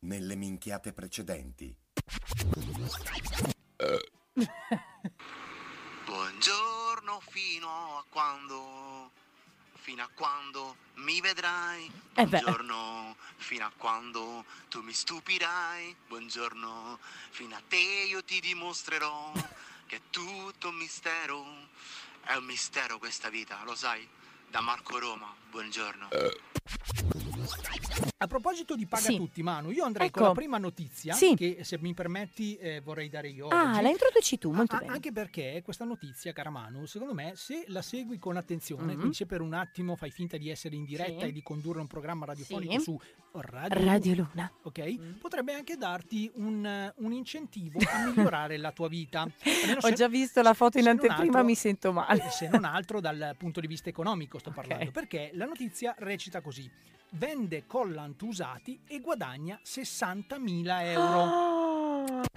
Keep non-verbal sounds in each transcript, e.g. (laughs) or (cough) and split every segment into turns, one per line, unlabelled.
nelle minchiate precedenti. Eh,
Buongiorno fino a quando, fino a quando mi vedrai.
Eh beh.
Buongiorno fino a quando tu mi stupirai. Buongiorno fino a te io ti dimostrerò che è tutto un mistero. È un mistero questa vita, lo sai? Da Marco Roma, buongiorno.
A proposito di paga
Sì.
tutti, Manu, io andrei
Ecco.
con la prima notizia
Sì.
che se mi permetti eh, vorrei dare io.
Ah,
oggi. ah,
la introduci tu, molto
A-
bene.
Anche perché questa notizia, cara Manu, secondo me, se la segui con attenzione,
Mhm.
quindi se per un attimo fai finta di essere in diretta
Sì.
e di condurre un programma radiofonico
Sì.
su Radio,
Radio Luna. Mm.
ok? Potrebbe anche darti un, eh, un incentivo a migliorare la tua vita.
(laughs)
Almeno
Ho
se-
già visto la foto in
se non
anteprima,
altro-
mi sento male.
eh, se non altro dal punto di vista economico sto parlando, perché la notizia recita così. Vende collant usati e guadagna 60.000 euro.
(gasps)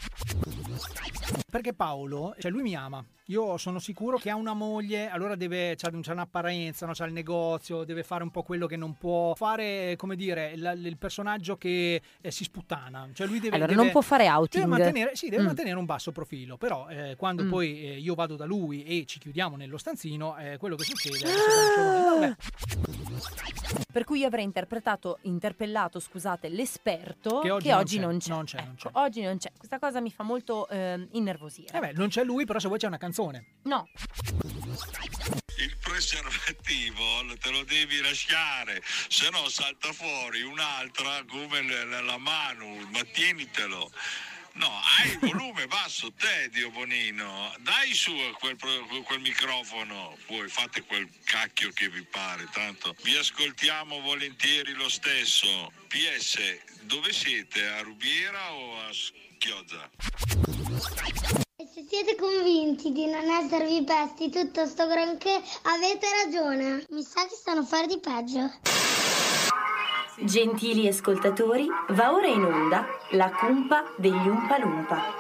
Ah.
Perché Paolo, cioè lui mi ama. Io sono sicuro che ha una moglie, allora deve c'ha, c'ha un'apparenza, no? c'ha il negozio, deve fare un po' quello che non può. Fare, come dire, la- il personaggio che eh, si sputtana. Cioè lui deve,
Allora,
deve-
non può fare
Deve
outing.
mantenere, sì, deve
Mm.
mantenere un basso profilo, però eh, quando
Mm.
poi eh, io vado da lui e ci chiudiamo nello stanzino, eh, quello che
(gasps)
succede è che
Per cui io avrei interpretato, interpellato, scusate, l'esperto
Che
che
oggi
oggi,
non c'è, Cioè.
non, c'è.
non c'è, non
Ecco,
c'è.
oggi non c'è. Questa cosa mi fa molto ehm, innervosire.
eh beh, non c'è lui, però se vuoi c'è una canzone.
No,
Il preservativo te lo devi lasciare, se no salta fuori un'altra come le- la, la mano, ma tienitelo. No, hai il volume basso te, Dio Bonino. Dai su a quel, pro- quel microfono. Poi fate quel cacchio che vi pare, tanto. Vi ascoltiamo volentieri lo stesso. PS, dove siete? A Rubiera o a Schiozza?
E se siete convinti di non esservi pesti tutto sto granché, avete ragione. Mi sa che stanno a fare di peggio.
Gentili ascoltatori, va ora in onda la cumpa degli Umpalumpa.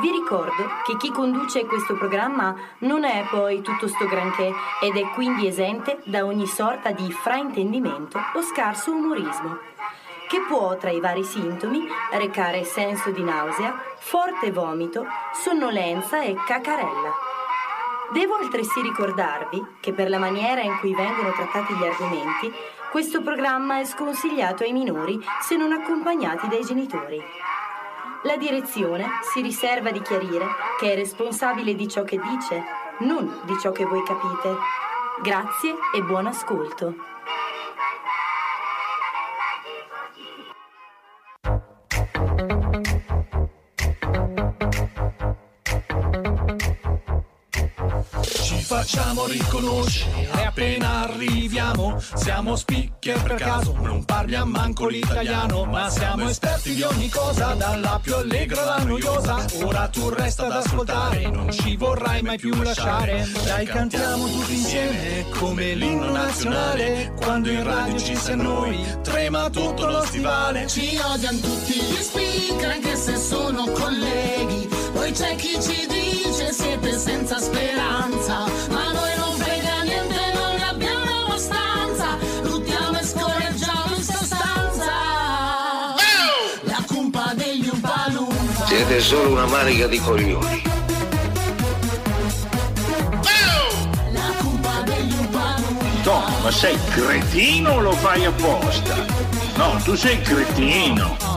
Vi ricordo che chi conduce questo programma non è poi tutto sto granché ed è quindi esente da ogni sorta di fraintendimento o scarso umorismo, che può tra i vari sintomi recare senso di nausea, forte vomito, sonnolenza e cacarella. Devo altresì ricordarvi che per la maniera in cui vengono trattati gli argomenti, questo programma è sconsigliato ai minori se non accompagnati dai genitori. La direzione si riserva di chiarire che è responsabile di ciò che dice, non di ciò che voi capite. Grazie e buon ascolto.
Ci facciamo riconoscere appena arriviamo. Siamo speaker per caso, non parliamo manco l'italiano. Ma siamo esperti di ogni cosa, dalla più allegra alla noiosa. Ora tu resta ad ascoltare, non ci vorrai mai più lasciare. Dai, cantiamo tutti insieme come l'inno nazionale. Quando in radio ci sei noi, trema tutto lo stivale.
Ci odiano tutti gli speaker anche se sono colleghi. Poi c'è chi ci dice siete senza speranza. Ma noi non frega niente, non ne abbiamo abbastanza. Luttiamo e scorreggiamo in sostanza. La cumpa degli Umpalumpa.
Siete solo una manica di coglioni.
La cumpa degli Umpalumpa.
Tom, ma sei cretino o lo fai apposta? No, tu sei cretino.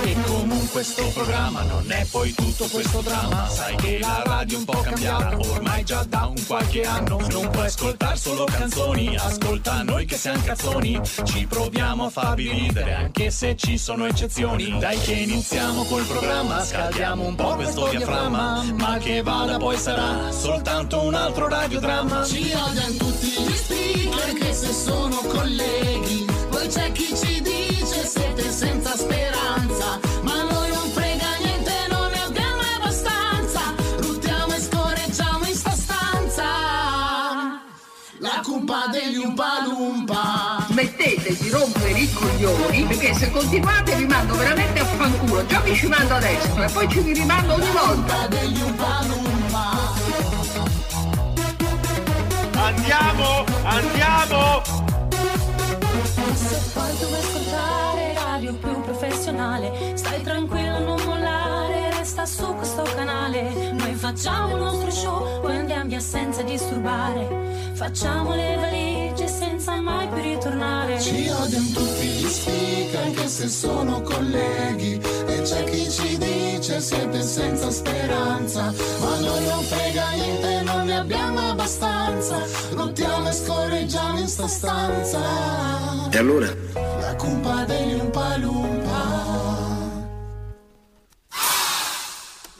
E comunque sto programma non è poi tutto questo dramma Sai che la radio è un po' cambiata ormai già da un qualche anno Non puoi ascoltare solo canzoni, ascolta noi che siamo cazzoni Ci proviamo a farvi ridere anche se ci sono eccezioni Dai che iniziamo col programma, scaldiamo un po' questo diaframma Ma che vada poi sarà soltanto un altro radiodramma
Ci odiano tutti gli speaker anche se sono colleghi. Poi c'è chi ci dice siete senza speranza. Ma a noi non frega niente, non ne abbiamo abbastanza. Ruttiamo e scorreggiamo in sta stanza. La cumpa degli Umpalumpa.
Smetteteci rompere i coglioni perché se continuate vi mando veramente a fanculo. Già vi ci mando a destra e poi ci vi rimando ogni volta.
Cumpa degli Umpalumpa.
Andiamo, andiamo!
Se poi tu vuoi ascoltare radio più
male. Stai tranquillo, non mollare, resta su questo canale. Noi facciamo il nostro show, poi andiamo via senza disturbare. Facciamo le valigie senza mai più ritornare.
Ci odiano tutti gli sfiga anche se sono colleghi E c'è chi ci dice siete senza speranza Ma a noi non frega niente, non ne abbiamo abbastanza Lottiamo e scorreggiamo in sta stanza
E allora?
La cumpa degli Umpalumpa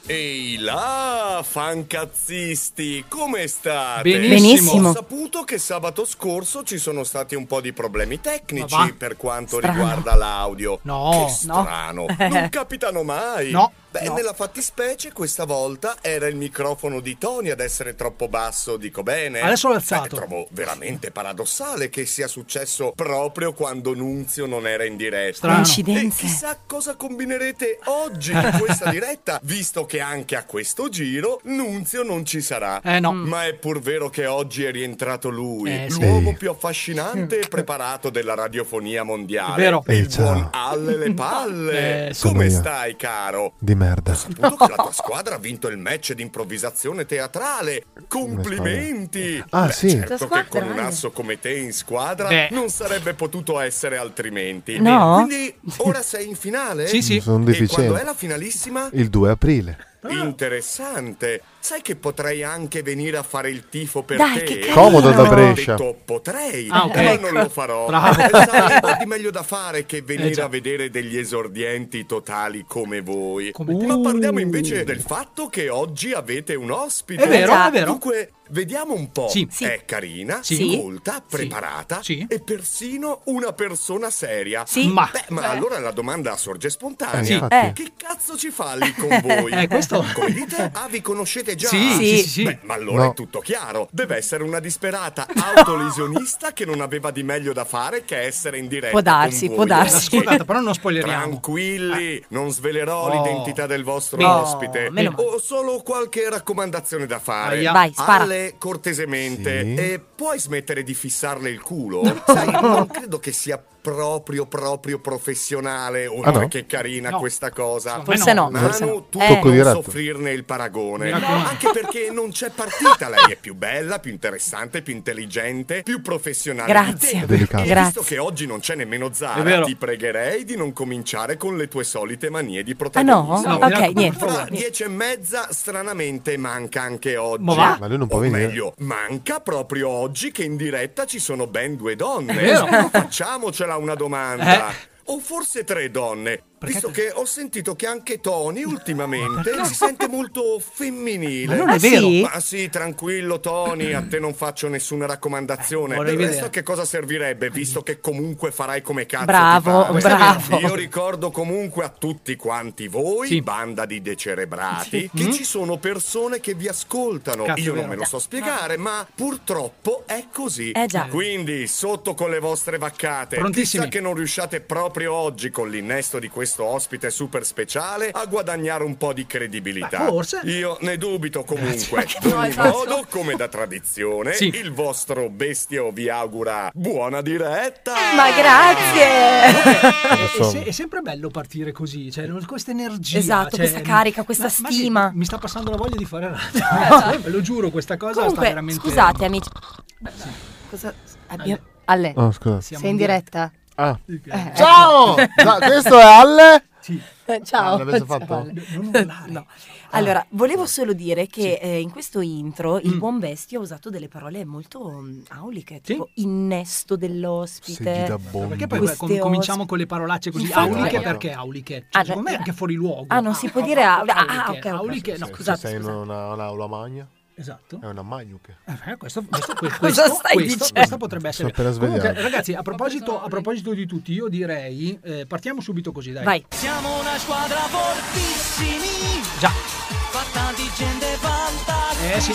Ehi là, fancazzisti, come state?
Benissimo. Benissimo.
Ho saputo che sabato scorso ci sono stati un po' di problemi
Ma
tecnici
va.
per quanto
Strano.
riguarda l'audio.
No,
che
(laughs)
strano.
no.
Non capitano mai.
Eh. No,
Beh,
no.
nella fattispecie questa volta era il microfono di Tony ad essere troppo basso, dico bene.
Adesso l'ho
Beh,
alzato.
trovo veramente paradossale che sia successo proprio quando Nunzio non era in diretta.
Strano.
E Eh, chissà cosa combinerete oggi
Eh.
in questa diretta, visto che anche a questo giro Nunzio non ci sarà. Mm.
Eh, no.
Ma è pur vero che oggi è rientrato lui,
Eh, sì. Mm.
l'uomo più affascinante e preparato della radiofonia mondiale.
Vero.
Il
Ehi, ciao.
buon Alle le palle.
Eh, sono
Come
io.
stai, caro?
Di merda.
Tutto che la tua squadra ha vinto il match di improvvisazione teatrale. Complimenti!
Ah,
Beh,
sì.
Certo
Tua
che
squadra,
con un
eh.
asso come te in squadra
Beh.
non sarebbe potuto essere altrimenti.
No?
Quindi
(laughs)
ora sei in finale?
Sì, sì. Sono
E quando
deficiente.
è la finalissima?
Il 2 aprile.
Interessante. Sai che potrei anche venire a fare il tifo per
Dai,
te?
che carino. Comodo da Brescia.
Ho detto potrei,
Ah, ok.
ma non
Ecco.
lo farò.
Bravo.
Eh, Sai, ho di meglio da fare che
Eh,
venire
già.
a vedere degli esordienti totali come voi.
te.
Ma parliamo
Uh.
invece del fatto che oggi avete un ospite.
È vero, è vero.
Dunque, vediamo un po'.
Sì. Sì.
È carina,
Sì.
colta, preparata e persino una persona seria.
Sì. Ma-
Beh, ma
Beh.
allora la domanda sorge spontanea.
Sì. Eh.
Che cazzo ci fa lì con
(laughs)
voi?
Eh, questo-
Come dite? Ah, vi conoscete già?
Sì, sì, sì, sì.
Beh, ma allora
No.
è tutto chiaro. Deve essere una disperata autolesionista che non aveva di meglio da fare che essere in diretta
Può darsi,
con
può
voi.
darsi.
Ascoltate, però non spoileriamo.
Tranquilli, non svelerò
Oh.
l'identità del vostro
Bene.
ospite.
Oh, meno male.
Ho solo qualche raccomandazione da fare.
Aia. Vai, spara.
Ale, cortesemente,
Sì.
eh, puoi smettere di fissarle il culo? Sai, non credo che sia proprio proprio professionale o
Ah, no?
che carina
No.
questa cosa
Forse no,
Manu,
forse no.
tu
Eh. Tocco di
non
ratto.
soffrirne il paragone
Mi raccomando.
anche perché non c'è partita lei è più bella più interessante più intelligente più professionale di te.
Grazie. Delicato.
e
Grazie.
visto che oggi non c'è nemmeno
È
Zara
vero.
ti pregherei di non cominciare con le tue solite manie di
Ah
protagonismo
no? ok, niente.
fra dieci e mezza stranamente manca anche oggi
Ma va. Ma lui non può
o
venire.
meglio manca proprio oggi che in diretta ci sono ben due donne
È vero.
facciamocela una domanda
Eh.
o forse tre donne visto che ho sentito che anche Tony ultimamente si sente molto femminile
Ma non è Ah, vero. sì?
ma sì tranquillo Tony a te non faccio nessuna raccomandazione
vorrei
del resto
vedere.
che cosa servirebbe visto che comunque farai come cazzo ti
Bravo,
pare.
bravo.
io ricordo comunque a tutti quanti voi banda di decerebrati
Sì.
che
Mm.
ci sono persone che vi ascoltano
Cazzo,
io non
vero.
me lo so spiegare ma purtroppo è così
Eh, già.
quindi sotto con le vostre vaccate
Prontissimi.
chissà che non riusciate proprio oggi con l'innesto di questo ospite super speciale a guadagnare un po' di credibilità.
Beh, forse.
Io ne dubito comunque.
Grazie.
In
No,
ogni
esatto.
modo, come da tradizione,
Sì.
il vostro bestio vi augura buona diretta.
Ma grazie!
È,
Lo so.
se- è sempre bello partire così, cioè, non- questa energia.
Esatto,
cioè,
questa carica, questa
ma- ma sì,
stima. Esatto.
mi sta passando la voglia di
(laughs)
fare radio. Ve lo giuro, questa cosa sta
Comunque,
veramente.
scusate amici.
Cosa
abbiamo-
Alle.
Ah, scusa.
Sei in diretta?
Ah.
Eh,
(laughs) Ciao!
ecco.
Ciao, questo è Alle?
Eh, Ciao.
Ah, l'avete
Ciao,
fatto? Ah.
Ale.
No. Allora, volevo solo dire che eh, in questo intro
Mm.
il buon bestio ha usato delle parole molto mm, auliche, tipo innesto dell'ospite.
Perché poi com-
queste
cominciamo con le parolacce così
Infatti-
auliche perché auliche? Cioè,
Ah,
secondo
beh,
me è anche fuori luogo.
Ah, non si può dire au- ah, ah,
auliche,
ok, ok.
auliche, no,
Se-
scusate,
Se sei in
scusate.
una, un'aula magna.
Esatto.
È una magnuche.
Eh, questo,
(laughs)
questo, (laughs) que-
Cosa
questo-
stai
questo-
dicendo?
questa potrebbe essere.
Sto appena svegliato.
Comunque, ragazzi, a proposito, a proposito di tutti, io direi eh, partiamo subito così, dai.
Siamo una squadra fortissimi
Già.
Fatta di gente fantastica
Eh, sì.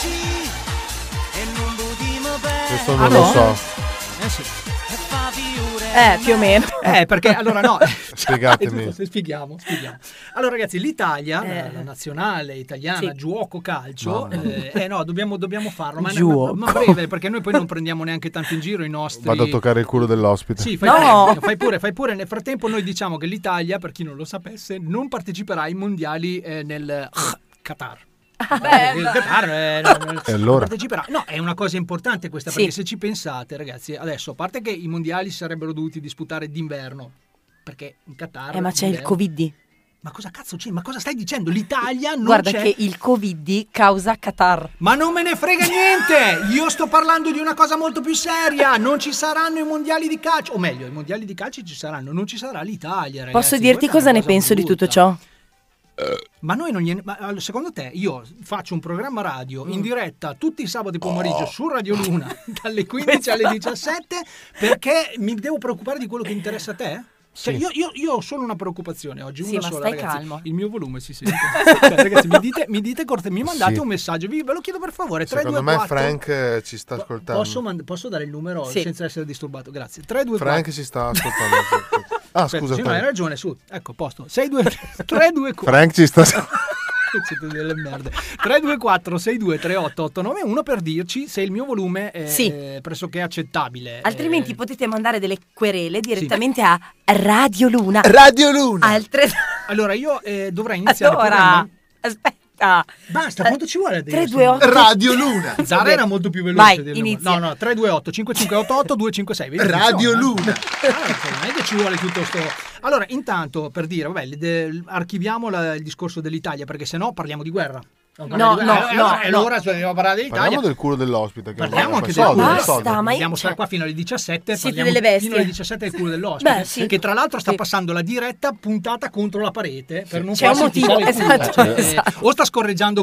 E non budimo bene
ah,
Questo non lo so.
Eh sì.
E fa figure
Eh, più o meno.
Eh, perché allora no.
(laughs)
(laughs)
Spiegatemi.
Giusto, spieghiamo, spieghiamo. Allora ragazzi, l'Italia, la-
Eh.
la nazionale italiana,
Sì.
giuoco calcio,
Mamma
eh, eh, no, dobbiamo, dobbiamo farlo, ma, ma,
Giuoco.
ma breve, perché noi poi non prendiamo neanche tanto in giro i nostri...
Vado a toccare il culo dell'ospite.
Sì, fai,
No!
pure, fai pure, fai pure. Nel frattempo noi diciamo che l'Italia, per chi non lo sapesse, non parteciperà ai mondiali eh, nel Qatar.
Ah,
Eh, il Qatar, eh,
(laughs)
no, non-
E allora?
parteciperà. No, è una cosa importante questa,
Sì.
perché se ci pensate, ragazzi, adesso, a parte che i mondiali si sarebbero dovuti disputare d'inverno, perché in Qatar...
Eh, ma c'è il
d'inverno-
Covid.
Ma cosa cazzo c'è? Ma cosa stai dicendo? L'Italia non
Guarda
c'è...
che il Covid causa Qatar.
Ma non me ne frega niente! Io sto parlando di una cosa molto più seria! Non ci saranno i mondiali di calcio! O meglio, i mondiali di calcio ci saranno, non ci sarà l'Italia, ragazzi.
Posso dirti
Questa
cosa
è una
ne penso di
brutta.
tutto ciò?
Eh.
Ma noi non gliene... ma, allora, secondo te, io faccio un programma radio
Mm.
in diretta tutti i sabati
Oh.
pomeriggio su Radio
(laughs)
Luna dalle 15 alle 17 perché mi devo preoccupare di quello che interessa a te? Cioè,
Sì.
io, io- io ho solo una preoccupazione oggi,
Sì,
una
ma
sola,
stai
ragazzi.
calmo.
Il mio volume si
(laughs)
sente. Cioè, ragazzi, mi dite, mi dite corte- mi mandate
Sì.
un messaggio, vi, ve lo chiedo per favore.
Secondo
324
me Frank eh, ci sta ascoltando.
Posso, mand- posso dare il numero
Sì.
senza essere disturbato? Grazie. 324
Frank ci sta ascoltando.
(laughs)
ah,
Aspetta,
scusa.
sì, ma hai
Frank.
ragione, su. Ecco, posto. (laughs) 623
Frank ci
(laughs)
sta.
siete delle merde. 324 6238 891 per dirci se il mio volume è
Sì.
eh, pressoché accettabile.
Altrimenti
Eh,
potete mandare delle querele direttamente a Radio Luna.
Radio Luna.
Altre...
allora io eh, dovrei iniziare il
Allora,
programma.
aspetta.
Basta, quanto ci vuole adesso?
328.
Radio Luna.
(laughs) Zara era molto più veloce
Vai,
del
inizia.
No, no, 328 5588 256. vedi come
Radio
sono, eh?
Luna.
Ah, ok, non è che ci vuole tutto sto. Allora, intanto per dire, vabbè, le- de- archiviamo la- il discorso dell'Italia perché sennò parliamo di guerra. Non parliamo
No,
di
no,
guerra. Eh,
no,
allora- E
no.
allora cioè, dobbiamo parlare dell'Italia.
Parliamo del culo dell'ospite. Che
Parliamo anche del
soldi,
culo.
Basta,
soldi.
ma-
Dobbiamo stare
cioè-
qua fino alle 17.
Siete
parliamo
delle bestie.
Fino alle 17 è il culo dell'ospite.
Beh, sì.
Che tra l'altro sta
Sì.
passando la diretta puntata contro la parete per non
C'è un
farsi
motivo,
pisare il culo.
esatto,
Cioè, eh,
esatto.
O sta scorreggiando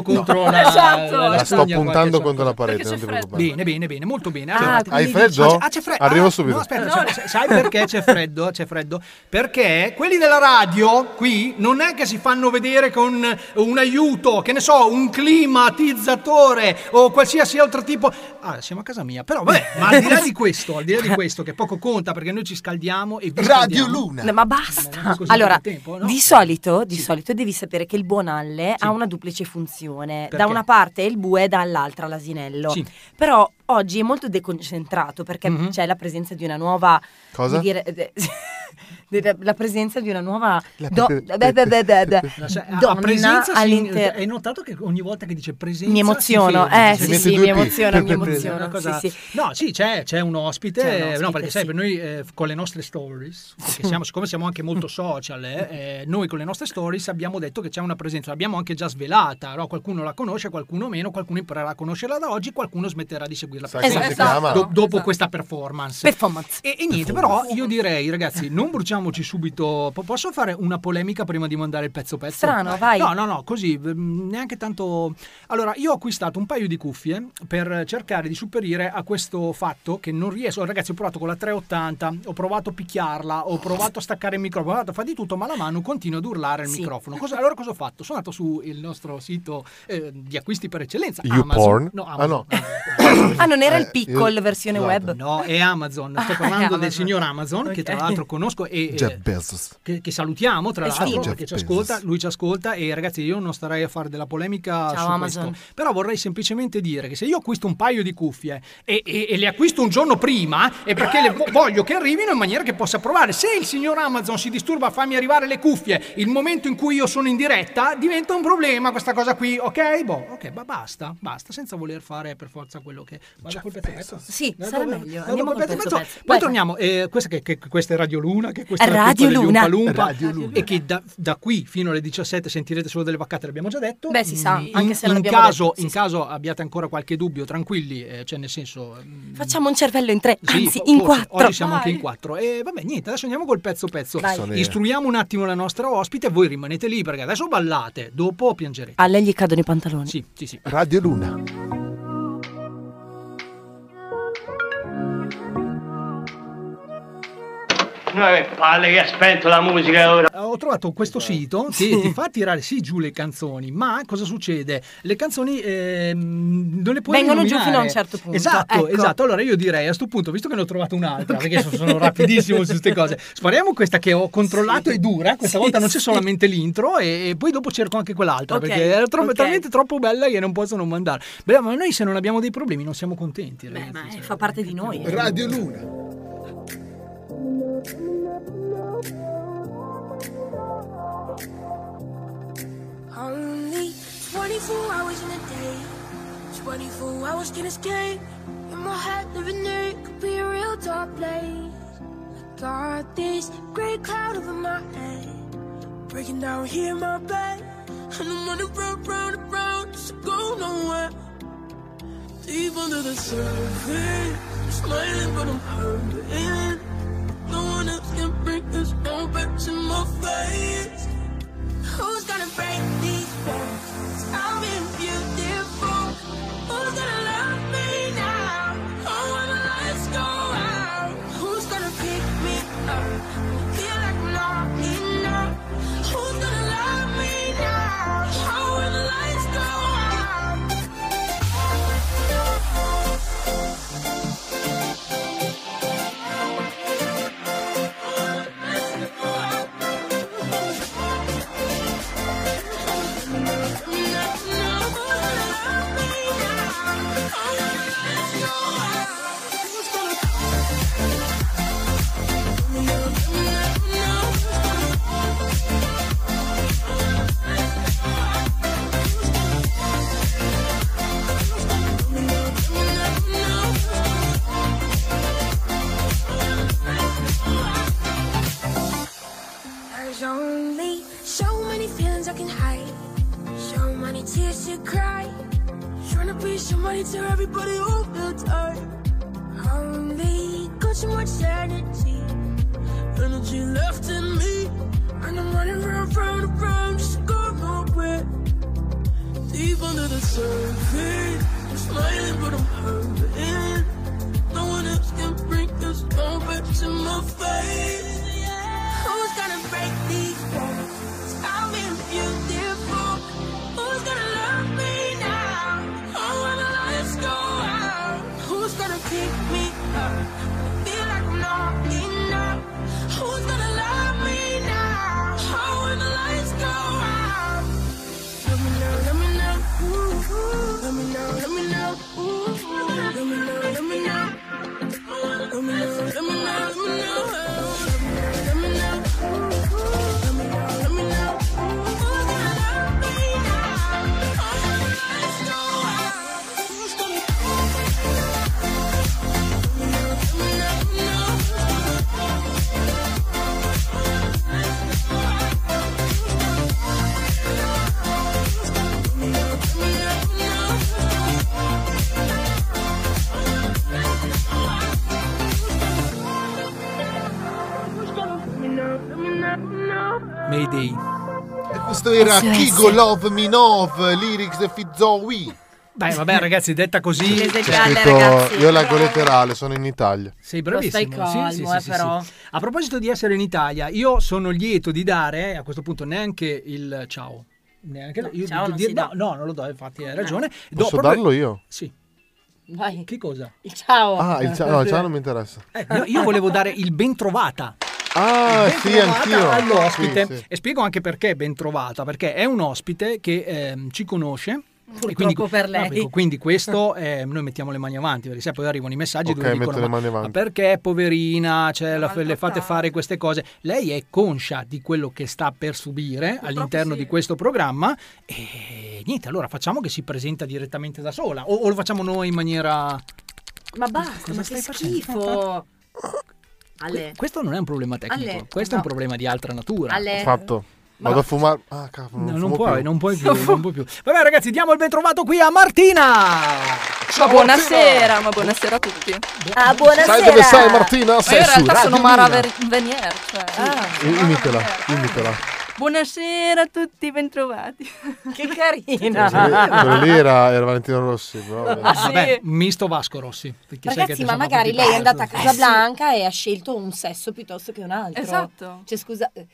(laughs)
contro la,
Esatto,
la,
La
esatto.
sto
spugna qua,
puntando
che so.
contro la parete, non ti preoccupare.
Bene, bene, bene, molto bene.
Ah,
Hai
quindi-
freddo?
Ah, c'è freddo.
Arrivo
Ah,
subito.
No, aspetta, sai- sai perché c'è freddo? C'è freddo? Perché quelli della radio qui non è che si fanno vedere con un aiuto, che ne so, un climatizzatore o qualsiasi altro tipo. Ah, siamo a casa mia, però vabbè, ma al di là di questo, al di là di questo che poco conta perché noi ci scaldiamo e vi
Radio
scaldiamo.
Luna.
No, ma
Ma non
basta.
è così
Allora,
per tempo, no?
di, solito, di
Sì.
solito devi sapere che il buonalle
Sì.
ha una duplice funzione.
Perché?
Da una parte il bue, dall'altra l'asinello.
Sì.
Però oggi è molto deconcentrato perché
Mhm.
c'è la presenza di una nuova...
Cosa?
come dire, eh, (laughs) de- la presenza di una nuova...
La
do-
pe-
da- da- da- da- da-
La se- cioè, a- a
Donna
presenza eh, si-
all'interno...
hai notato che ogni volta che dice presenza
Mi emoziono,
si ferma,
eh
si
sì
mette
sì,
due
mi
P.
emoziono, mi
Per prendere
Una
emoziono,
cosa-
sì, sì.
No, sì, c'è, c'è un ospite,
C'è un ospite,
no, perché sai,
sì.
per noi eh, con le nostre stories, che siamo, siccome siamo anche molto social, eh, eh, noi con le nostre stories abbiamo detto che c'è una presenza, l'abbiamo anche già svelata, no? qualcuno la conosce, qualcuno meno, qualcuno imparerà a conoscerla da oggi, qualcuno smetterà di seguirla
Sai
per
come
sempre,
si chiama?
do- dopo
Esatto.
questa performance.
Performance.
E, e niente, però io direi, ragazzi, non bruciamoci subito. Po- posso fare una polemica prima di mandare il pezzo pezzo?
Strano, vai.
No, no, no, così v- mh, neanche tanto. Allora, io ho acquistato un paio di cuffie per cercare di superire a questo fatto che non riesco. Ragazzi, ho provato con la 380, ho provato a picchiarla, ho provato a staccare il microfono, ho provato a fare di tutto, ma la mano continua ad urlare il
Sì.
microfono. Cosa- allora cosa ho fatto? Sono andato sul nostro sito eh, di acquisti per eccellenza, Amazon.
YouPorn?
No,
Ah, no.
Amazon. Amazon.
Ah, non era
Eh, esatto.
il piccol
io-
versione
guarda.
web?
No, è Amazon.
Ah,
Sto
è
parlando
Amazon.
del signor Amazon, che tra
Ok.
l'altro conosco e e-
Jeff Bezos.
che, che salutiamo tra
Eh,
l'altro
sì.
perché ci
Jeff
ascolta,
Bezos.
lui ci ascolta e ragazzi io non starei a fare della
Ciao,
polemica su
Amazon.
questo però vorrei semplicemente dire che se io acquisto un paio di cuffie e, e- e le acquisto un giorno prima è perché le vo- voglio che arrivino in maniera che possa provare se il signor Amazon si disturba a farmi arrivare le cuffie il momento in cui io sono in diretta diventa un problema questa cosa qui ok? Boh, ok ma basta basta senza voler fare per forza quello che vado col pezzo pezzo?
Sì,
Vado
sarà
col-
meglio.
vado
Andiamo
col
col
pezzo
pezzo
pezzo.
pezzo.
poi
Vai.
torniamo eh, questa, che, che- questa è Radio Luna che questa è la
Radio
colpa degli
Luna.
Oompa Loompa.
Radio Luna.
Eh, e che da, da qui fino alle 17 sentirete solo delle vaccate l'abbiamo già detto
Beh, si sa,
Mm,
anche
in,
se non
in
abbiamo
caso,
detto, sì,
in
sì.
caso abbiate ancora qualche dubbio tranquilli eh, cioè nel senso mm,
Facciamo un cervello in tre,
sì,
anzi
fo-
in
forse.
quattro.
Oggi siamo anche
Vai.
in quattro. E vabbè, niente, adesso andiamo col pezzo pezzo.
Vai.
Sono io.
Istruiamo un attimo la nostra ospite, voi rimanete lì perché adesso ballate, dopo piangerete.
A lei gli cadono i pantaloni.
Sì, sì, sì.
Radio Luna.
Vabbè, palle che ha spento la musica ora.
Eh, Ho trovato questo
Esatto.
sito che ti fa tirare sì giù le canzoni, ma cosa succede? Le canzoni ehm, non le puoi
Vengono giù
eliminare.
fino a un certo punto,
Esatto,
ecco.
esatto. Allora io direi a sto punto, visto che ne ho trovato un'altra,
Ok.
perché so- sono rapidissimo su
(laughs)
queste cose, spariamo questa che ho controllato e dura. Questa
Sì,
volta non c'è
sì.
solamente l'intro e, e poi dopo cerco anche quell'altra,
Ok,
perché era tro-
ok.
talmente troppo bella che non posso non mandare. Beh, ma noi se non abbiamo dei problemi non siamo contenti.
(laughs)
Beh,
ragazzi.
ma eh, fa parte di noi.
Radio
Luna.
Only 24 hours in a day. 24 hours can escape. In my head, living there it could be a real dark place. I got this gray cloud over my head. Breaking down here in my bed. And I'm on the road, round and round, just to go nowhere. Deep under the surface. I'm smiling, but I'm hurting. No one else can bring this all back to my face. Who's gonna break these bones? I'll be beautiful. Who's gonna love me now? Oh, when the lights go out. Who's gonna pick me up? Feel like I'm not enough. Who's gonna love me now? Oh, when the lights go out. There's only so many feelings I can hide, so many tears to cry. Trying to be somebody to everybody all the time. Only got so much energy, energy left in me, and I'm running round, round, and round just to go nowhere. Deep under the surface, I'm smiling but I'm hurting. No one else can bring this all back to my face. Who's gonna break these bones? I'll be beautiful. Who's gonna love me now? Oh, when the lights go out. Who's gonna pick me up? Feel like I'm not enough. Who's gonna love me now? Oh, when the lights go out. Let me know, let me know. Ooh, ooh. Let me know, let me know. Ooh, ooh. Let me know, let me know. Let me know, let me know, let me know. Oh,
Mayday.
Questo era
SOS.
Kigo Love Minov, lyrics di Fizzowi.
Dai, vabbè, ragazzi, detta così.
Scritto, io leggo letterale, sono in Italia.
Sei bravissimo.
Lo stai
sì,
calmo,
sì,
eh,
sì, sì,
però.
sì. A proposito di essere in Italia, io sono lieto di dare eh, a questo punto neanche il ciao. Neanche
No,
io
ciao
di-
non
di-
si dà. Ah.
no, no, non lo do, infatti hai ragione. Do
Posso
proprio-
darlo io?
Sì.
Vai.
Che cosa?
Il ciao.
Ah, il ciao, no, il ciao non mi interessa.
Eh, no, io volevo dare il ben trovata.
Ah,
Il ben
sì,
trovata
anch'io.
All'ospite.
Sì, sì.
E spiego anche perché ben trovata, perché è un ospite che ehm, ci conosce. e quindi,
Purtroppo per lei.
No, dico, quindi questo eh, noi mettiamo le mani avanti, perché sai poi arrivano i messaggi
Ok,
dove dicono
metto le
"Ma-
mani
ma,
avanti."
perché poverina, cioè, la- le fate fare queste cose. Lei è conscia di quello che sta per subire all'interno di questo programma e niente, allora facciamo che si presenta direttamente da sola o, o lo facciamo noi in maniera...
Ma basta, ma che (laughs) schifo. Ale.
Questo non è un problema tecnico,
Ale,
questo è un problema di altra natura.
Ale.
Fatto.
Ma-
Vado a fumare. Ah, cavolo.
No,
Non,
non
fumo
puoi,
più.
(laughs)
non puoi più, non puoi più. Vabbè ragazzi, diamo il ben trovato qui a Martina.
Ma buonasera, ma buonasera a tutti.
Ah,
Sai dove sei, Martina?
Ma
Sei
Eh, io in
su
realtà
Radio
sono Mara
Luna.
Ver- Venier, cioè.
I- Imitela, imitela.
Buonasera a tutti, bentrovati.
Che
Ah.
Quello lì era, era Valentino Rossi, però vabbè.
Ah, sì?
Vabbè, misto Vasco Rossi. perché sai che
Ragazzi,
adesso
ma
sono
magari
tutti
lei è andata a
pazzi.
Casablanca e ha scelto un sesso piuttosto che un altro.
Esatto.
Cioè, scusa. eh,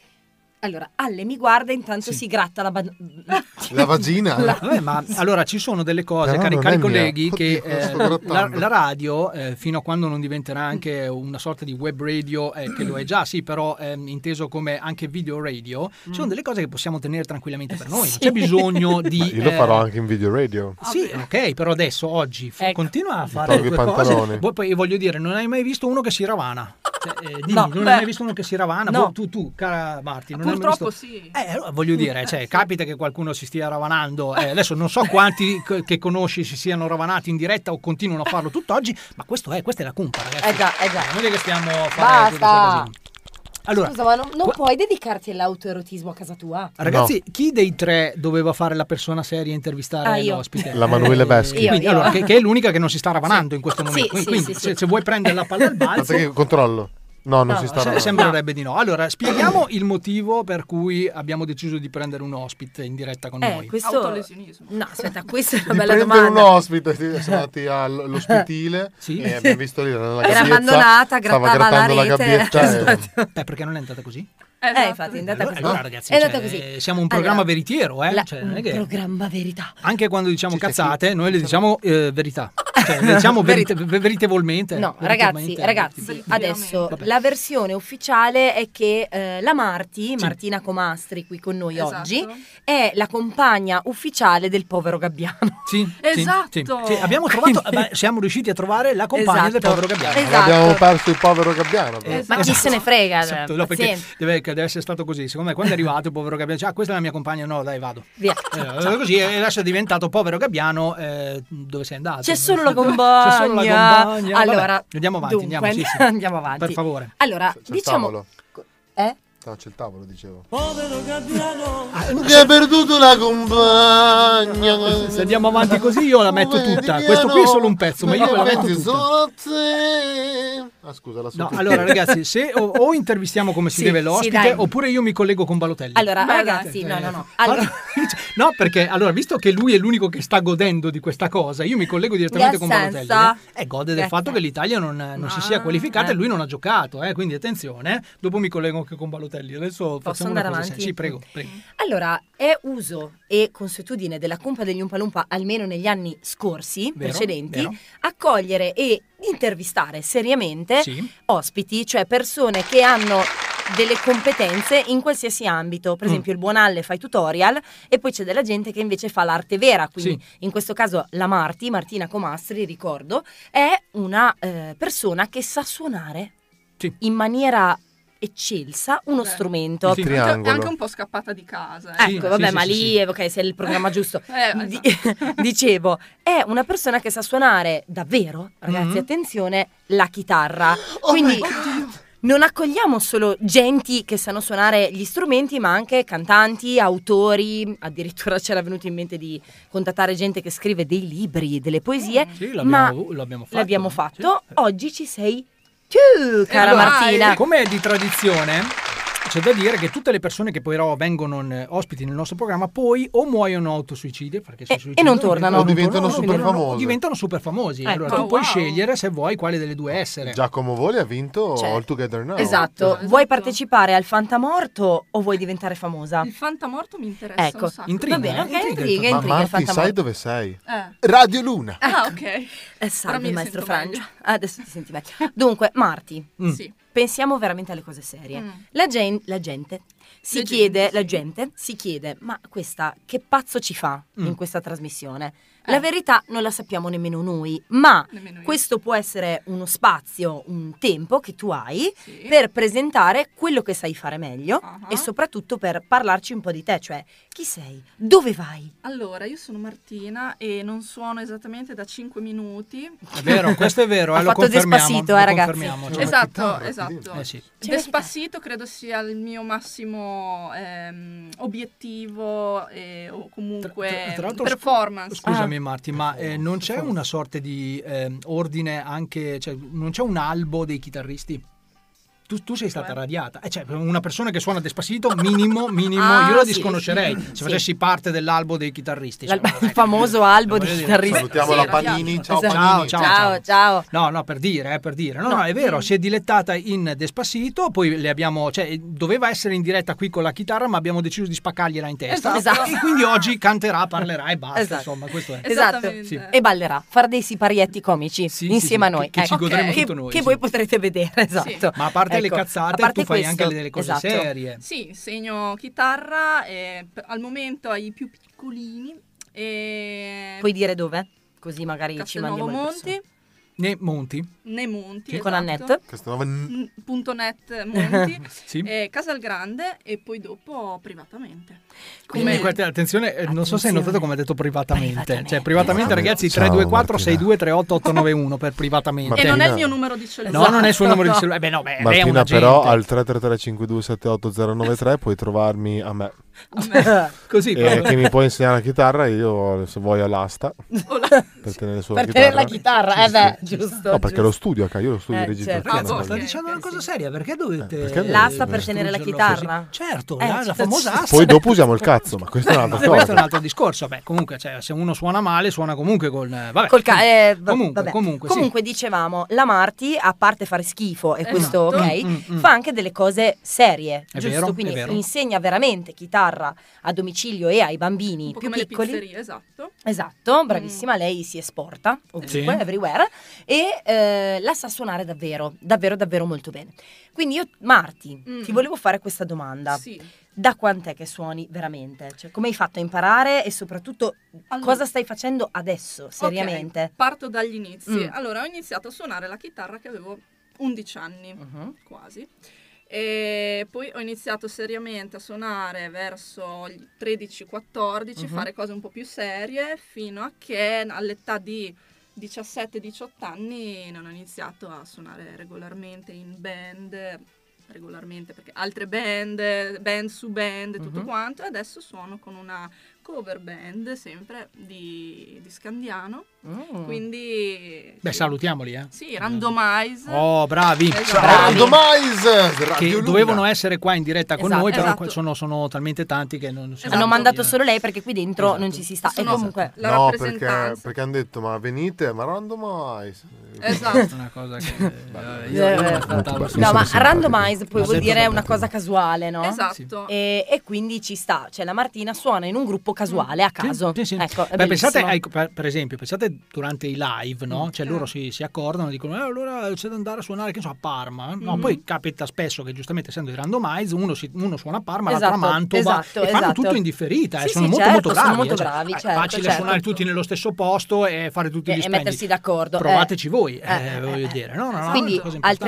Allora, Alle mi guarda intanto si gratta la ban-
Eh,
La vagina? eh.
La- Vabbè, ma allora ci sono delle cose,
Però
cari,
non
cari
è mia.
colleghi,
Oddio,
che
la sto
eh, la,
grattando.
la radio, eh, fino a quando non diventerà anche una sorta di web radio, eh, che lo è già, sì, però ehm, inteso come anche video radio, ci
Mm.
sono delle cose che possiamo tenere tranquillamente per noi. Non c'è
(laughs)
bisogno di...
Ma Io lo
eh, Ah,
farò anche in video radio.
Sì, ok, però adesso, oggi,
Ecco.
f- continua a fare
tolgo
le
i
tue cose.
pantaloni.
Poi, poi voglio dire, non hai mai visto uno che si ravana? Cioè, eh, dimmi,
No,
non
beh.
hai mai visto uno che si ravana?
No.
Boh, Tu, tu, cara Marti, non hai mai
Purtroppo
visto-
sì.
eh, allora voglio dire, cioè, capita che qualcuno si stia ravanando. eh, adesso non so quanti co- che conosci si siano ravanati in diretta o continuano a farlo tutt'oggi, ma questo è, questa è la cumpa, ragazzi.
Eh già, eh già.
Non è che stiamo a fare
Basta.
queste casine. Allora,
Scusa, ma non, non puoi dedicarti all'autoerotismo a casa tua?
ragazzi, chi dei tre doveva fare la persona seria e intervistare
Ah, io.
l'ospite?
La Manuele
Eh,
Veschi.
quindi,
Io, io.
allora, che, che è l'unica che non si sta ravanando in questo momento.
sì,
quindi quindi
sì,
se,
sì.
se vuoi prendere la palla al balzo,
Aspetta che controllo. No, non
No,
si sta
se-
roba.
sembrerebbe di no. Allora, spieghiamo il motivo per cui abbiamo deciso di prendere un ospite in diretta con
Eh,
noi.
questo... No, aspetta, questa è una
Di
bella
prendere
domanda.
un ospite, siamo
(laughs)
andati
Eh,
all'ospitile e abbiamo visto lì nella
Era
gabbietta,
abbandonata,
stava
grattava la
grattando la
rete.
gabbietta e-
Eh, perché non è andata così?
Eh, infatti, è andata
Allora,
così.
allora, ragazzi,
è andata
cioè,
così.
siamo un programma
Allora,
veritiero, eh?
la- Mm.
Cioè, non è
un
che-
programma verità.
Anche quando diciamo cazzate, noi le diciamo eh, verità. Cioè,
(laughs)
le diciamo verite- veritevolmente.
No, ragazzi,
veritevolmente.
ragazzi, adesso la versione ufficiale è che eh, la Marti, Martina Comastri qui con noi
Esatto.
oggi, è la compagna ufficiale del povero Gabbiano.
Sì, sì,
Esatto.
sì, sì. Abbiamo trovato, beh, siamo riusciti a trovare la compagna del
Esatto.
povero Gabbiano.
Esatto.
Abbiamo perso il povero Gabbiano. però.
Eh,
Ma chi se ne frega? cioè,
Esatto, no, perché
pazienza.
deve, che deve essere stato così. Secondo me, quando è arrivato il povero Gabbiano, dice, ah, questa è la mia compagna, no, dai, vado.
Via.
Eh, così e adesso è diventato povero Gabbiano. eh, dove sei andato?
C'è solo la
C'è solo la
compagna.
compagna.
Allora,
Vabbè, andiamo avanti.
dunque,
andiamo, sì, sì.
andiamo avanti.
Per favore.
Allora,
C'è il
diciamo...
tavolo.
Eh?
No, c'è il tavolo, dicevo.
Mi ha perduto la compagna.
Se andiamo avanti così, io la metto tutta. Questo qui è solo un pezzo, ma io la metto tutta.
Ah, scusa, la so.
No,
(laughs)
allora ragazzi, se o, o intervistiamo come si
Sì,
deve
sì,
l'ospite,
dai.
oppure io mi collego con Balotelli.
Allora,
Beh,
ragazzi, no,
dai,
no, no. Allora,
No, perché allora, visto che lui è l'unico che sta godendo di questa cosa, io mi collego direttamente
Nel
con Balotelli.
senso?
eh. E gode del
Nel Ah,
fatto che l'Italia non, non si sia qualificata e lui non ha giocato. eh, Quindi attenzione, dopo mi collego anche con Balotelli. Adesso facciamo una
andare
cosa.
avanti? Mm.
seria. Sì, prego. prego.
Allora, è uso e consuetudine della cumpa degli Umpalumpa, almeno negli anni scorsi,
Vero,
precedenti,
vero.
accogliere e intervistare
Eh,
seriamente
Sì.
ospiti, cioè persone che hanno delle competenze in qualsiasi ambito. Per
Mm.
esempio, il Buonalle fa i tutorial e poi c'è della gente che invece fa l'arte vera. Quindi, in questo caso, la Marti, Martina Comastri, ricordo, è una eh, persona che sa suonare
Sì.
in maniera eccelsa uno
Beh.
strumento.
Il
È
triangolo.
anche un po' scappata di casa. eh.
Sì,
Ecco, vabbè,
sì,
ma
sì,
lì
sì.
eh, ok, se è il programma giusto.
Eh,
Di-
esatto.
dicevo, è una persona che sa suonare davvero, ragazzi,
Mhm.
attenzione, la chitarra.
Oh
Quindi non accogliamo solo genti che sanno suonare gli strumenti, ma anche cantanti, autori, addirittura (laughs) c'era venuto in mente di contattare gente che scrive dei libri, delle poesie.
Sì,
ma
l'abbiamo, l'abbiamo fatto.
l'abbiamo
Sì. Eh.
fatto. Oggi ci sei tu, cara
vai.
Martina.
Come è di tradizione, c'è da dire che tutte le persone che poi però vengono in- ospiti nel nostro programma poi o muoiono autosuicidi perché si
E- e
suicidano,
non tornano.
o non
O diventano
tornano,
super
diventano-
famose.
diventano super famosi.
Ecco.
Allora tu
Oh,
puoi
wow.
scegliere se vuoi quale delle due essere.
Giacomo Voli ha vinto
Cioè,
All Together Now.
Esatto.
Esatto.
vuoi partecipare al Fantamorto o vuoi diventare famosa?
Il fantamorto mi interessa
Ecco.
un sacco.
Intriga,
Va bene,
eh?
ok, intriga,
il
intriga, Ah.
Ma
intriga il
Marti, sai
fantamorto.
dove sei?
Eh.
Radio Luna.
Ah, ok.
Eh,
Però
salve
mi
maestro
sento meglio.
Francia. Adesso ti senti meglio. Dunque, Marti,
Mm.
Sì.
pensiamo veramente alle cose serie.
Mm.
La, gen- la gente si
La gente,
chiede, la
sì.
gente si chiede, ma questa che pazzo ci fa
Mm.
in questa trasmissione?
Eh.
La verità non la sappiamo nemmeno noi, ma
Nemmeno io.
questo può essere uno spazio, un tempo che tu hai
Sì.
per presentare quello che sai fare meglio
Ah.
e soprattutto per parlarci un po' di te, cioè chi sei, dove vai.
Allora, io sono Martina e non suono esattamente da 5 minuti.
È
(laughs)
vero, questo è vero,
Ha
eh, lo
fatto
confermiamo.
Despacito,
lo
eh, ragazzi.
confermiamo, cioè.
esatto,
chitarra,
esatto.
quindi.
Eh sì.
C'è
Despacito credo sia il mio massimo ehm, obiettivo e- o comunque
Eh,
Tra- tra- tra l'altro,
performance.
Scusami
Ah.
Marti, ma eh, non c'è una sorta di ehm, ordine anche, cioè non c'è un albo dei chitarristi? tu, tu sei stata radiata. Eh, cioè, una persona che suona Despacito, minimo, minimo,
Ah,
io la
sì.
disconoscerei se
Sì.
facessi parte dell'albo dei chitarristi.
L'al- il famoso albo di chitarristi.
Salutiamo la Panini. Ciao,
Esatto.
Panini. Ciao,
ciao,
ciao.
ciao.
No, no, per dire, eh, per dire. No,
No,
no, è vero, si è dilettata in Despacito, poi le abbiamo, cioè, doveva essere in diretta qui con la chitarra, ma abbiamo deciso di spaccargliela in testa.
Esatto.
E quindi oggi canterà, parlerà e basta,
Esatto.
insomma, questo è.
Esatto,
Sì.
e ballerà, farà dei siparietti comici insieme a noi.
che- che ci
Ecco.
godremo
che,
tutto noi,
che
sì.
voi potrete vedere, esatto.
Ma a parte le
Ecco,
cazzate,
a parte
tu fai
questo,
anche delle cose
esatto.
serie.
Sì, segno chitarra eh, p- al momento ai più piccolini. E
Puoi dire dove? Così magari ci
Castelnuovo
mandiamo le persone.
Monti,
Nei Monti.
nei Monti.
Sì, con
esatto.
Annette.
Castelnuovo n-
N- Punto net Monti,
(laughs) Sì.
eh, Casal Grande e poi dopo privatamente.
Quindi, guardate, attenzione, eh, non so se hai notato come ha detto privatamente. Cioè, privatamente,
Ciao,
ragazzi,
Martina.
324 623 891 per privatamente.
E non è il mio numero di cellulare.
No, non è il suo
(laughs)
numero di cellulare. Eh Beh, no,
Eh,
beh, lei è un
Martina,
agente.
però, al 333-5278093 puoi trovarmi a me.
(laughs)
Così,
Eh,
proprio.
che mi puoi insegnare la chitarra, io se vuoi all'asta per tenere solo
Per tenere
la
la
chitarra.
chitarra, eh beh, giusto.
No, perché
giusto.
lo studio, a ca- io lo studio
Eh,
di registrazione.
certo.
ma-
Sta dicendo una cosa seria, perché dovete.
perché dovete
L'asta per tenere la
distruggerlo
chitarra?
così? Certo,
Eh,
la, la
certo.
famosa asta.
Poi dopo usiamo il cazzo,
(laughs)
ma questa è un'altra cosa.
Questo è un altro discorso. Beh, comunque, cioè, se uno suona male, suona comunque col. eh, Vabbè.
Col ca- eh, va-
comunque,
vabbè.
comunque,
Comunque dicevamo, la Marti, a parte fare schifo, e
Esatto.
questo ok,
Mm, mm, mm.
fa anche delle cose serie,
È
giusto?
vero, è
Quindi
vero.
insegna veramente chitarra a domicilio e ai bambini
Un po'
più
come
piccoli.
le pizzerie, esatto.
Esatto, bravissima, lei si esporta ovunque,
Sì.
everywhere e eh, la sa suonare davvero, davvero, davvero molto bene. Quindi io, Marti,
Mm.
ti volevo fare questa domanda.
Sì.
Da quant'è che suoni veramente? Cioè, come hai fatto a imparare e soprattutto cosa stai facendo adesso, seriamente?
Ok, parto dagli inizi.
Mm.
Allora, ho iniziato a suonare la chitarra che avevo 11 anni,
Uh-huh.
quasi. E poi ho iniziato seriamente a suonare verso gli 13-14,
Mhm.
fare cose un po' più serie, fino a che all'età di 17-18 anni non ho iniziato a suonare regolarmente in band, regolarmente perché altre band, band su band, e tutto
Mhm.
quanto, e adesso suono con una cover band sempre di, di Scandiano,
Mm.
quindi...
Beh, salutiamoli, eh.
Sì, randomize.
Oh, bravi.
Esatto.
Che
Radio
dovevano
Luna.
essere qua in diretta con
Esatto.
noi, però
Esatto.
sono, sono talmente tanti che non
Hanno mandato solo lei perché qui dentro non ci si sta.
Sono
e comunque...
la
Esatto. no, perché,
rappresentanza.
perché hanno detto, ma venite, ma randomize.
Esatto.
Una cosa che...
Eh,
io- io
beh.
ascoltavo
Molto
solo-
No, ma
simpatico.
randomize poi
Ha
vuol
detto
dire
vabbè,
una cosa casuale, no?
Esatto.
E, e quindi ci sta, cioè la Martina suona in un gruppo casuale a
Mm.
caso. Ecco, è
Beh, pensate,
bellissimo.
ai- per per esempio, pensate durante i live, no? Cioè
Eh.
loro si, si accordano, dicono "Eh, allora c'è da andare a suonare, che ne so, a Parma. No,
Mhm.
poi capita spesso che giustamente essendo i randomize, uno, si- uno suona a Parma,
Esatto,
l'altro a Mantova
esatto,
e fanno
esatto.
tutto in differita, eh,
Sì,
sono
sì,
molto
certo,
molto
sono
bravi.
molto
eh, cioè,
bravi,
è
certo,
facile
certo.
suonare tutti nello stesso posto e fare tutti
E-
gli
e
splendidi.
mettersi d'accordo, eh.
Provateci voi, eh,
Eh,
voglio
eh,
dire. No, Mm. no, no,
Quindi
una cosa
al
importante.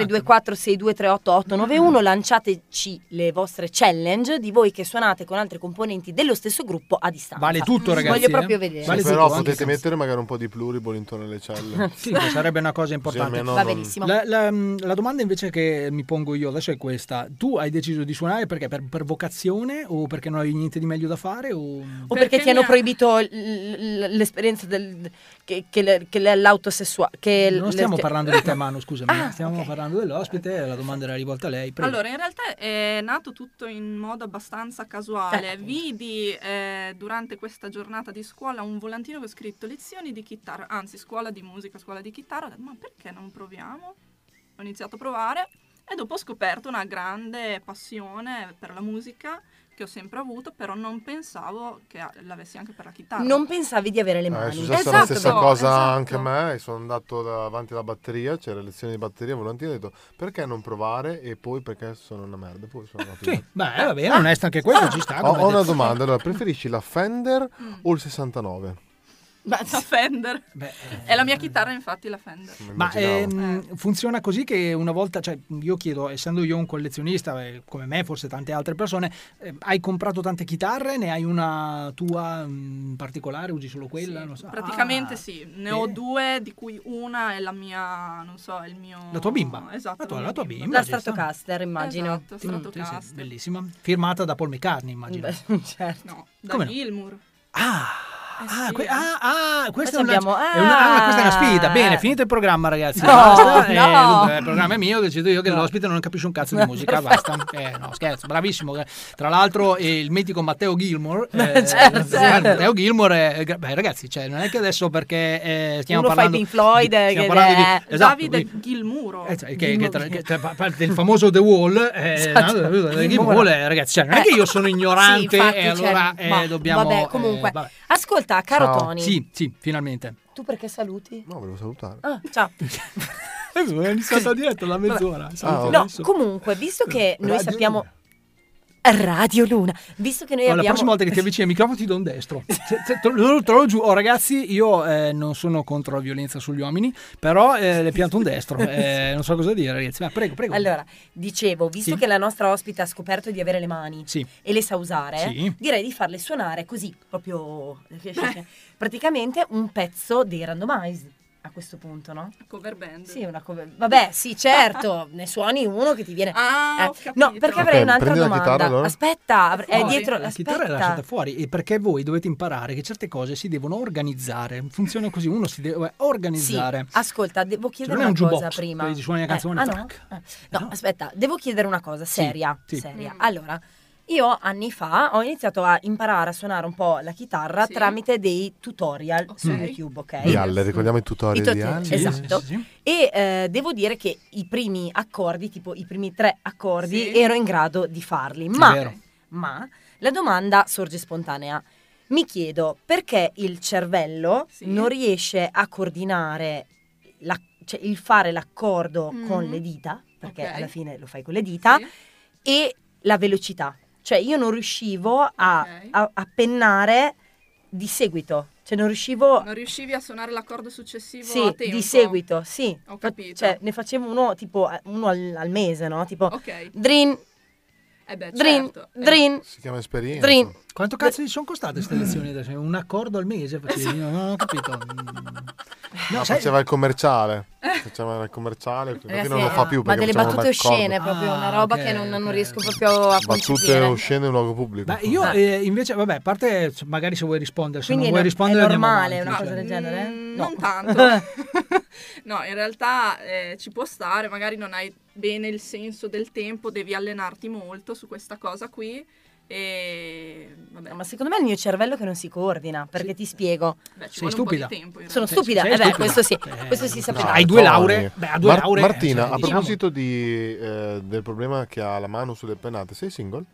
324-6238891 lanciateci le vostre challenge di voi che suonate con altri componenti dello stesso gruppo a distanza. Mm.
Vale tutto, ragazzi.
Voglio
eh.
proprio vedere.
Sì,
Vale
però
tutto,
potete
sì, sì.
mettere magari un po' di pluriball intorno alle celle.
(laughs)
(laughs)
Sì, che sarebbe una cosa importante.
almeno
Va
non-
benissimo.
La, la- mm, la domanda invece che mi pongo io adesso è questa: tu hai deciso di suonare perché? Per, per vocazione o perché non hai niente di meglio da fare? O...
O perché,
Perché
ti hanno
ne ha-
proibito l- l- l'esperienza del, che, che, le- che le- l'autosessua- che l-
non
le-
stiamo
che-
parlando di
(laughs)
te, Manu, scusami,
Ah,
stiamo
ok.
parlando dell'ospite. La domanda era rivolta a lei. prego.
Allora, in realtà è nato tutto in modo abbastanza casuale. Vidi eh, durante questa giornata di scuola un volantino che ho scritto lezioni di chitarra, anzi scuola di musica, scuola di chitarra. Ho detto, ma perché non proviamo? Ho iniziato a provare e dopo ho scoperto una grande passione per la musica che ho sempre avuto, però non pensavo che a- l'avessi anche per la chitarra.
Non pensavi di avere le
Eh, è
mani.
successa la
Esatto,
stessa cosa
esatto.
anche a me. Sono andato davanti alla batteria, c'era lezione di batteria volantino. Ho detto perché non provare? E poi perché sono una merda. Poi sono una
Sì,
figata.
beh, va bene, Ah. onesto anche quello ci sta.
Ho,
come
ho
hai
una
detto.
domanda. Allora, preferisci la Fender o il 69?
Mm. La Fender.
Beh, eh.
È la mia chitarra, infatti, la Fender.
Ma
Immaginavo.
Eh.
ehm, funziona così che una volta, cioè io chiedo, essendo io un collezionista, eh, come me, forse tante altre persone, eh, hai comprato tante chitarre? Ne hai una tua mm, in particolare? Usi solo quella? Non so.
Praticamente
Ah,
sì, ne ho
bene.
due, di cui una è la mia, non so, è il mio...
La tua bimba?
Esatto.
La tua-
mia
la tua bimba,
La
ci sta.
Stratocaster, immagino.
Esatto,
Mm, sì, sì,
Stratocaster.
bellissima. Firmata da Paul McCartney, immagino.
Beh, (laughs) certo.
No, da
Come no?
Gilmour.
Ah, Ah, que- ah, ah, questa è una,
Eh abbiamo- eh,
è una- ah, questa è una sfida. Bene, finito il programma, ragazzi. Basta. Eh,
no.
dunque,
(laughs)
il programma è mio, decido io che l'ospite non capisce un cazzo di musica. Basta. Eh, no, scherzo, bravissimo. Tra l'altro, eh, il mitico Matteo Gilmour. eh,
certo.
Matteo Gilmour, è- beh, ragazzi, cioè, non è che astiamo adesso perché eh, stiamo
Uno fa i
parlando.
Pink Floyd, eh,
stiamo
che-
parlando di-
eh,
esatto,
Davide
quindi-
Gilmuro.
eh, cioè, che, che tra- che tra- fa parte del famoso The Wall, eh,
Esatto.
no? The Wall,
Il
Wall.
ragazzi, cioè, non è che io sono
Sì,
ignorante
infatti,
e allora
cioè,
eh,
ma-
dobbiamo.
vabbè, comunque.
eh, vabbè.
Ascolta, caro
Ciao.
Tony,
Sì, sì, finalmente.
tu perché saluti?
No, volevo salutare.
Ah, ciao.
Eh, È iniziata dietro la
mezz'ora,
saluto
no,
adesso.
comunque, visto
(laughs)
che noi
Radio
sappiamo Radio Luna, visto che noi
Allora,
abbiamo
La prossima volta che ti avvicini al microfono ti do
(laughs)
un destro. Se- se- te lo te lo giuro, oh, ragazzi, io eh, non sono contro la violenza sugli uomini, però eh, le pianto un
(laughs)
destro. eh, non so cosa dire, ragazzi. Ma prego, prego.
Allora, dicevo, visto
Sì.
che la nostra ospite ha scoperto di avere le mani
Sì.
e le sa usare,
Sì.
direi di farle suonare così, proprio eh, praticamente un pezzo dei randomized a questo punto, no?
Cover band.
Sì, una cover. Vabbè, sì,
(laughs)
certo, ne suoni uno che ti viene. eh,
Ah, ho capito.
no, perché avrei
Ok,
un'altra
prendi la
domanda.
chitarra, allora.
Aspetta, avr- è
Fuori.
dietro
la chitarra eh, è lasciata
l'aspetta.
fuori e perché voi dovete imparare che certe cose si devono organizzare. Funziona così, uno si deve
Sì,
organizzare.
ascolta, devo chiedere
non è
una
un
cosa
jukebox,
prima.
dove ci suoni la canzone,
Eh, ah, no?
tac.
Eh, no, aspetta, devo chiedere una cosa
Sì,
seria.
sì.
seria. Allora, io anni fa ho iniziato a imparare a suonare un po' la chitarra tramite dei tutorial su YouTube, ok?
Di Halle, ricordiamo i
I
tutorial di
tutorial,
Halle.
esatto. E eh, devo dire che i primi accordi, tipo i primi tre accordi, ero in grado di farli. Ma,
vero.
ma la domanda sorge spontanea. Mi chiedo perché il cervello non riesce a coordinare la- cioè, il fare l'accordo
Mhm.
con le dita, perché
Ok.
alla fine lo fai con le dita, e la velocità. Cioè io non riuscivo a, a- a pennare di seguito, cioè non riuscivo
Non riuscivi a suonare l'accordo successivo
sì,
a tempo?
di seguito, sì.
Ho
Fa-
capito.
Cioè, ne facevo uno tipo eh, uno al, al mese, no? Tipo
Ok.
drin,
Eh beh,
drin,
certo. Eh,
drin.
Si chiama esperienza.
Drin.
Quanto cazzo gli sono
(clears throat)
costate queste lezioni? adesso? Un accordo al mese?
Esatto.
facevi? Io non ho capito.
No,
sai-
faceva il commerciale.
Eh.
Faceva il commerciale, così
Ragazzi,
non lo fa più
ma
perché
delle
facciamo
battute
l'accordo.
oscene, proprio
Ah,
una roba
ok,
che non, non riesco proprio a
Battute
concepire.
oscene in luogo pubblico.
Ma io
Ah.
eh, invece, vabbè, a parte cioè, magari se vuoi rispondere, se
Quindi
non
è
vuoi
no- è
rispondere andiamo
normale esatto.
avanti,
una
cioè.
cosa del genere?
Non
(laughs)
tanto. Mm, no, in realtà eh, ci può stare, magari non hai bene il senso del tempo, devi allenarti molto su questa cosa qui. E vabbè,
Ma secondo me è il mio cervello che non si coordina, perché ti spiego.
Beh, ci
Sei vuole un po' di stupida.
tempo, in
Sono
realtà.
stupida, eh
Sei
beh,
stupida.
questo sì,
Eh,
questo sì
No,
sapeva.
Hai due
Tony.
lauree? Beh, ha due lauree,
Martina,
cioè,
a
diciamo.
proposito di, eh, del problema che ha la mano sulle pennate, sei single?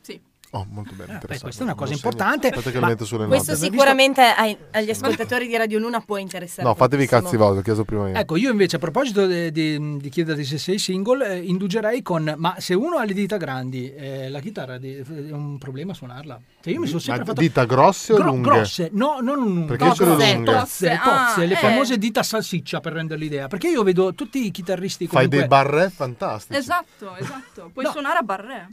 Sì.
Oh, molto bene.
Beh,
interessante.
questa è una cosa
Me lo segno.
importante.
Aspetta che
ma
lo metto sulle
Questo
note.
sicuramente ai- agli ascoltatori di Radio Luna può interessare.
Certo,
No, fatevi i cazzi
tantissimo.
vostri, ho chiesto prima io.
Ecco, io invece a proposito de- di, di chiederti se sei single, eh, indugerei con ma se uno ha le dita grandi, eh, la chitarra di- è un problema suonarla. Cioè, io mi sono
Ma
sempre fatto
dita grosse o
Gro-
lunghe?
grosse, no, non lunghe.
Perché io sono
Tozze,
lunghe.
tozze,
Ah,
tozze, le
eh.
famose dita salsiccia per rendere l'idea, perché io vedo tutti i chitarristi
Fai dei
comunque
barré fantastici.
Esatto,
(laughs)
esatto. Puoi
No.
suonare a barré.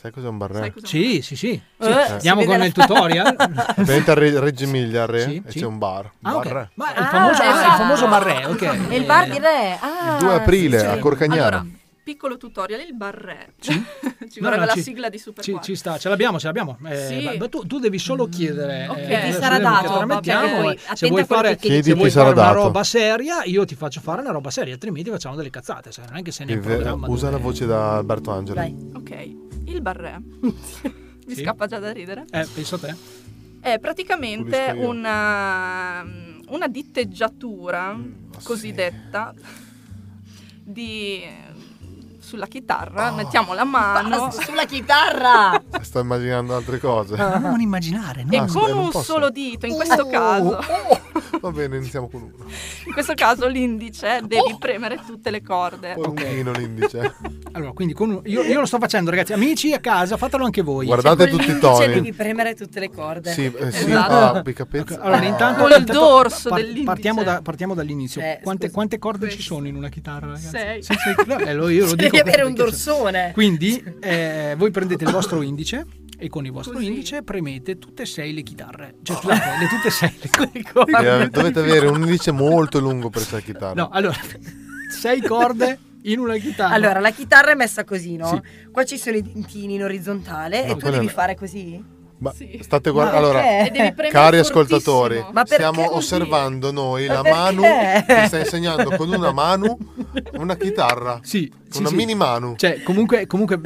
Sai cos'è un barré?
Sai cos'è
Sì, sì, sì.
Eh,
Sì.
si
Andiamo
vede
con
la-
il tutorial.
(laughs) Venite a Re- Reggio Emilia, a Re,
Sì,
e
sì.
c'è un bar.
Ah, ok.
Barré.
Ma il famoso, ah, il
esatto.
famoso barré, ok.
E Esatto. il bar di
eh.
re. Ah,
Il 2 aprile
sì, sì.
a Corcagnano.
Allora, piccolo tutorial, il barré. (laughs) ci
No,
vorrebbe
no,
la
ci-
sigla di Super
Ci, ci sta, ce l'abbiamo, ce l'abbiamo. Eh,
Sì.
ma- ma tu, tu devi solo chiedere.
Mm. Ok.
eh,
Che ti
adesso
sarà
vediamo
dato,
che te la
vabbè,
mettiamo,
poi
eh.
attenta
se
a
vuoi
quello
fare,
che
chiedi.
se
Chiedi,
vuoi
ti sarà
fare una
dato.
roba seria, io ti faccio fare una roba seria, altrimenti facciamo delle cazzate. sai, non è che se ne
E ve-
programma.
usa
dove-
la voce da Alberto Angeli.
Ok, il barré. Mi
Sì.
scappa già da ridere.
Eh, penso a te.
È praticamente
Pulisco io.
una, mm, una ditteggiatura cosiddetta di, sulla chitarra. Mettiamo la mano
Basta, sulla chitarra.
Sto immaginando altre cose.
Ah, Non
(laughs)
immaginare, no?
e
Ah,
con
scusa, Eh, non
un
posso.
solo dito, in questo caso,
Va bene, iniziamo
(laughs)
con uno.
in questo caso l'indice, devi premere tutte le corde.
Poi un chino l'indice.
(laughs) Allora, quindi con un- io, io lo sto facendo, ragazzi. Amici a casa, fatelo anche voi.
Guardate
Con
tutti i
l'indice
toni.
Ecco, cioè, devi premere tutte le corde.
Sì, eh, sì,
Esatto.
ah, picca pezzi.
Eh,
Allora, intanto,
Col
intanto
dorso
par-
dell'indice.
Partiamo, da- partiamo dall'inizio.
Eh,
quante,
scusa.
quante corde ci sono in una chitarra, ragazzi?
Sei.
Sì, sì,
(laughs)
no, eh, lo- io lo
Cioè,
dico
devi avere un
perché-
dorsone.
Quindi eh, voi prendete il vostro indice e con il vostro
Così.
indice premete tutte e sei le chitarre. Cioè, scusate, le tutte e sei le
Eh,
corde.
Dovete avere un indice molto lungo per questa chitarra.
No, allora, sei corde in una chitarra.
Allora, la chitarra è messa così, no?
Sì.
Qua ci sono i dentini in orizzontale e
No,
tu
quella
devi
è-
fare così?
Ma
Sì.
state
Ma
guardando.
perché? E devi
Allora,
premere
cari
fortissimo.
ascoltatori,
Ma perché
stiamo
così?
osservando noi la
Ma perché?
mano che sta insegnando con una mano una chitarra.
Sì, sì,
una
sì.
mini mano.
Cioè, comunque, comunque,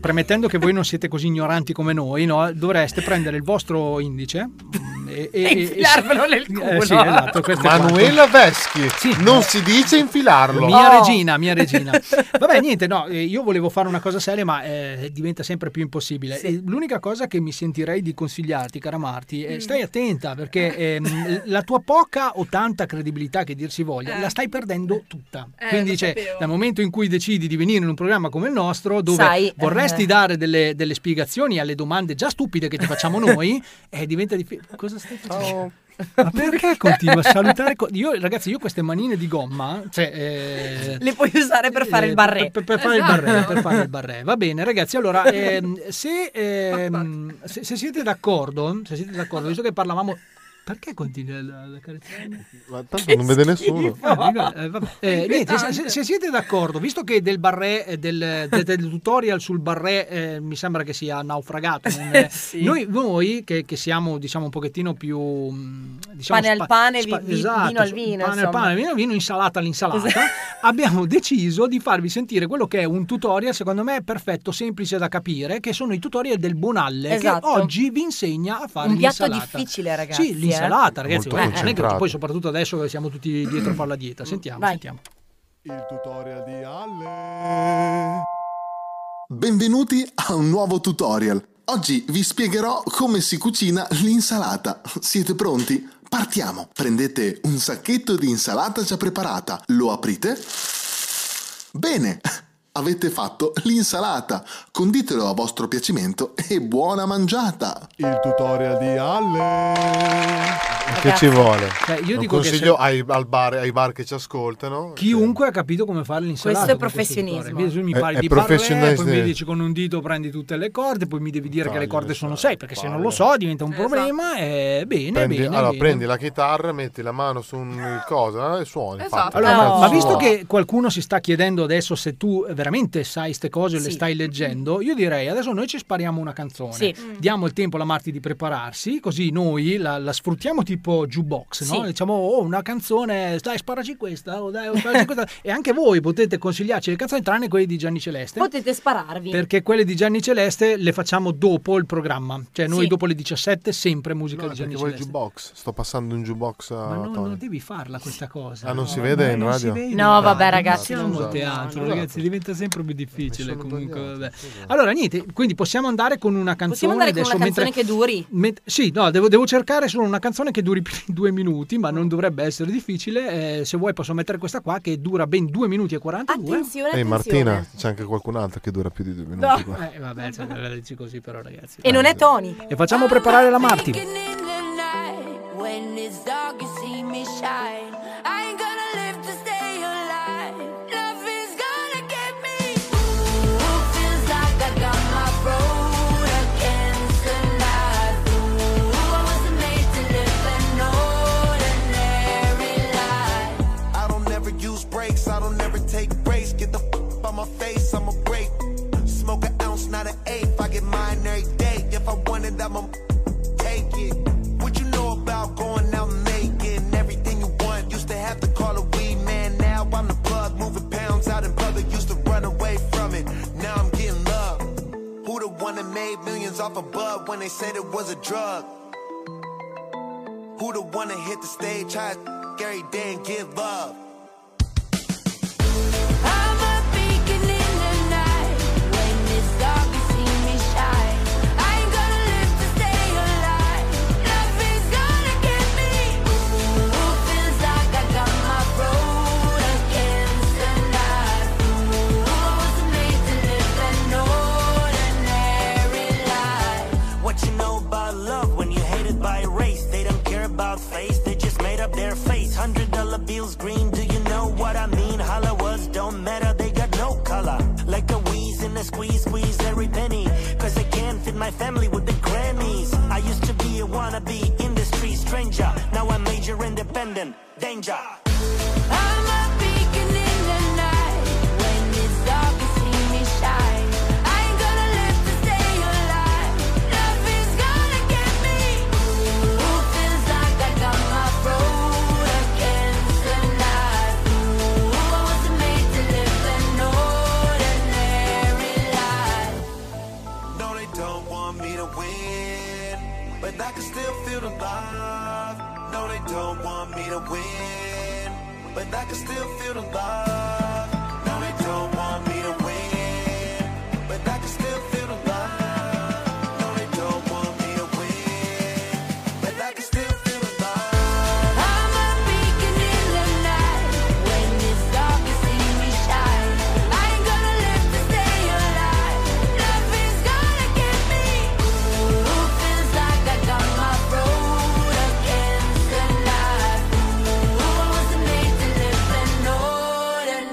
premettendo che voi non siete così ignoranti come noi, no, dovreste prendere il vostro indice mm, e,
E infilarvelo
sì.
nel culo.
Eh, sì, esatto, questo è quanto.
Manuela Veschi, non si dice infilarlo.
Mia regina, mia (laughs) regina.
(laughs)
Vabbè, niente, no, eh, io volevo fare una cosa seria, ma eh, diventa sempre più impossibile. Eh, L'unica cosa che mi sentirei di consigliarti, cara Marti, è
Mm.
stai attenta perché ehm, la tua poca o tanta credibilità che dir si voglia,
Eh.
la stai perdendo tutta.
Eh,
Quindi,
lo
cioè,
sapevo.
dal momento in cui decidi di venire in un programma come il nostro, dove
Sai,
vorresti
eh.
dare delle, delle spiegazioni alle domande già stupide che ti facciamo
(laughs)
noi, eh, diventa difficile. Cosa stai facendo?
Oh.
Ma perché continua a salutare? co- io, ragazzi, io queste manine di gomma. Cioè, eh,
Le puoi usare per fare il barré.
Per, per fare il
Esatto.
barré, per fare il barré. Va bene,
(laughs)
ragazzi. Allora, ehm, se, ehm, se, se siete d'accordo, se siete d'accordo, visto che parlavamo. Perché continui la, la carezzare?
Ma tanto non vede nessuno.
Ah, no, eh, vabbè. Eh, niente, se, se- se siete d'accordo, visto che del barré, eh, del, de- del tutorial sul barré eh, mi sembra che sia naufragato, non è-
Eh, Sì.
Eh, noi, noi che, che siamo diciamo un pochettino più... mh, Diciamo,
Pane al pane, vi- vi-
esatto,
vino al
su-
vino,
Pane al
insomma. Esatto.
pane, vino al vino, insalata all'insalata. (laughs) abbiamo deciso di farvi sentire quello che è un tutorial, secondo me, perfetto, semplice da capire, che sono i tutorial del Bonalle,
Esatto.
che oggi vi insegna a fare
Un piatto
l'insalata.
difficile, ragazzi,
Sì, l'insalata,
eh.
ragazzi.
Molto
non è che-
concentrato.
poi soprattutto adesso che siamo tutti dietro a fare la dieta. Sentiamo, sentiamo.
Il tutorial di Ale.
Benvenuti a un nuovo tutorial. Oggi vi spiegherò come si cucina l'insalata. Siete pronti? Partiamo! Prendete un sacchetto di insalata già preparata, lo aprite. Bene! Avete fatto l'insalata. Conditelo a vostro piacimento e buona mangiata!
Il tutorial di Ale. Che
Ragazzi.
ci vuole?
Cioè, io
Un
dico che
consiglio
se-
ai, al bar, ai bar che ci ascoltano.
Chiunque ha capito come fare l'insalata.
Questo è
con
professionismo.
tutorial. Vedi, tu mi
È-
parli
è
di parlè, poi
professionalismo.
mi dici con un dito prendi tutte le corde, poi mi devi dire che le
Tagli
corde
le
sono
sale,
sei, perché se non lo
palle.
so diventa un
Esatto.
problema. eh, bene,
Prendi,
bene.
allora,
bene.
prendi la chitarra, metti la mano su un cosa eh, e suoni.
Esatto.
fatti.
Esatto. Allora, ma-
Cazzo
ma visto
suoni.
che qualcuno si sta chiedendo adesso se tu veramente sai queste cose e le
Sì.
stai leggendo, io direi adesso noi ci spariamo una canzone. Mm.
Sì.
Diamo il tempo alla Marti di prepararsi, così noi la, la sfruttiamo tipo jukebox, no?
Sì.
Diciamo, (laughs) oh, una canzone, dai, sparaci questa, oh, dai, oh, sparaci questa. e anche voi potete consigliarci le canzoni tranne quelle di Gianni Celeste.
Potete spararvi.
Perché quelle di Gianni Celeste le facciamo dopo il programma, cioè noi
Sì.
dopo le 17 sempre musica
No,
di
perché
Gianni
vuoi il
Celeste.
jukebox? Sto passando un jukebox a
Ma non,
Tony.
non devi farla questa cosa.
Ah, non
No,
si vede
ma
in
non si
radio? Esatto.
vede
No,
in
vabbè,
radio,
ragazzi,
Siamo
no,
a teatro,
no, no.
ragazzi, diventa sempre più difficile. Comunque, vabbè. Allora, niente, quindi possiamo andare con una canzone.
Possiamo andare con
adesso,
una canzone
mentre-
che duri?
met- sì, no, devo, devo cercare solo una canzone che duri (laughs) più di due minuti, ma non dovrebbe essere difficile. Eh, se vuoi, posso mettere questa qua che dura ben due minuti e 42.
Attenzione,
Ehi
attenzione.
Martina, c'è anche qualcun altro che dura più di due minuti.
No.
qua.
Eh, vabbè, cioè, la dici così, però, ragazzi.
E non è Tony.
E facciamo preparare la Marti.
in the night. When it's dark, you see me shine. I ain't gonna live to stay alive. Love is gonna get me. Ooh, feels like I got my road against the light. Ooh, I wasn't made to live an ordinary life.
I don't ever use breaks, I don't ever take breaks. Get the f on my face, I'ma break. Smoke an ounce, not an eighth. I get mine every day. If I want it, I'ma take it. What you know about going out and making everything you want? Used to have to call a weed man, now I'm the plug. Moving pounds out in public, used to run away from it. Now I'm getting love. Who the one that made millions off a of bud when they said it was a drug? Who the one that hit the stage high every day and give love?
I'm a beacon in the night. When it's dark, you see me shine. I ain't gonna live to stay alive. Love is gonna get me. Ooh, feels like I got my road against the light. Ooh, I wasn't made to live an ordinary life.
What you know about love when you hated by a race? They don't care about face, they just made up their face. Hundred dollar bills green, do you know what I mean? Hollow words don't matter, they got no color. Like a wheeze in a squeeze, squeeze every penny. Cause I can't fit my family with the Grammys. I used to be a wannabe industry stranger, now I'm major independent. Danger.
I'm a beacon in the night. When it's dark, you see me shine. I ain't gonna live to stay alive. Love is gonna
don't want me to win, but I can still feel the love. No, they don't want me to win, but I can still feel the love. No, they don't want me to win, but I can still feel the love. No, they don't want me to win, but I can still feel the love.
I'm a beacon in the night. When it's dark, you see me shine. I ain't gonna live to stay alive. Love is gonna get me. Ooh, feels like I got my road against the light. Ooh, I wasn't made to live an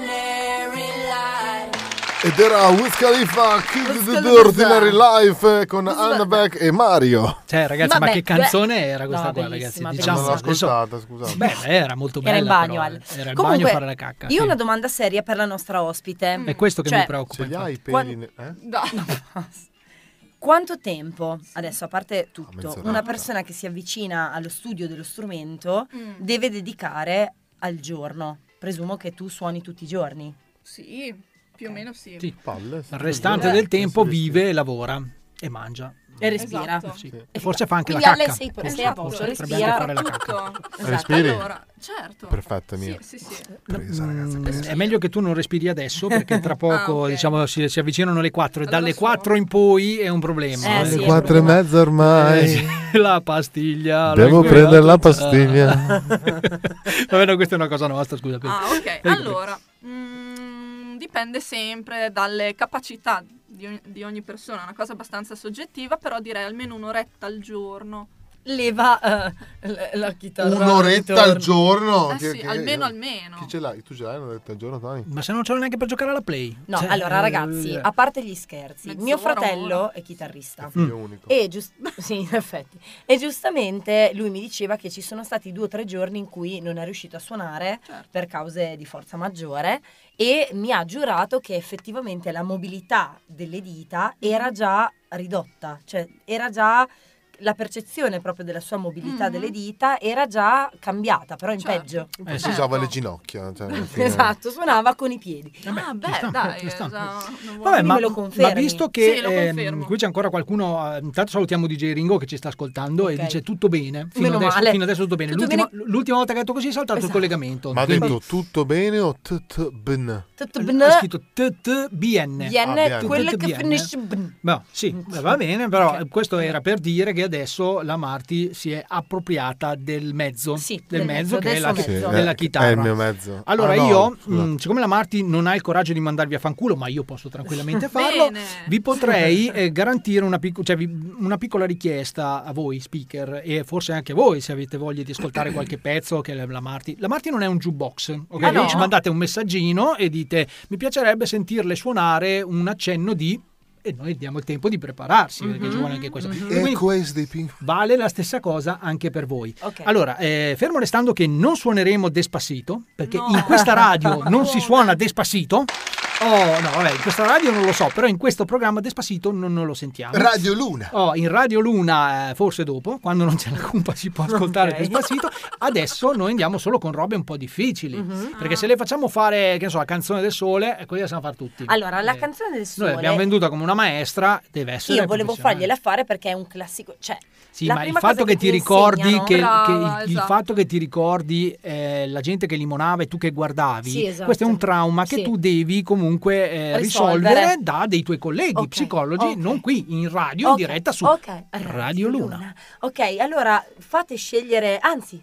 ordinary life.
(laughs) Ed era Wiz Khalifa, Kid the Ordinary Life eh, con Annaback e Mario.
Cioè, ragazzi, ma
Vabbè,
che canzone
beh.
era questa
No,
qua, ragazzi?
bellissima,
Diciamo,
Non l'ho
adesso-
ascoltata, scusate.
Beh, beh, era molto bella.
era in bagno,
però,
Al.
eh. Era in
Comunque,
bagno a fare la cacca.
Io ho
sì.
una domanda seria per la nostra ospite.
È questo che
Cioè,
mi preoccupa.
Ce li hai i
Qua-
peli? ne- eh?
No, basta. Quanto tempo, adesso a parte tutto,
mezz'oretta.
una persona che si avvicina allo studio dello strumento deve dedicare al giorno? Presumo che tu suoni tutti i giorni.
Sì, più o meno sì.
Sì.
Palle, sì.
Il restante
Eh,
del tempo
sì, sì, sì.
vive, lavora e mangia.
E respira.
Esatto.
Sì. E forse fa anche
Quindi
la
alle
cacca.
sei per-
Forse-
sei a
esatto,
posto,
forse potrebbe
respira.
anche fare la cacca.
Tutto.
Esatto.
Respiri?
Allora, certo.
Perfetto, mia.
Sì, sì, sì.
cioè,
Mm, È meglio che tu non respiri adesso perché
Ah,
tra poco diciamo, si, si avvicinano le 4 e dalle 4 in poi è un problema.
Eh,
eh.
sì,
Alle
è
quattro e
proprio-
mezza ormai.
Eh, sì, la pastiglia. l'ho
Devo prendere la
inquinato.
pastiglia.
(laughs) Vabbè, no, questa è una cosa nostra, scusa. (laughs)
Ah, ok.
Ecco.
Allora, mm, dipende sempre dalle capacità di ogni, di ogni persona, è una cosa abbastanza soggettiva, però direi almeno un'oretta al giorno.
Leva eh, l- la chitarra.
Un'oretta
Ah,
intorno.
al giorno.
Ah,
Eh
Che-
sì,
che-
almeno, almeno.
Chi ce l'hai? Tu ce l'hai un'oretta al giorno, Tony?
Ma se non c'è neanche per giocare alla play.
No,
Cioè,
allora ragazzi,
eh,
a parte gli scherzi,
Mezz'ora,
mio fratello
un'ora.
è chitarrista.
Figlio
Ecco.
unico.
E, giust- (laughs) sì, in effetti. e giustamente lui mi diceva che ci sono stati due o tre giorni in cui non è riuscito a suonare
Certo.
per cause di forza maggiore e mi ha giurato che effettivamente la mobilità delle dita
Mm-hmm.
era già ridotta, cioè era già la percezione proprio della sua mobilità
Mhm.
delle dita era già cambiata, però in
Certo.
peggio.
eh,
si
sì.
usava
Certo.
le ginocchia. Cioè, alla fine-
Esatto, suonava con i piedi.
ah,
ci
beh,
sta,
dai.
ci sta.
eh, già, non vuoi-
Vabbè,
Quindi
ma,
me lo
ma
confermi?
visto che
Sì, lo
ehm,
confermo.
qui c'è ancora qualcuno, eh, intanto salutiamo DJ Ringo che ci sta ascoltando
Ok.
e dice tutto bene, fino,
Meno
adesso,
male.
fino adesso tutto bene.
Tutto
l'ultima,
bene.
l'ultima volta che ha detto così è saltato
Esatto.
il collegamento.
Ma ha
Quindi-
detto tutto bene o tutto ben?
Tutto
ha
bn-
scritto TTBN.
Bien,
Ah,
quello
bien.
che
Bien.
finisce bn.
No, sì, beh, va bene, però eh, questo era per dire che adesso la Marti si è appropriata del mezzo,
Sì,
del
del
mezzo
mezzo,
che è
del
la,
suo
chi-
mezzo.
della
eh,
chitarra.
È il mio mezzo.
Allora
Ah, no,
io,
scusa.
mh, siccome la Marti non ha il coraggio di mandarvi a fanculo, ma io
(laughs)
posso tranquillamente farlo,
Bene.
vi potrei eh, garantire una, picco- cioè, vi- una piccola richiesta a voi speaker e forse anche a voi se avete voglia di
(clears throat)
ascoltare qualche pezzo che la Marti... La Marti non è un jukebox, ok?
Ah, no?
Ci mandate un messaggino e dite mi piacerebbe sentirle suonare un accenno di... E noi diamo il tempo di prepararsi, perché ci vuole anche questo.
E
Quindi
questo dei Pink
vale la stessa cosa anche per voi.
Ok.
Allora, eh, fermo restando che non suoneremo Despacito, perché
No.
in
(laughs)
questa radio non si suona Despacito. Oh, no, vabbè, in questa radio non lo so, però in questo programma Despacito non, non lo sentiamo.
Radio Luna.
Oh, in Radio Luna, eh, forse dopo, quando non c'è la cumpa si può ascoltare
Ok.
Despacito. Adesso noi andiamo solo con robe un po' difficili.
Mhm.
Perché
Ah.
se le facciamo fare, che ne so, la canzone del sole, eh, quella la sanno fare tutti.
Allora, la
Eh,
canzone del
Noi
sole.
l'abbiamo venduta come una maestra, deve essere.
Io volevo
professionale.
fargliela fare perché è un classico. Cioè,
Sì,
la
ma il
prima
fatto
cosa
che, ti ricordi
insegnano-
che, che il-
Brava,
il,
esatto.
fatto che ti ricordi eh, la gente che limonava e tu che guardavi,
Sì, esatto.
questo è un trauma che
Sì.
tu devi comunque eh,
Risolvere.
risolvere da dei tuoi colleghi
Ok,
psicologi,
ok.
non qui in
Ok,
radio, in diretta su
ok,
Radio Luna.
Ok, allora fate scegliere. Anzi,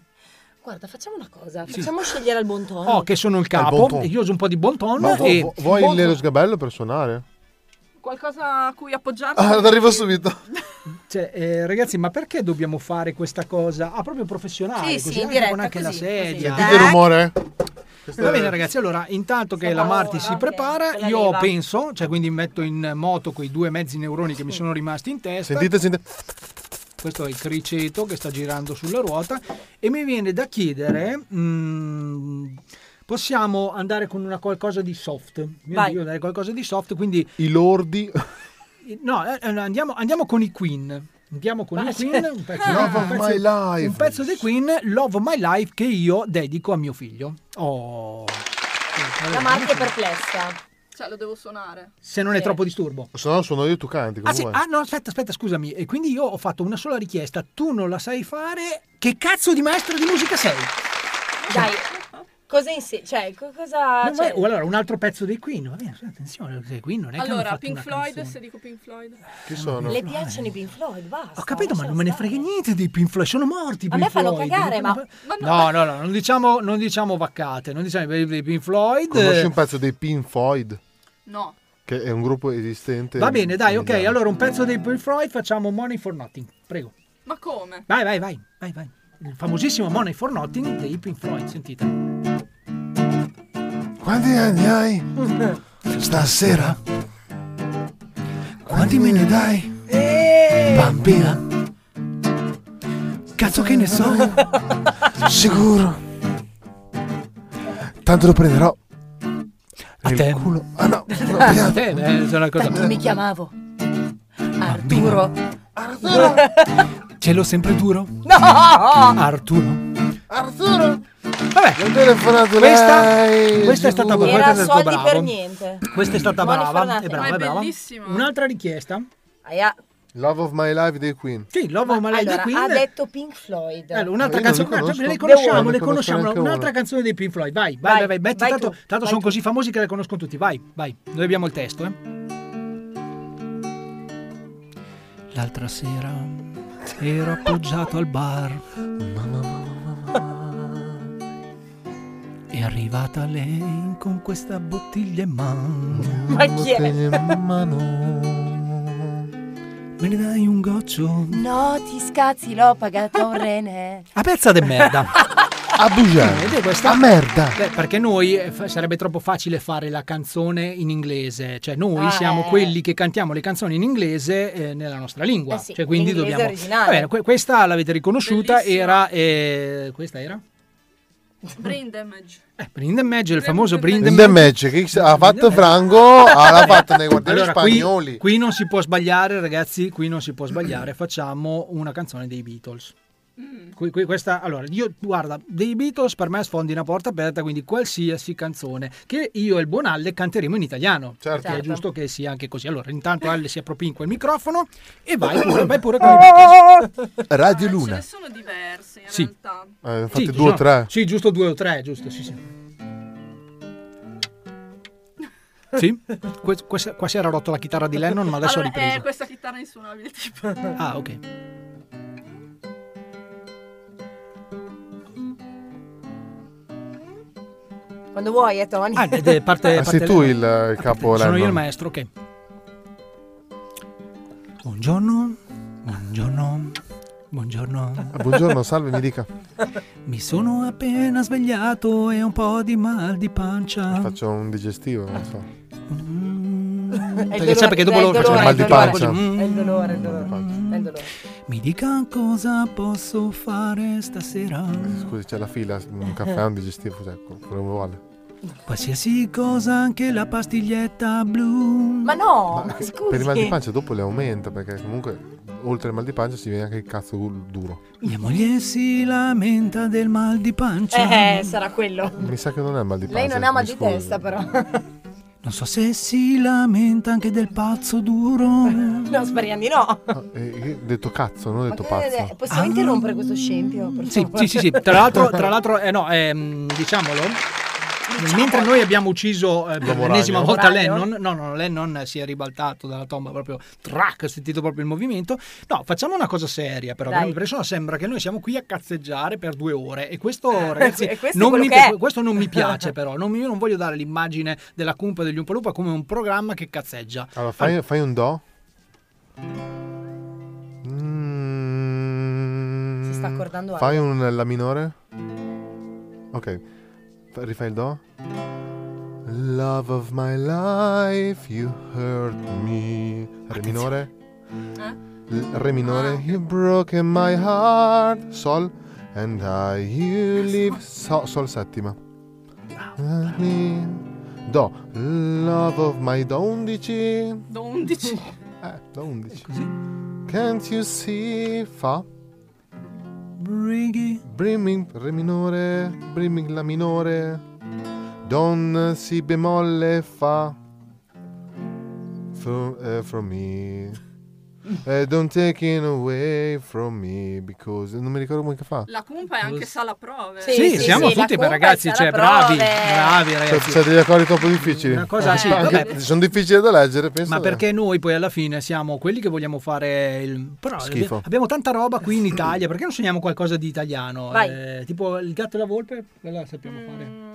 guarda, facciamo una cosa. Facciamo scegliere al buon tono.
Oh, che sono il
Al bon
capo,
ton.
e io uso un po' di bon ton
Ma
e
vu- vuoi
Buon-
il Lero Sgabello per suonare?
Qualcosa a cui appoggiarsi?
Ah, arrivo subito.
(laughs) Cioè, eh, ragazzi, ma perché dobbiamo fare questa cosa? Ah, proprio
Sì,
professionale,
sì,
così
in
anche
diretta,
con anche
così,
la
così.
sedia.
Dai.
Che rumore?
Va bene ragazzi, allora intanto che
Sta
la
paura,
Marti si
ok,
prepara,
con la
io
leva.
penso, cioè quindi metto in moto quei due mezzi neuroni che mi sono rimasti in testa,
Sentite, sentite.
questo è il criceto che sta girando sulla ruota e mi viene da chiedere, mm, possiamo andare con una qualcosa di soft? Io
Vai.
devo dare qualcosa di soft, quindi
I
(laughs)
lordi.
no, eh, eh, andiamo, andiamo con i Queen. Andiamo con
Ma
i
c'è-
Queen, un pezzo,
Love
un
of
pezzo-
my life.
un pezzo dei Queen, Love of My Life, che io dedico a mio figlio. Oh.
La Marti è perplessa.
Cioè, lo devo suonare.
Se non è troppo disturbo.
Se no sono io tu canti.
Ah, sì,
Comunque.
ah, no, aspetta, aspetta, scusami. E quindi io ho fatto una sola richiesta. Tu non la sai fare. Che cazzo di maestro di musica sei?
Dai, cosa inse- Cioè, co- cosa. cioè-
No, vai- o allora un altro pezzo dei Queen. Va bene, attenzione, perché i Queen non è che hanno
Allora,
fatto
Pink
una
Floyd,
canzone.
se dico Pink Floyd.
Chi sono?
Le piacciono i Pink Floyd, basta.
Ho capito, ma non me ne frega niente dei Pink Floyd, sono morti. i
A me
Pink
fanno
Floyd.
cagare, ma.
No, no, no, non diciamo, non diciamo vaccate, non diciamo i i Pink Floyd.
Conosci un pezzo dei Pink Floyd?
No.
Che è un gruppo esistente.
Va bene, dai, ok,
mondiale.
allora un pezzo dei Pink Floyd facciamo Money for Nothing, prego.
Ma come?
Vai, vai, vai, vai, vai. Il famosissimo Money for Nothing dei Pink Floyd, sentite.
Quanti anni hai? Stasera? Quanti me ne dai?
Eh.
Bambina? Cazzo che ne so? Sicuro?
Tanto lo prenderò.
A te.
Ah no,
A te, (laughs) eh, sono una cosa.
Tanto mi chiamavo. Arturo.
Arturo. Ce l'ho sempre duro?
No!
Oh.
Arturo.
Arturo!
Vabbè, questa, questa è stata brava.
Era
questa è stata
soldi per
brava.
niente.
Questa è stata
Money for
brava. È
nothing.
brava,
Ma
è
è
brava.
bellissimo.
Un'altra richiesta?
Aia.
Love of My Life dei Queen.
Sì, Love of My Life
Allora,
dei Queen.
ha detto Pink Floyd.
Allora, un'altra
Ma io non
canzone,
li
no,
conosco.
le conosciamo,
Ne
le
conosco
conosciamo.
neanche
Un'altra
una.
canzone dei Pink Floyd, vai, vai, vai, vai, metti,
vai
tanto,
tu,
tanto
vai
sono
tu.
così famosi che le conoscono tutti, vai, vai, noi abbiamo il testo, eh. L'altra sera ero appoggiato al bar. È arrivata lei con questa bottiglia in mano.
Ma chi è? Bottiglia in
Me ne dai un goccio?
No, ti scazzi, l'ho pagato a un rene.
A pezza de merda.
A
Eh, vedi,
bugiare.
questa-
A Ah, merda.
Beh, perché noi eh, fa- sarebbe troppo facile fare la canzone in inglese, cioè noi
Ah,
siamo
eh.
quelli che cantiamo le canzoni in inglese eh, nella nostra lingua,
Eh sì,
cioè quindi
l'inglese
dobbiamo
originale.
Va bene, que- questa l'avete riconosciuta,
Bellissima.
era eh, questa era Eh,
Brain Damage.
Brind and Madge, il famoso Brind
In the match che ha fatto Franco, l'ha fatto nei guardiani
Allora, qui-
spagnoli.
Qui, non si può sbagliare, ragazzi. Qui non si può sbagliare. Facciamo una canzone dei Beatles. Qui- qui- questa, allora, io guarda, dei Beatles per me sfondi una porta aperta, quindi qualsiasi canzone che io e il buon Alle canteremo in italiano. Certo. Perché è
Certo.
giusto che sia anche così. Allora, intanto Alle si appropinqua il microfono e vai pure, vai pure con i
(coughs)
Beatles.
(laughs)
Radio Luna.
Sono diversi.
Sì.
Eh,
Sì,
infatti
ci
due o
sono-
tre.
Sì, giusto due o tre, giusto, sì, sì. Sì, que- questa- qua si era rotto la chitarra (laughs) di Lennon, ma adesso
allora,
è ripresa.
eh, questa chitarra è suonabile, tipo.
Ah, ok.
Quando vuoi, eh, Tony.
Ah, ed è parte,
Ah,
parte
sei tu
Lennon.
il, il capo
Sono io il
Lennon.
maestro, ok. Buongiorno, buongiorno, buongiorno.
Ah, Buongiorno, salve, mi dica.
Mi sono appena svegliato e ho un po' di mal di pancia.
Faccio un digestivo, non so.
Perché sai, perché dopo loro
facciamo mal di pancia.
cioè,
È il dolore, è il dolore. È il dolore.
Mi dica cosa posso fare stasera.
Scusi, c'è la fila, un caffè, un digestivo, cioè, quello che vuole.
Qualsiasi cosa, anche la pastiglietta blu.
Ma no, ma
Per il mal di
scusi.
pancia dopo le aumenta, perché comunque oltre al mal di pancia si viene anche il cazzo du- duro.
Mia moglie si lamenta del mal di
(laughs)
pancia.
Eh, sarà quello.
Mi sa che non è il mal di pancia.
Lei non ha mal
mi
di
scusi.
testa, però. (laughs)
Non so se si lamenta anche del pazzo duro.
No, speriamo di no. Eh,
Eh, io ho detto cazzo, non ho detto pazzo.
Possiamo
Ah.
interrompere questo scempio? per
Sì,
favore?
sì, sì, sì. Tra l'altro, tra l'altro eh, no, ehm, diciamolo. Mentre noi abbiamo ucciso eh, per
L'uomo
l'ennesima
ragno.
volta
L'uomo
Lennon, no, no, Lennon si è ribaltato dalla tomba proprio, track, ho sentito proprio il movimento. No, facciamo una cosa seria però,
Dai.
perché sennò sembra che noi siamo qui a cazzeggiare per due ore e questo, ragazzi,
Eh, e questo è
non
quello
mi,
che è. (laughs)
questo non mi piace però, non mi- io non voglio dare l'immagine della cumpa degli Umpalupa come un programma che cazzeggia.
Allora, fai, fai un do. Mm.
Si sta accordando
Fai
alto.
un la minore. Ok. Fa- Rifai il do. Love of my life, you hurt me. Re minore.
Eh?
L- Re
Ah,
minore. You broken my heart. Sol. And I you leave. So- sol settima. Do. Love of my do 11.
Do 11.
Eh, do 11. Can't you see? Fa.
Brighi.
Brimming re minore, brimming la minore, don si bemolle fa, from, uh, from (laughs) me. Eh, don't take it away from me because non mi ricordo come che fa.
La cumpa è anche sala prove.
Sì, siamo tutti per ragazzi, cioè bravi, bravi
Cioè,
ragazzi.
c'è degli accordi troppo difficili.
Una cosa-
Eh,
sì,
anche-
vabbè.
sono difficili da leggere, penso.
Ma perché noi poi alla fine siamo quelli che vogliamo fare il... Però abbi-
Schifo.
abbiamo tanta roba qui in Italia, perché non sogniamo qualcosa di italiano?
Vai.
Eh, tipo il gatto e la volpe, quella la sappiamo fare.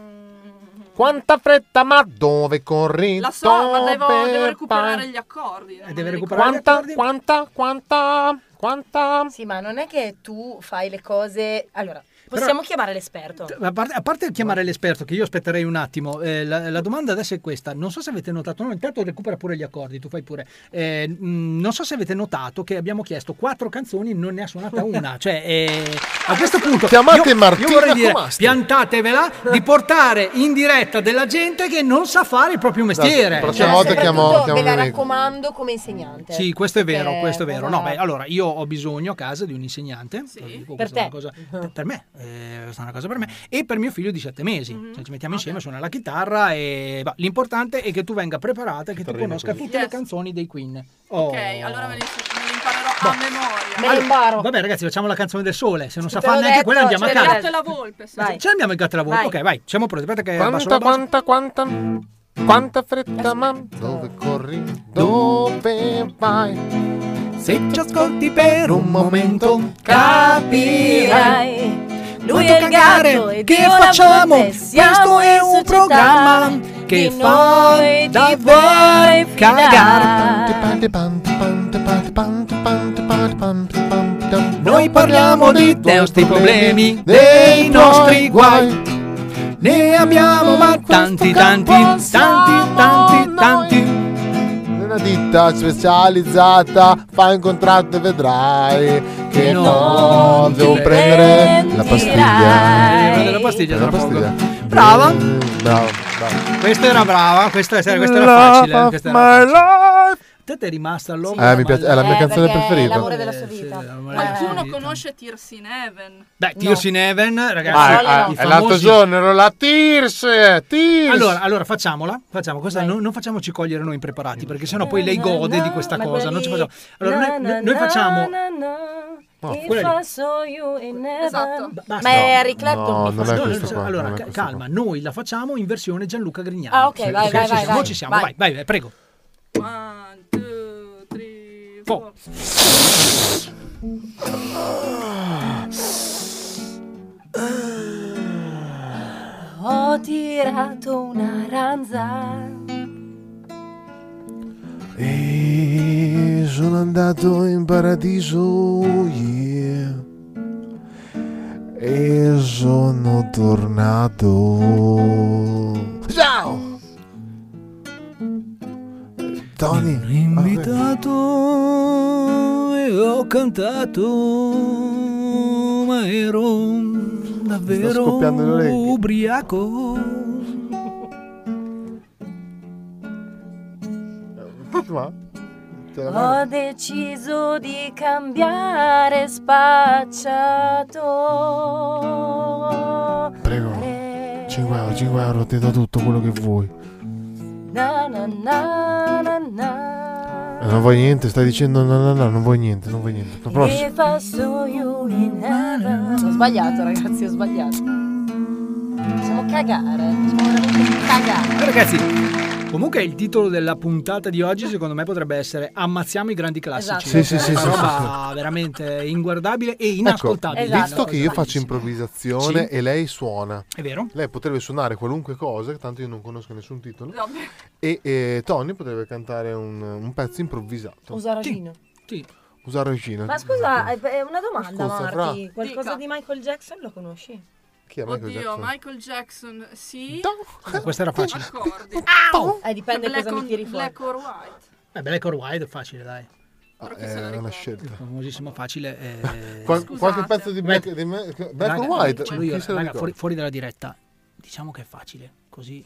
Quanta fretta, ma dove corri?
La so, ma devo, devo recuperare gli accordi.
E eh, deve
Quanta, quanta, quanta, quanta.
Sì, ma non è che tu fai le cose. Allora, possiamo chiamare l'esperto.
A parte, a parte chiamare l'esperto, che io aspetterei un attimo, eh, la, la domanda adesso è questa. Non so se avete notato, no, intanto recupera pure gli accordi, tu fai pure. Eh, mh, non so se avete notato che abbiamo chiesto quattro canzoni, non ne ha
(laughs)
suonata una. Cioè, eh, a questo punto...
Chiamate
io-
Martina
io vorrei dire,
Comasti.
piantatevela di portare in diretta della gente che non sa fare il proprio mestiere.
La prossima volta
chiamo
Soprattutto ve la raccomando come insegnante.
Sì, questo è vero,
Perché,
questo è vero.
guarda,
No, beh, allora io ho bisogno a casa di un insegnante. lo dico,
Per te.
questa è una
(laughs)
cosa- per- per me, eh, questa è una cosa per me. E per mio figlio di 7 mesi.
Mhm.
Cioè, ci mettiamo insieme, suona la chitarra e bah, l'importante è che tu venga preparata e che tu
Chitarrina
conosca
così.
tutte le canzoni dei Queen. Oh.
Ok, allora me li, me li imparerò
Boh.
a memoria.
Allora, Vabbè, ragazzi, facciamo la canzone del sole. Se non sa
Te
fare
l'ho
neanche
detto, cioè,
quella, andiamo a
c'è
casa. Cioè,
Il gatto e la volpe. sì.
Ce l'abbiamo il gatto e la volpe.
Vai.
Ok, vai, siamo pronti. Aspetta che abbasso
Quanta,
la base.
quanta, quanta. Quanta fretta, ma dove corri? Dove vai?
Se ci ascolti per un momento,
capirai.
Lui è il gatto
e
che
io la
facciamo?
volpe, siamo
Questo è
in
un
società,
programma che
di
fa
noi
da
ti
voi
puoi
cagare. Noi parliamo di te, sti problemi, dei nostri guai. Ne abbiamo ma tanti, tanti, tanti, tanti, tanti.
Una ditta specializzata fa un contratto e vedrai che no, devo prendere la pastiglia.
Prendo la pastiglia
Prendo
tra
la
poco.
pastiglia.
Brava.
Mm, Brava, brava.
Questa era brava, questa, questa era
Love
facile. eh,
of
Questa era
my
facile. Te ti è rimasta Love
Eh,
of
mi
my
piace- è la mia
life.
canzone preferita.
Qualcuno
eh,
conosce Tears in Heaven?
Beh, Tears in Heaven,
Ah,
ragazzi,
ah,
i
è l'altro
famosi-
giorno ero eh, la Tirse. Tirse.
Allora, allora facciamola, facciamo questa, non, non facciamoci cogliere noi impreparati, perché sennò poi lei gode di questa
Eh, ma
cosa.
quella
Non ci
lì-
facciamo. Allora, noi,
na,
noi- noi
na,
facciamo.
na, na,
Oh,
if
quella lì.
I saw you in heaven.
basta.
Ma è Harry Clapton.
No,
mi
non
fa-
è questa qua,
Allora,
non è
ca-
questa
calma, noi la facciamo in versione Gianluca Grignani.
Ah, ok, vai, vai,
ci
vai,
siamo,
vai.
ci siamo, vai,
Vai.
vai, vai, prego.
One, two, three, four.
Ho tirato una ranza.
E sono andato in paradiso, yeah. E sono tornato. Ciao! Tony,
invitato e ho cantato, ma ero davvero
scoppiando le orecchie.
ubriaco.
Ma? Te
Oh.
la mando.
Ho deciso di cambiare spacciato.
Prego. 5 euro, 5 euro, ti do tutto quello che vuoi.
Na na na na na.
Eh, Non vuoi niente, stai dicendo no, no, no, non vuoi niente, non vuoi niente.
Eh,
La prossima.
If I saw you in heaven.
Ho sbagliato, ragazzi, ho sbagliato. Facciamo cagare. Facciamo veramente
Eh,
cagare.
ragazzi, comunque il titolo della puntata di oggi secondo me potrebbe essere Ammazziamo i grandi classici.
Esatto. Sì, sì, sì,
Una
sì,
roba veramente inguardabile e
Ecco,
inascoltabile. Esatto,
visto che io faccio improvvisazione
Sì.
e lei suona,
È vero?
lei potrebbe suonare qualunque cosa, tanto io non conosco nessun titolo,
Vabbè.
e, eh, Tony potrebbe cantare un, un pezzo improvvisato.
Usa Ragino.
Sì.
Usare Regina.
Ma scusa, è- è una domanda,
Scusa,
Marti.
fra.
Qualcosa di Michael Jackson lo conosci?
Chi è Michael
Esatto.
Oddio,
Jackson?
Michael Jackson, sì.
Questa era facile.
Accordi.
Eh, (laughs) dipende
Black
cosa mi
on-
tiri fuori.
Black or white.
Eh, Black or White è facile, dai.
è una scelta.
Famosissimo, facile.
(laughs)
eh,
Qual- Eh, Scusate. qualche pezzo di Black- di Black- Black or
Raga,
White,
ce l'ho io,
chi se lo
raga,
ricorda?
fuori, fuori dalla diretta. Diciamo che è facile, così.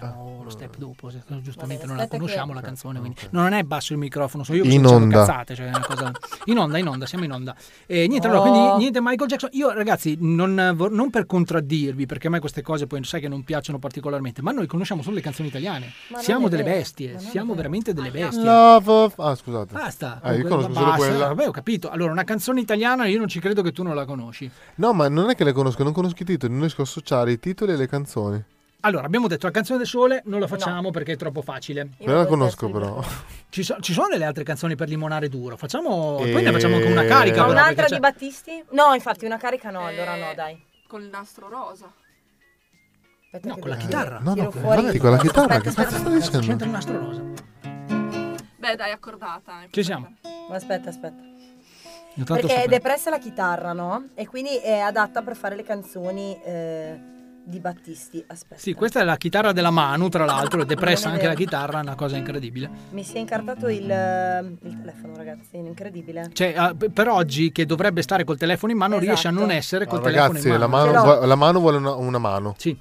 Ah.
andiamo lo step dopo, se- giustamente
bene,
non la
aspetta
conosciamo
che-
la canzone, quindi no, non è basso il microfono, sono io che
In
sto dicendo
onda.
cazzate, cioè è una cosa- in onda, in onda, siamo in onda. E niente, allora,
Oh.
quindi niente Michael Jackson, io ragazzi, non, eh, vor- non per contraddirvi, perché a me queste cose poi sai che non piacciono particolarmente, ma noi conosciamo solo le canzoni italiane,
Ma non
siamo
è
delle
vero,
bestie, siamo veramente delle bestie.
Love of... Ah, scusate.
Basta.
Ah, io conosco
Basta.
solo quella.
Vabbè, ho capito. Allora, una canzone italiana io non ci credo che tu non la conosci.
No, ma non è che le conosco, non conosco i titoli, non riesco a associare i titoli alle canzoni.
Allora, abbiamo detto la canzone del sole, non la facciamo perché è troppo facile.
Non la conosco però.
Ci, so- ci sono delle altre canzoni per limonare duro. Facciamo.
E-
Poi ne facciamo anche una carica.
Ma
però,
Un'altra
perché
di
c'è-
Battisti? No, infatti, una carica no, allora no, dai.
Col nastro rosa.
Aspetta che
con la
devo-
chitarra.
No, no,
Tiro fuori-
guardati con la chitarra, che
Aspetta,
cazzo stai
aspetta.
dicendo?
C'entra un nastro rosa.
Beh, dai, accordata. eh.
Ci siamo.
Aspetta, aspetta.
Io tanto
Perché è
so bene.
depressa la chitarra, no? E quindi è adatta per fare le canzoni eh, di Battisti. Aspetta.
Sì, questa è la chitarra della Manu, tra l'altro, è depressa
Non è
anche la
vero.
chitarra, è una cosa incredibile.
Mi si è incartato il, eh, il telefono, ragazzi. Incredibile.
Cioè, ah, p- per oggi che dovrebbe stare col telefono in mano, riesce a non
Esatto.
essere col
Ah,
telefono
ragazzi,
in
la
mano.
mano, vuo- la mano vuole una, una mano.
Sì.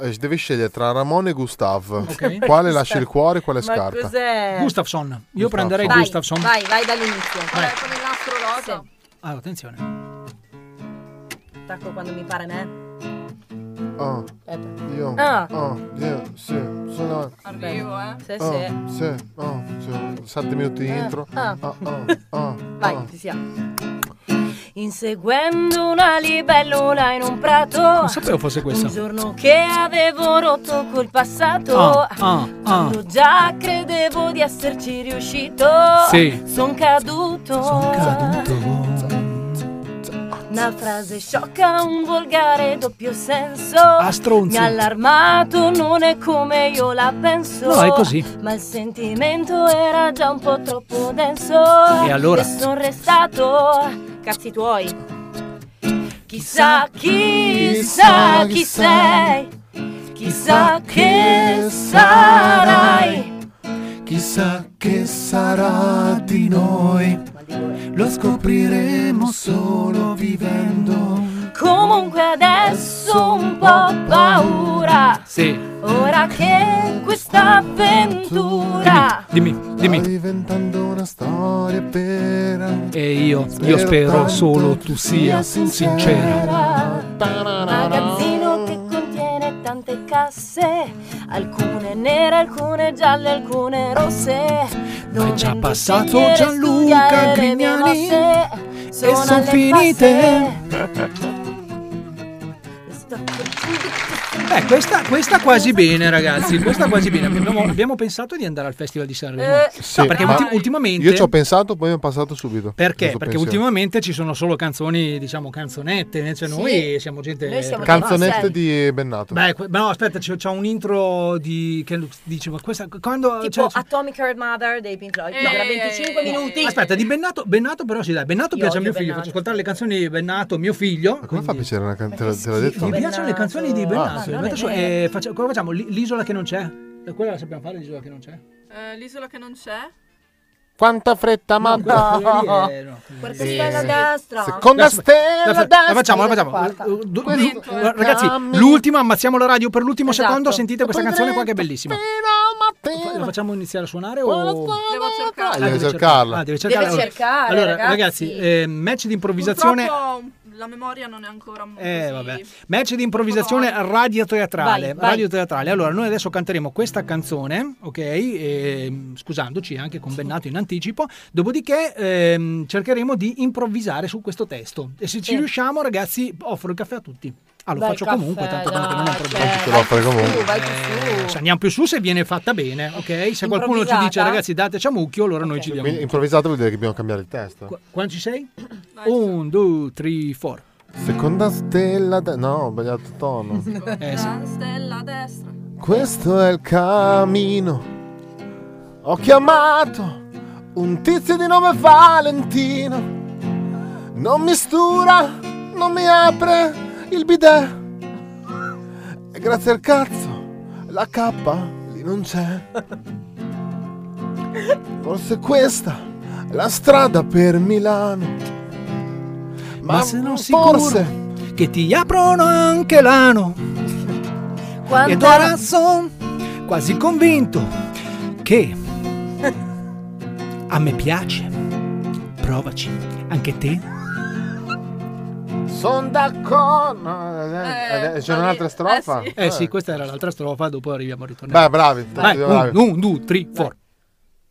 eh,
Deve scegliere tra Ramon e Gustav.
Ok.
Quale lascia il cuore e quale
Ma
scarta.
cos'è?
Gustafsson. Io prenderei
Vai,
Gustafsson.
Eh, Vai, vai dall'inizio.
Vai.
Con il nastro rosa.
Allora, attenzione.
Attacco quando mi pare me.
Ah, io.
Ah.
ah,
Oh,
io, sì, sono.
Arrivo, eh.
Sì,
Ah,
sì.
sì,
oh,
ah, sì, sette minuti di
Ah,
intro.
ah.
Ah, ah, ah,
oh.
Vai,
ah.
ci siamo. Inseguendo una libellula in un prato. Non
sapevo fosse questa.
Un giorno che avevo rotto col passato.
Ah, ah, ah.
Quando già credevo di esserci riuscito.
Sì.
Son caduto. Una frase sciocca, un volgare doppio senso.
A stronzi.
Mi ha allarmato, non è come io la penso.
No, è così.
Ma il sentimento era già un po' troppo denso.
E allora?
sono restato. Cazzi tuoi. Chissà chi, sa chi sei. Chissà che sarai.
Chissà che sarà di noi. Lo scopriremo solo vivendo.
Comunque adesso un po' paura.
Sì.
Ora che questa avventura
Dimmi, dimmi.
diventando una storia vera.
E io,
Spero
io spero
tanto
solo tu sia sincera.
Magazzino che contiene tante casse, alcune nere, alcune gialle, alcune rosse.
Ma è già passato
Dove
Gianluca
studiare le mie
Grignani
mosse,
e
sono
son
alle
finite.
Beh, questa, questa quasi bene, ragazzi. Questa quasi bene. Abbiamo, abbiamo pensato di andare al Festival di Sanremo.
Eh,
no,
Sì,
perché
ma
ulti- ultimamente.
Io ci ho pensato, poi mi è passato subito.
perché?
questo
Perché
pensiero.
ultimamente ci sono solo canzoni, diciamo, canzonette. Cioè,
Sì.
noi siamo gente.
Noi siamo
Canzonette di Bennato.
Beh, que- no, aspetta, c'è, c'è un intro di. che lu- dice, ma questa. Quando.
Tipo
cioè-
Atomic Heart Mother dei Pink Floyd, che dura 25 minuti.
Aspetta, di Bennato, Bennato però sì, dai, Bennato
Io
piace a
odio
mio figlio,
Bennato.
faccio ascoltare le canzoni di Bennato, mio figlio.
Ma come fa a piacere una canzone? Te l'ha
Gli
detto?
piacciono le canzoni di Bennato.
Ah, sì.
Bennato su- eh, faccia- cosa facciamo? L- L'isola che non c'è? Eh, Quella la sappiamo fare, l'isola che non c'è?
Eh, l'isola che non c'è.
Quanta fretta,
No, quella- quella lì
(laughs)
è- Eh, no.
stella destra.
Seconda
La- la-
stella
la-
destra.
La facciamo, la
Quarta.
facciamo. Du-
Questo-
du- ragazzi, l'ultima, ammazziamo la radio per l'ultimo
Esatto.
secondo. Sentite questa
Poi
canzone qua
dritto
che è bellissima. La facciamo iniziare a suonare o...
Devo cercare.
Ah, deve cercarla.
Ah, deve cercarla.
Deve cercare,
allora,
ragazzi.
ragazzi, eh, match di improvvisazione.
Purtroppo la memoria non è ancora molto.
Eh, vabbè. Match di improvvisazione radioteatrale.
Vai, vai.
Radioteatrale. Allora, noi adesso canteremo questa canzone, ok? ehm, scusandoci anche con Bennato in anticipo. Dopodiché ehm, cercheremo di improvvisare su questo testo. E se ci
Sì.
riusciamo, ragazzi, offro il caffè a tutti. Ah, lo
Dai,
faccio
caffè,
comunque, tanto
dai,
tanto non è un problema.
cioè,
Te lo offre comunque.
vai più su, vai
Se
più
andiamo più su se viene fatta bene, ok? Se qualcuno ci dice
Improvvisata.
ragazzi dateci a mucchio, allora noi ci diamo.
Quindi improvvisato vuol dire che dobbiamo cambiare il testo.
Qu- Quando ci sei? Un, due, tre, four.
Seconda stella. de- No, ho sbagliato tono.
Eh, sì.
Stella a destra.
Questo è il cammino. Ho chiamato un tizio di nome Valentino. Non mi stura, non mi apre il bidet. E grazie al cazzo, la K lì non c'è. Forse questa è la strada per Milano.
Ma, se non si
forse-
che ti aprono anche l'ano.
Quanta-
E ora son quasi convinto che a me piace. Provaci, anche te.
Sono d'accordo. Eh, eh, C'era un'altra strofa?
Eh sì, questa era l'altra strofa, dopo arriviamo al ritornello.
Beh, bravi.
Vai,
tanto
un,
bravi.
un, due, tre, four.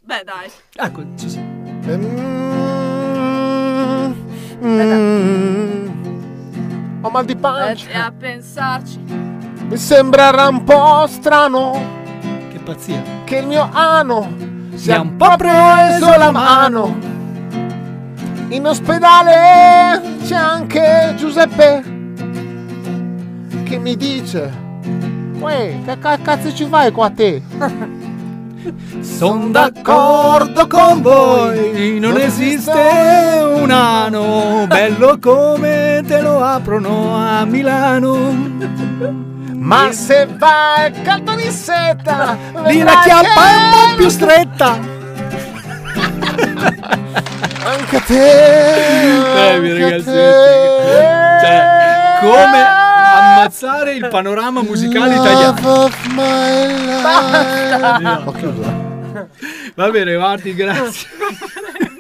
Beh, dai.
Ecco, sì, sì.
Ehm. Mm, Ho mal di pancia.
E a pensarci.
Mi sembrerà un po' strano
Che pazzia.
che il mio ano sia
Sia
un
un
po' preso la mano. In ospedale c'è anche Giuseppe che mi dice: Uè, che ca- cazzo ci fai qua te? (laughs)
Sono d'accordo con voi, non esiste un ano bello come te lo aprono a Milano.
Ma se vai al caldo di seta,
L'ira
vedrai
chiappa è
che-
un po' più stretta.
Anche te.
Dai, miei ragazzetti. Cioè, come ammazzare il panorama musicale italiano.
Ho chiuso.
Va bene, Marti, grazie.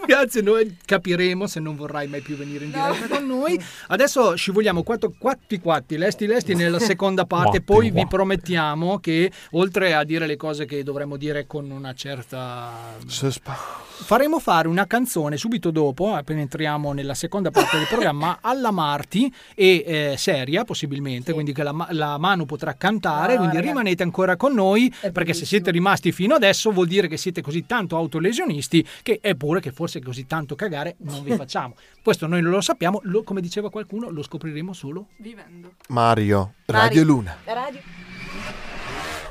Grazie, noi capiremo se non vorrai mai più venire in diretta con noi. Adesso scivoliamo quattro, quatti quatti, lesti lesti nella seconda
Quatti,
parte, poi vi
quatti.
promettiamo che oltre a dire le cose che dovremmo dire con una certa faremo fare una canzone subito dopo, appena entriamo nella seconda parte
(laughs)
del programma, alla Marti e eh, seria possibilmente, quindi che la, ma- la Manu potrà cantare,
No,
quindi
ragazzi.
rimanete ancora con noi, perché se siete rimasti fino adesso vuol dire che siete così tanto autolesionisti che è pure che forse così tanto cagare
(laughs)
non vi facciamo. Questo noi non lo sappiamo, lo- come diceva qualcuno, lo scopriremo solo
vivendo.
Mario, Radio Luna.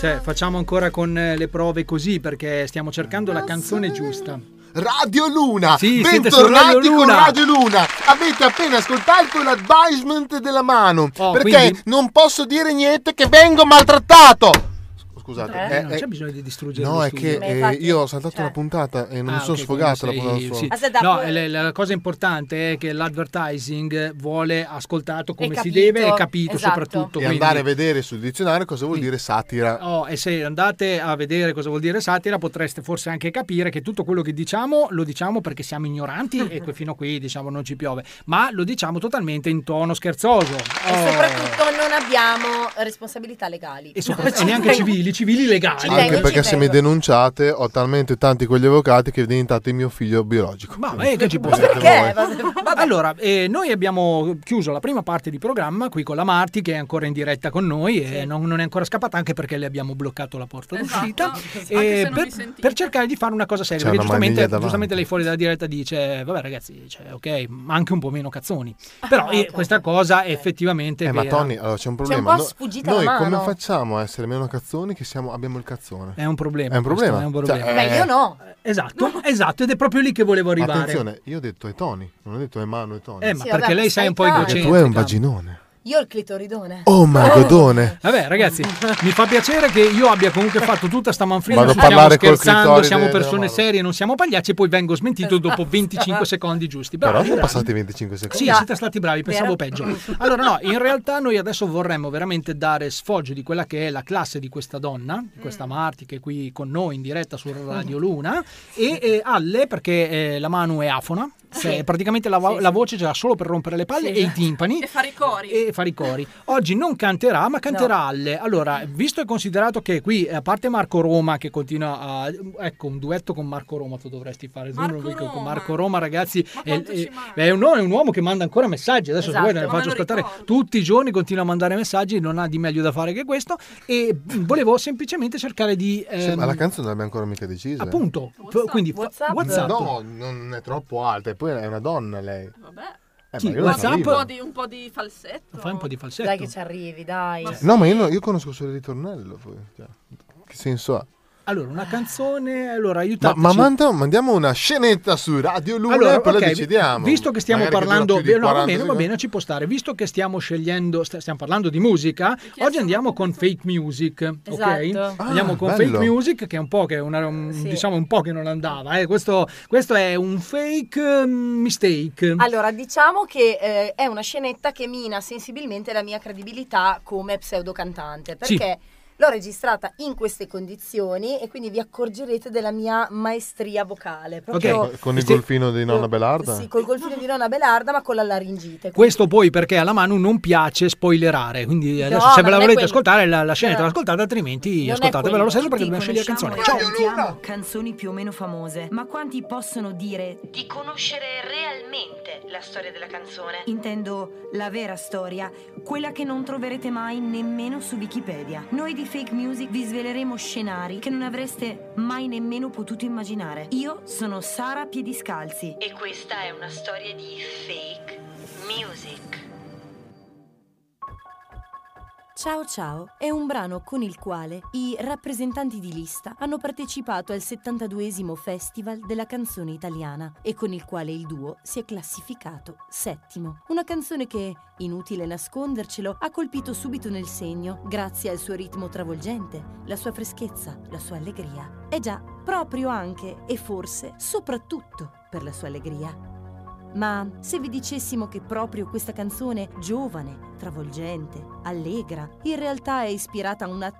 Cioè, facciamo ancora con eh, le prove così perché stiamo cercando la canzone giusta.
Radio Luna!
Sì, siete su
Ah, Bentornati
Radio
con
Luna.
Radio Luna! Avete appena ascoltato l'advisement della mano. perché
Oh, quindi-
non posso dire niente che vengo maltrattato! Scusate,
Eh,
eh,
non
eh,
c'è bisogno di distruggere
No,
lo
è
studio.
che eh, io ho saltato una puntata e non mi
Ah,
sono
ok,
sfogato la
quindi
puntata
sei-
sua.
Ah,
sì. No, eh, le- la, cosa importante è che l'advertising vuole ascoltato come si
capito,
deve e capito
esatto.
soprattutto.
E
quindi-
andare a vedere sul dizionario cosa vuol dire satira.
Oh, e se andate a vedere cosa vuol dire satira, potreste forse anche capire che tutto quello che diciamo lo diciamo perché siamo ignoranti e
(laughs)
que- fino a qui diciamo non ci piove, ma lo diciamo totalmente in tono scherzoso.
E
Oh.
soprattutto non abbiamo responsabilità legali.
E soprattutto- e neanche civili, civili legali.
Ci
Anche
tengo,
perché
ci
se mi
tengo.
denunciate ho talmente tanti quegli avvocati che diventate mio figlio biologico.
Ma, eh, che ci può
Ma
stare?
perché?
Allora, eh, noi abbiamo chiuso la prima parte di programma qui con la Marti che è ancora in diretta con noi e non, non è ancora scappata anche perché le abbiamo bloccato la porta
Esatto.
d'uscita.
Anche se
Eh,
non
per,
mi sentite.
per cercare di fare una cosa seria,
C'è
perché
una
giustamente,
maniglia davanti.
giustamente lei fuori dalla diretta dice, vabbè ragazzi, cioè, ok, ma anche un po' meno cazzoni. Però eh, questa cosa è effettivamente...
Eh, ma
vera.
Tony, allora
Cioè,
c'è un problema.
po'
No-
sfuggita la
Noi come
mano.
facciamo a essere meno cazzoni che siamo- abbiamo il cazzone?
È un problema.
È un
questo,
problema.
è un
Cioè,
problema.
eh, Beh, io
no.
Esatto, esatto, ed è proprio lì che volevo arrivare.
Attenzione, io ho detto è Tony, non ho detto è Mano e Tony.
Eh, ma
Sì,
perché
vabbè,
lei sai un po'
stai calmo.
Perché
egocentrica.
tu è un vaginone.
Io ho il clitoridone.
Oh, my godone.
Vabbè, ragazzi, mi fa piacere che io abbia comunque fatto tutta sta manfrina.
Vado a
non stiamo
parlare col
scherzando,
clitoride
siamo
della
persone
Mauro.
serie, non siamo pagliacci. E poi vengo smentito
Esatto.
dopo 25 secondi giusti.
Però
Bravi,
sono
bravi.
passati 25 secondi.
Sì, siete stati bravi, pensavo
Vero?
peggio. Allora, no, in realtà noi adesso vorremmo veramente dare sfoggio di quella che è la classe di questa donna, di questa
Mm.
Marti che è qui con noi in diretta su Radio Luna, e, eh, alle, perché eh, la Manu è afona, Cioè, Praticamente la, vo- la voce c'era solo per rompere le palle e i timpani
E fare i cori.
e fare i cori. Oggi non canterà, ma canterà alle. Allora, visto e considerato che qui, a parte Marco Roma che continua a... Ecco, un duetto con Marco Roma tu dovresti fare. tu non lo dico, Con Marco Roma, ragazzi, è, è- è un, è un uomo che manda ancora messaggi. Adesso se
Esatto.
vuoi ne
Ma
faccio
me lo
ascoltare tutti i giorni, continua a mandare messaggi, non ha di meglio da fare che questo. E volevo semplicemente cercare di...
Cioè,
Sì, ma
ehm,
la canzone non l'abbiamo ancora mica decisa.
Appunto, f- quindi fa- WhatsApp? WhatsApp.
No, non è troppo alta. E poi è una donna lei.
Vabbè.
Eh,
Chi?
ma io non
WhatsApp?
Un
salivo.
po' di, un po' di falsetto.
Fai un po' di falsetto. Eh,
Dai che ci arrivi, dai.
No, ma io, no- io conosco solo il ritornello. Poi. cioè, che senso ha?
Allora, una canzone... Allora,
Ma,
aiutateci.
ma manda- mandiamo una scenetta su Radio Luna e poi
ok,
la decidiamo.
vi- Visto che stiamo
Magari dura
parlando,
più
no,
di
va
40
bene, va
secondi.
bene, ci può stare. Visto che stiamo scegliendo, st- stiamo parlando di musica, oggi andiamo con fake music, ok?
Esatto. Ah,
andiamo con
bello.
fake music che è un po' che una- un-
Sì.
diciamo un po' che non andava, eh. questo, questo è un fake eh, mistake.
Allora, diciamo che eh, è una scenetta che mina sensibilmente la mia credibilità come pseudocantante,
Sì.
perché l'ho registrata in queste condizioni e quindi vi accorgerete della mia maestria vocale, proprio
Eh, Con- Con il golfino di nonna Belarda?
sì, col golfino di nonna Belarda ma con la laringite.
Questo poi perché alla Manu non piace spoilerare, quindi adesso
ma
se ve la
non è
volete
quello.
ascoltare la, la scenetta
No.
l'ascoltate, altrimenti
Non è
ascoltatevela
quello.
lo stesso perché
Tutti
dobbiamo scegliere canzoni.
conosciamo
Ciao!
e cantiamo canzoni più o meno famose, ma quanti possono dire di conoscere realmente la storia della canzone? Intendo la vera storia, quella che non troverete mai nemmeno su Wikipedia. Noi di Fake Music vi sveleremo scenari che non avreste mai nemmeno potuto immaginare. Io sono Sara Piediscalzi e questa è una storia di fake music. Ciao Ciao è un brano con il quale i rappresentanti di lista hanno partecipato al 72esimo Festival della canzone italiana e con il quale il duo si è classificato settimo. Una canzone che, inutile nascondercelo, ha colpito subito nel segno grazie al suo ritmo travolgente, la sua freschezza, la sua allegria. E già, proprio anche e forse soprattutto per la sua allegria. Ma se vi dicessimo che proprio questa canzone, giovane, travolgente, allegra, in realtà è ispirata a una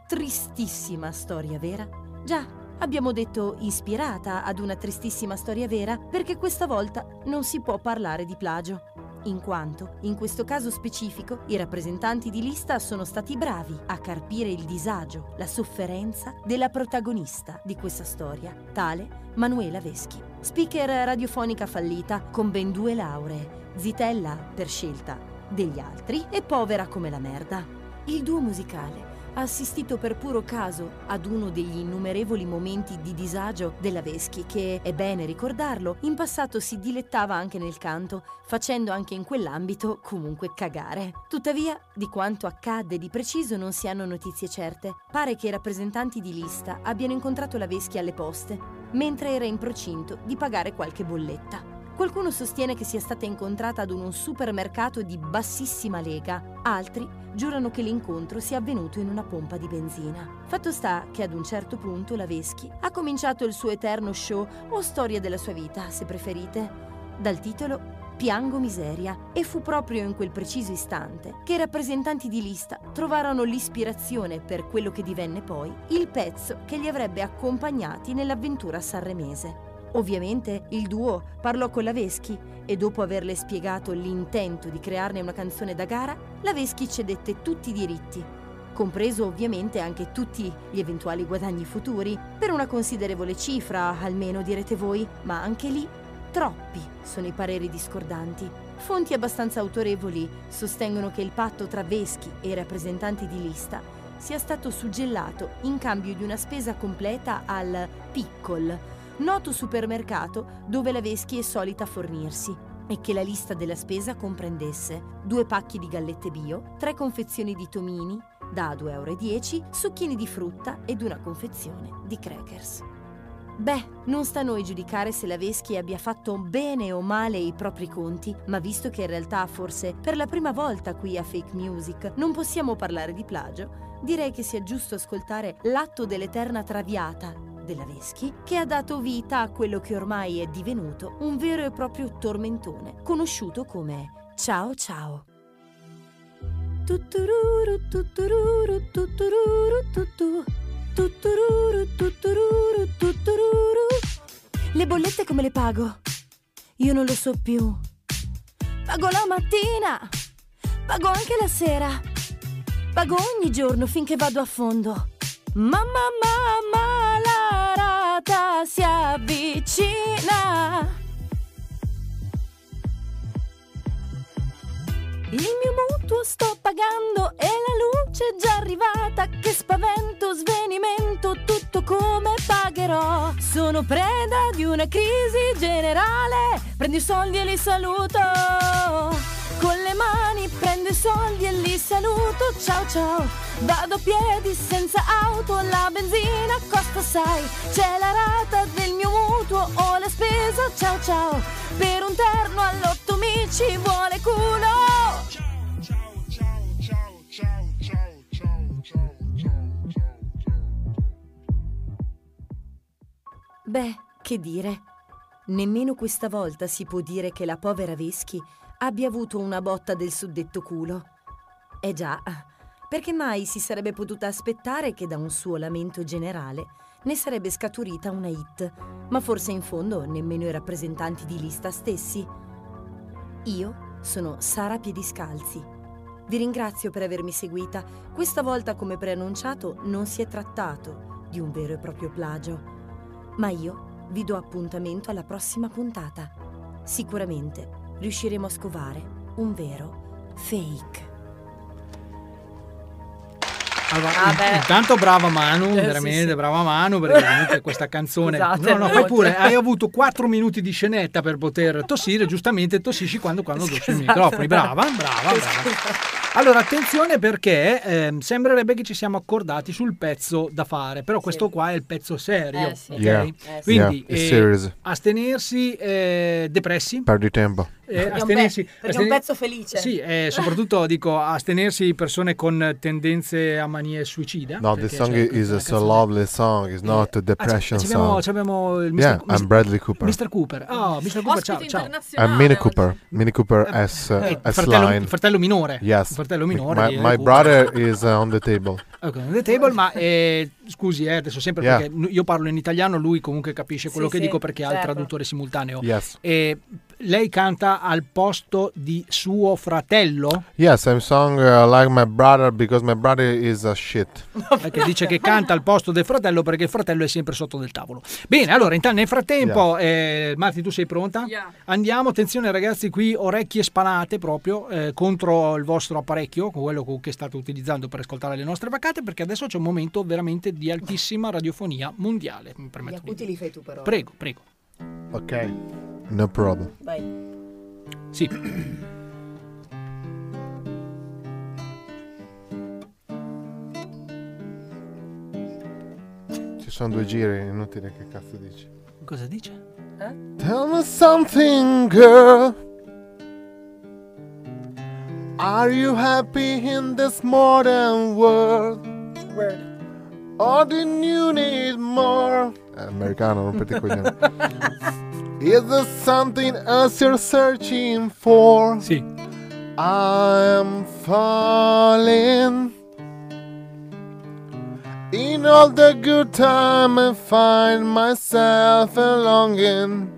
tristissima storia vera? Già, abbiamo detto ispirata ad una tristissima storia vera perché questa volta non si può parlare di plagio. In quanto, in questo caso specifico, i rappresentanti di lista sono stati bravi a carpire il disagio, la sofferenza della protagonista di questa storia, tale Manuela Veschi. Speaker radiofonica fallita con ben due lauree, zitella per scelta degli altri e povera come la merda. Il duo musicale ha assistito per puro caso ad uno degli innumerevoli momenti di disagio della Veschi che, è bene ricordarlo, in passato si dilettava anche nel canto, facendo anche in quell'ambito comunque cagare. Tuttavia, di quanto accadde di preciso non si hanno notizie certe. Pare che i rappresentanti di lista abbiano incontrato la Veschi alle poste, mentre era in procinto di pagare qualche bolletta. Qualcuno sostiene che sia stata incontrata ad un supermercato di bassissima lega, altri giurano che l'incontro sia avvenuto in una pompa di benzina. Fatto sta che ad un certo punto la Veschi ha cominciato il suo eterno show o storia della sua vita, se preferite, dal titolo Piango miseria e fu proprio in quel preciso istante che i rappresentanti di lista trovarono l'ispirazione per quello che divenne poi il pezzo che li avrebbe accompagnati nell'avventura sanremese. Ovviamente il duo parlò con la Veschi e dopo averle spiegato l'intento di crearne una canzone da gara, la Veschi cedette tutti i diritti, compreso ovviamente anche tutti gli eventuali guadagni futuri, per una considerevole cifra, almeno direte voi, ma anche lì troppi sono i pareri discordanti. Fonti abbastanza autorevoli sostengono che il patto tra Veschi e i rappresentanti di lista sia stato suggellato in cambio di una spesa completa al Piccol, noto supermercato dove la Veschi è solita fornirsi, e che la lista della spesa comprendesse due pacchi di gallette bio, tre confezioni di tomini da 2,10 euro, succhini di frutta ed una confezione di crackers. Beh, non sta a noi giudicare se la Veschi abbia fatto bene o male i propri conti, ma visto che in realtà forse per la prima volta qui a Fake Music non possiamo parlare di plagio, direi che sia giusto ascoltare l'atto dell'eterna traviata della Veschi che ha dato vita a quello che ormai è divenuto un vero e proprio tormentone, conosciuto come Ciao Ciao. Tuttururu, tuttururu, tuttururu, tuttu. Tuttururu, tuttururu, tuttururu. Le bollette come le pago?
io non lo so più. Pago la mattina, pago anche la sera, pago ogni giorno finché vado a fondo. Mamma, mamma, la rata si avvicina. Il mio mutuo sto pagando e la luce è già arrivata. Che spavento, svenimento, tutto come pagherò. Sono preda di una crisi generale. Prendo i soldi e li saluto. Con le mani prendo i soldi e li saluto. Ciao ciao. Vado a piedi senza auto, la benzina costa sai. C'è la rata del mio mutuo o la spesa. Ciao ciao. Per un terno all'otto mi ci vuole culo.
Beh, che dire. Nemmeno questa volta si può dire che la povera Veschi abbia avuto una botta del suddetto culo. Eh già, perché mai si sarebbe potuta aspettare che da un suo lamento generale ne sarebbe scaturita una hit, ma forse in fondo nemmeno i rappresentanti di lista stessi. Io sono Sara Piediscalzi. Vi ringrazio per avermi seguita. Questa volta, come preannunciato, non si è trattato di un vero e proprio plagio. Ma io vi do appuntamento alla prossima puntata. Sicuramente riusciremo a scovare un vero fake.
Allora,
Vabbè.
Intanto brava Manu,
Ah, Eh, sì,
veramente
sì. Esatto,
brava Manu, perché comunque
(laughs)
questa canzone...
Scusate,
no, no,
no. (laughs)
fai pure, hai avuto 4 minuti di scenetta per poter tossire, giustamente tossisci quando, quando tocchi i
esatto.
microfoni. Brava, brava, brava. Allora, attenzione perché ehm, sembrerebbe che ci siamo accordati sul pezzo da fare, però questo qua è il pezzo serio.
Eh, sì.
ok?
Yeah. Eh, sì.
Quindi
Yeah, it's
eh,
serious.
astenersi eh, depressi.
Perdi tempo.
Eh,
Perché è un
astenersi,
pe- perché è un
asten-
pezzo felice.
Sì, eh, soprattutto dico astenersi persone con tendenze a manie suicida.
No,
perché
this song
c'è anche
is
una
a
canzone-
lovely song. It's not a
Ah, c'è-
depression
c'abbiamo-
song.
c'abbiamo il Mr.
Yeah,
Mr.
I'm Bradley Cooper.
Mr. Cooper. Oh, Mr. Cooper, ciao, ciao.
I'm Mini Cooper. Mini Cooper S,
Ah, eh,
S
fratello-
line.
fratello minore.
Yes.
Fratello minore di
My,
Mini
my
Cooper.
brother is uh, on the table.
Ok, on the table, ma eh, scusi, eh, adesso sempre
Yeah.
perché nu- io parlo in italiano, lui comunque capisce quello
Sì,
che
sì,
dico perché ha il
certo.
traduttore simultaneo.
Yes.
Eh, lei canta al posto di suo fratello?
Yes, I'm song uh, like my brother because my brother is a shit.
Eh, che dice che canta al posto del fratello perché il fratello è sempre sotto del tavolo. Bene, allora intanto nel frattempo, eh, Marti, tu sei pronta? Andiamo, attenzione ragazzi, qui orecchie spanate proprio eh, contro il vostro apparecchio, con quello co- che state utilizzando per ascoltare le nostre vacate, perché adesso c'è un momento veramente di altissima radiofonia mondiale. Mi
Gli
permetto di
appunti li fai tu però.
dire. Prego, prego.
Ok. No problem.
Vai.
Sì.
Ci sono due giri, inutile che cazzo dici.
Cosa dice?
Tell me something, girl. Are you happy in this modern world? Or do you need more? È americano, non per i coglioni. Is there something else you're searching for?
Sì.
I'm falling. In all the good time, I find myself a longing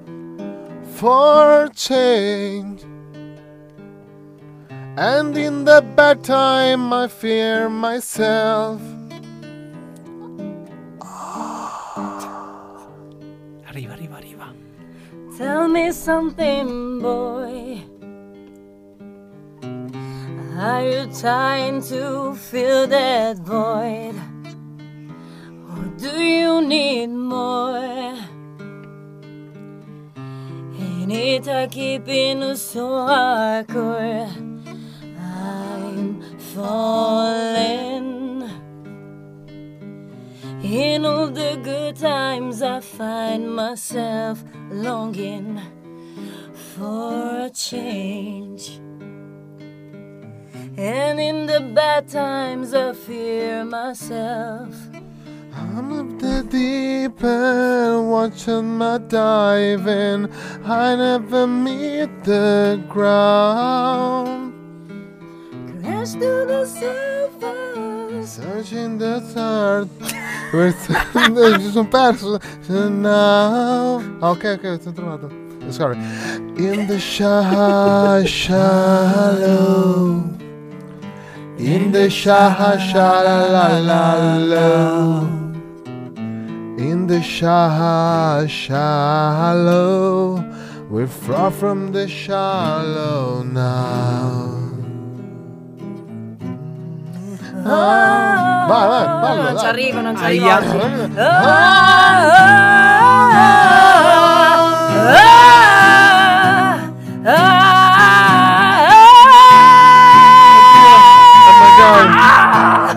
for change. And in the bad time, I fear myself.
Arriva, arriva, arriva.
Tell me something, boy. Are you trying to fill that void? Or do you need more? Ain't it a keeping us so hardcore? I'm falling. In all the good times, I find myself longing for a change. And in the bad times, I fear myself.
I'm up the deep end, watching my diving. I never meet the ground.
Crash to the surface.
Searching the third. (laughs) We're- Ci sono perso. Now. Ah, ok, ok, sono trovato. Sorry. In the sha shallow. In the sha sha la la la la. In the sha shallow. We're far from the shallow now.
Ah,
Vai, vai, ballo,
non ci
dai.
arrivo, non ci arrivo.
Aia.
oggi. Ah, ah, ah, ah.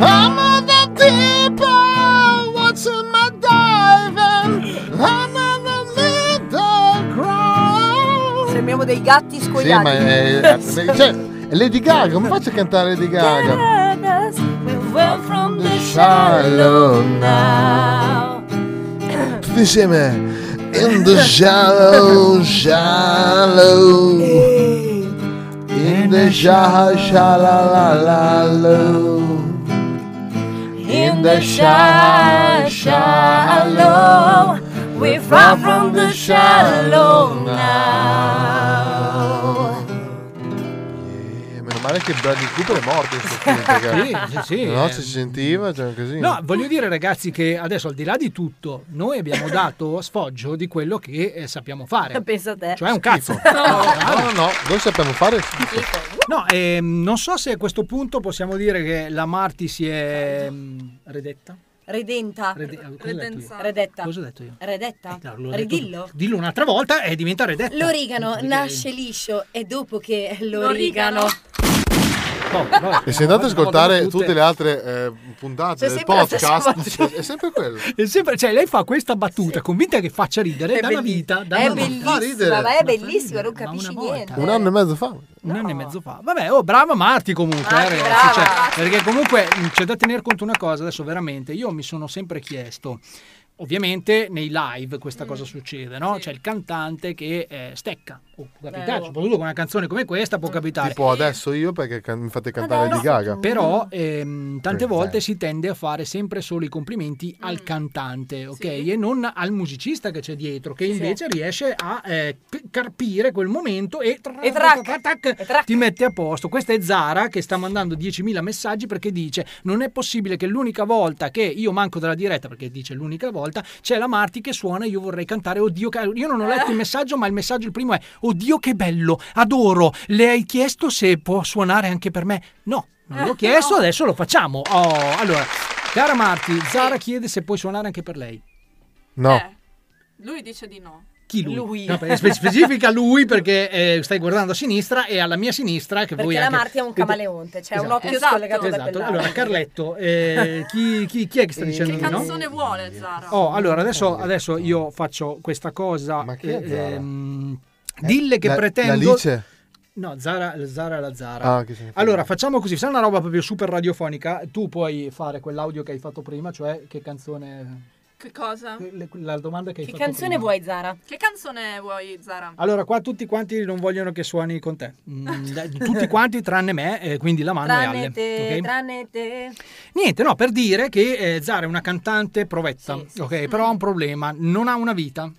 I'm on the deep end, watching my diving. I'm on the middle ground.
Sembriamo dei gatti
Sì, ma è,
(laughs)
è- cioè, è Lady Gaga, come faccio a cantare Lady Gaga?
We went from the
Shallow now. Tutti insieme. In the shallow, shallow. In the shallow, shallow. In the shallow, shallow.
We're far from the shallow now.
Eh, Meno male che Bradley Cooper è morto in
(laughs)
questo film. perché-
Sì, sì, sì.
No, ci si sentiva, c'era un casino.
No, voglio dire ragazzi che adesso al di là di tutto, noi abbiamo dato sfoggio di quello che eh, sappiamo fare.
(laughs) Pensa a te.
Cioè un cazzo.
Eh, (laughs) No, no, no, noi sappiamo fare schifo.
No, ehm, non so se a questo punto possiamo dire che la Marti si è ehm, redetta.
Redenta.
Rede- cosa ho detto io? Redenzata.
Redetta.
Cosa ho detto io? Eh,
Redetta.
No, l'ho detto-
Ridillo.
Dillo un'altra volta e diventa redetta.
(laughs) L'origano
Eh,
nasce liscio e dopo che
L'origano.
l'origano...
E se andate ad ascoltare
tutte.
tutte le altre eh, puntate
C'è
del
Cioè, sempre la stessa
podcast, cioè, è sempre quello.
È sempre- cioè, lei fa questa battuta convinta che faccia ridere
È
da una
belli-
vita. Da
È
una vita.
bellissima, ma è bellissima, non capisci niente.
Un anno e mezzo fa.
Un anno e mezzo fa. Vabbè, oh, brava Marti comunque,
Marti,
eh, ragazzi,
brava.
cioè, perché comunque mh, c'è da tener conto una cosa, adesso veramente, io mi sono sempre chiesto, ovviamente nei live questa cosa succede, no? C'è il cantante che eh, stecca, o può capitare,
Eh, oh.
soprattutto con una canzone come questa può capitare.
Tipo adesso io perché can- mi fate cantare di Gaga.
Però ehm, tante
Sì,
volte
dai.
si tende a fare sempre solo i complimenti
Mm.
al cantante, ok? E non al musicista che c'è dietro, che invece riesce a eh, c- carpire quel momento e, tra-
E trac,
tra- tra- tac, ti mette a posto. Questa è Zara che sta mandando 10.000 messaggi perché dice non è possibile che l'unica volta che io manco dalla diretta, perché dice l'unica volta, c'è la Marti che suona e io vorrei cantare. Oddio, che- io non ho
Eh.
letto il messaggio, ma il messaggio il primo è Oddio che bello, adoro, le hai chiesto se può suonare anche per me? No. Non l'ho chiesto, adesso lo facciamo. Oh, allora, cara Marti, Zara chiede se puoi suonare anche per lei.
No.
Eh.
Lui dice di no.
Chi lui?
Lui.
No, per- spe- specifica lui perché eh, stai guardando a sinistra e alla mia sinistra che voi
Perché la
anche-
Marti è un camaleonte, cioè un
Esatto.
occhio
Esatto.
scollegato da
Esatto.
quell'altro.
Allora, Carletto, eh, chi, chi- chi è che sta dicendo
Che
di no?
canzone vuole Zara?
Oh, allora adesso,
Eh,
adesso io faccio questa cosa.
è
eh,
Zara? Eh,
ehm, dille che
la-
pretendo.
l'Alice?
No, Zara, Zara è la Zara.
Ah, che se ne frega.
allora, facciamo così: sarà una roba proprio super radiofonica. Tu puoi fare quell'audio che hai fatto prima, cioè che canzone.
Che cosa?
le- La domanda che hai
Che
fatto
canzone
prima.
vuoi, Zara?
Che canzone vuoi Zara?
Allora, qua tutti quanti non vogliono che suoni con te. Mm, (laughs) da- tutti quanti tranne me, eh, quindi la mano è
Tranne
Alle.
te,
ok?
tranne te.
Niente, no, per dire che eh, Zara è una cantante provetta, ok? Però ha un problema, non ha una vita.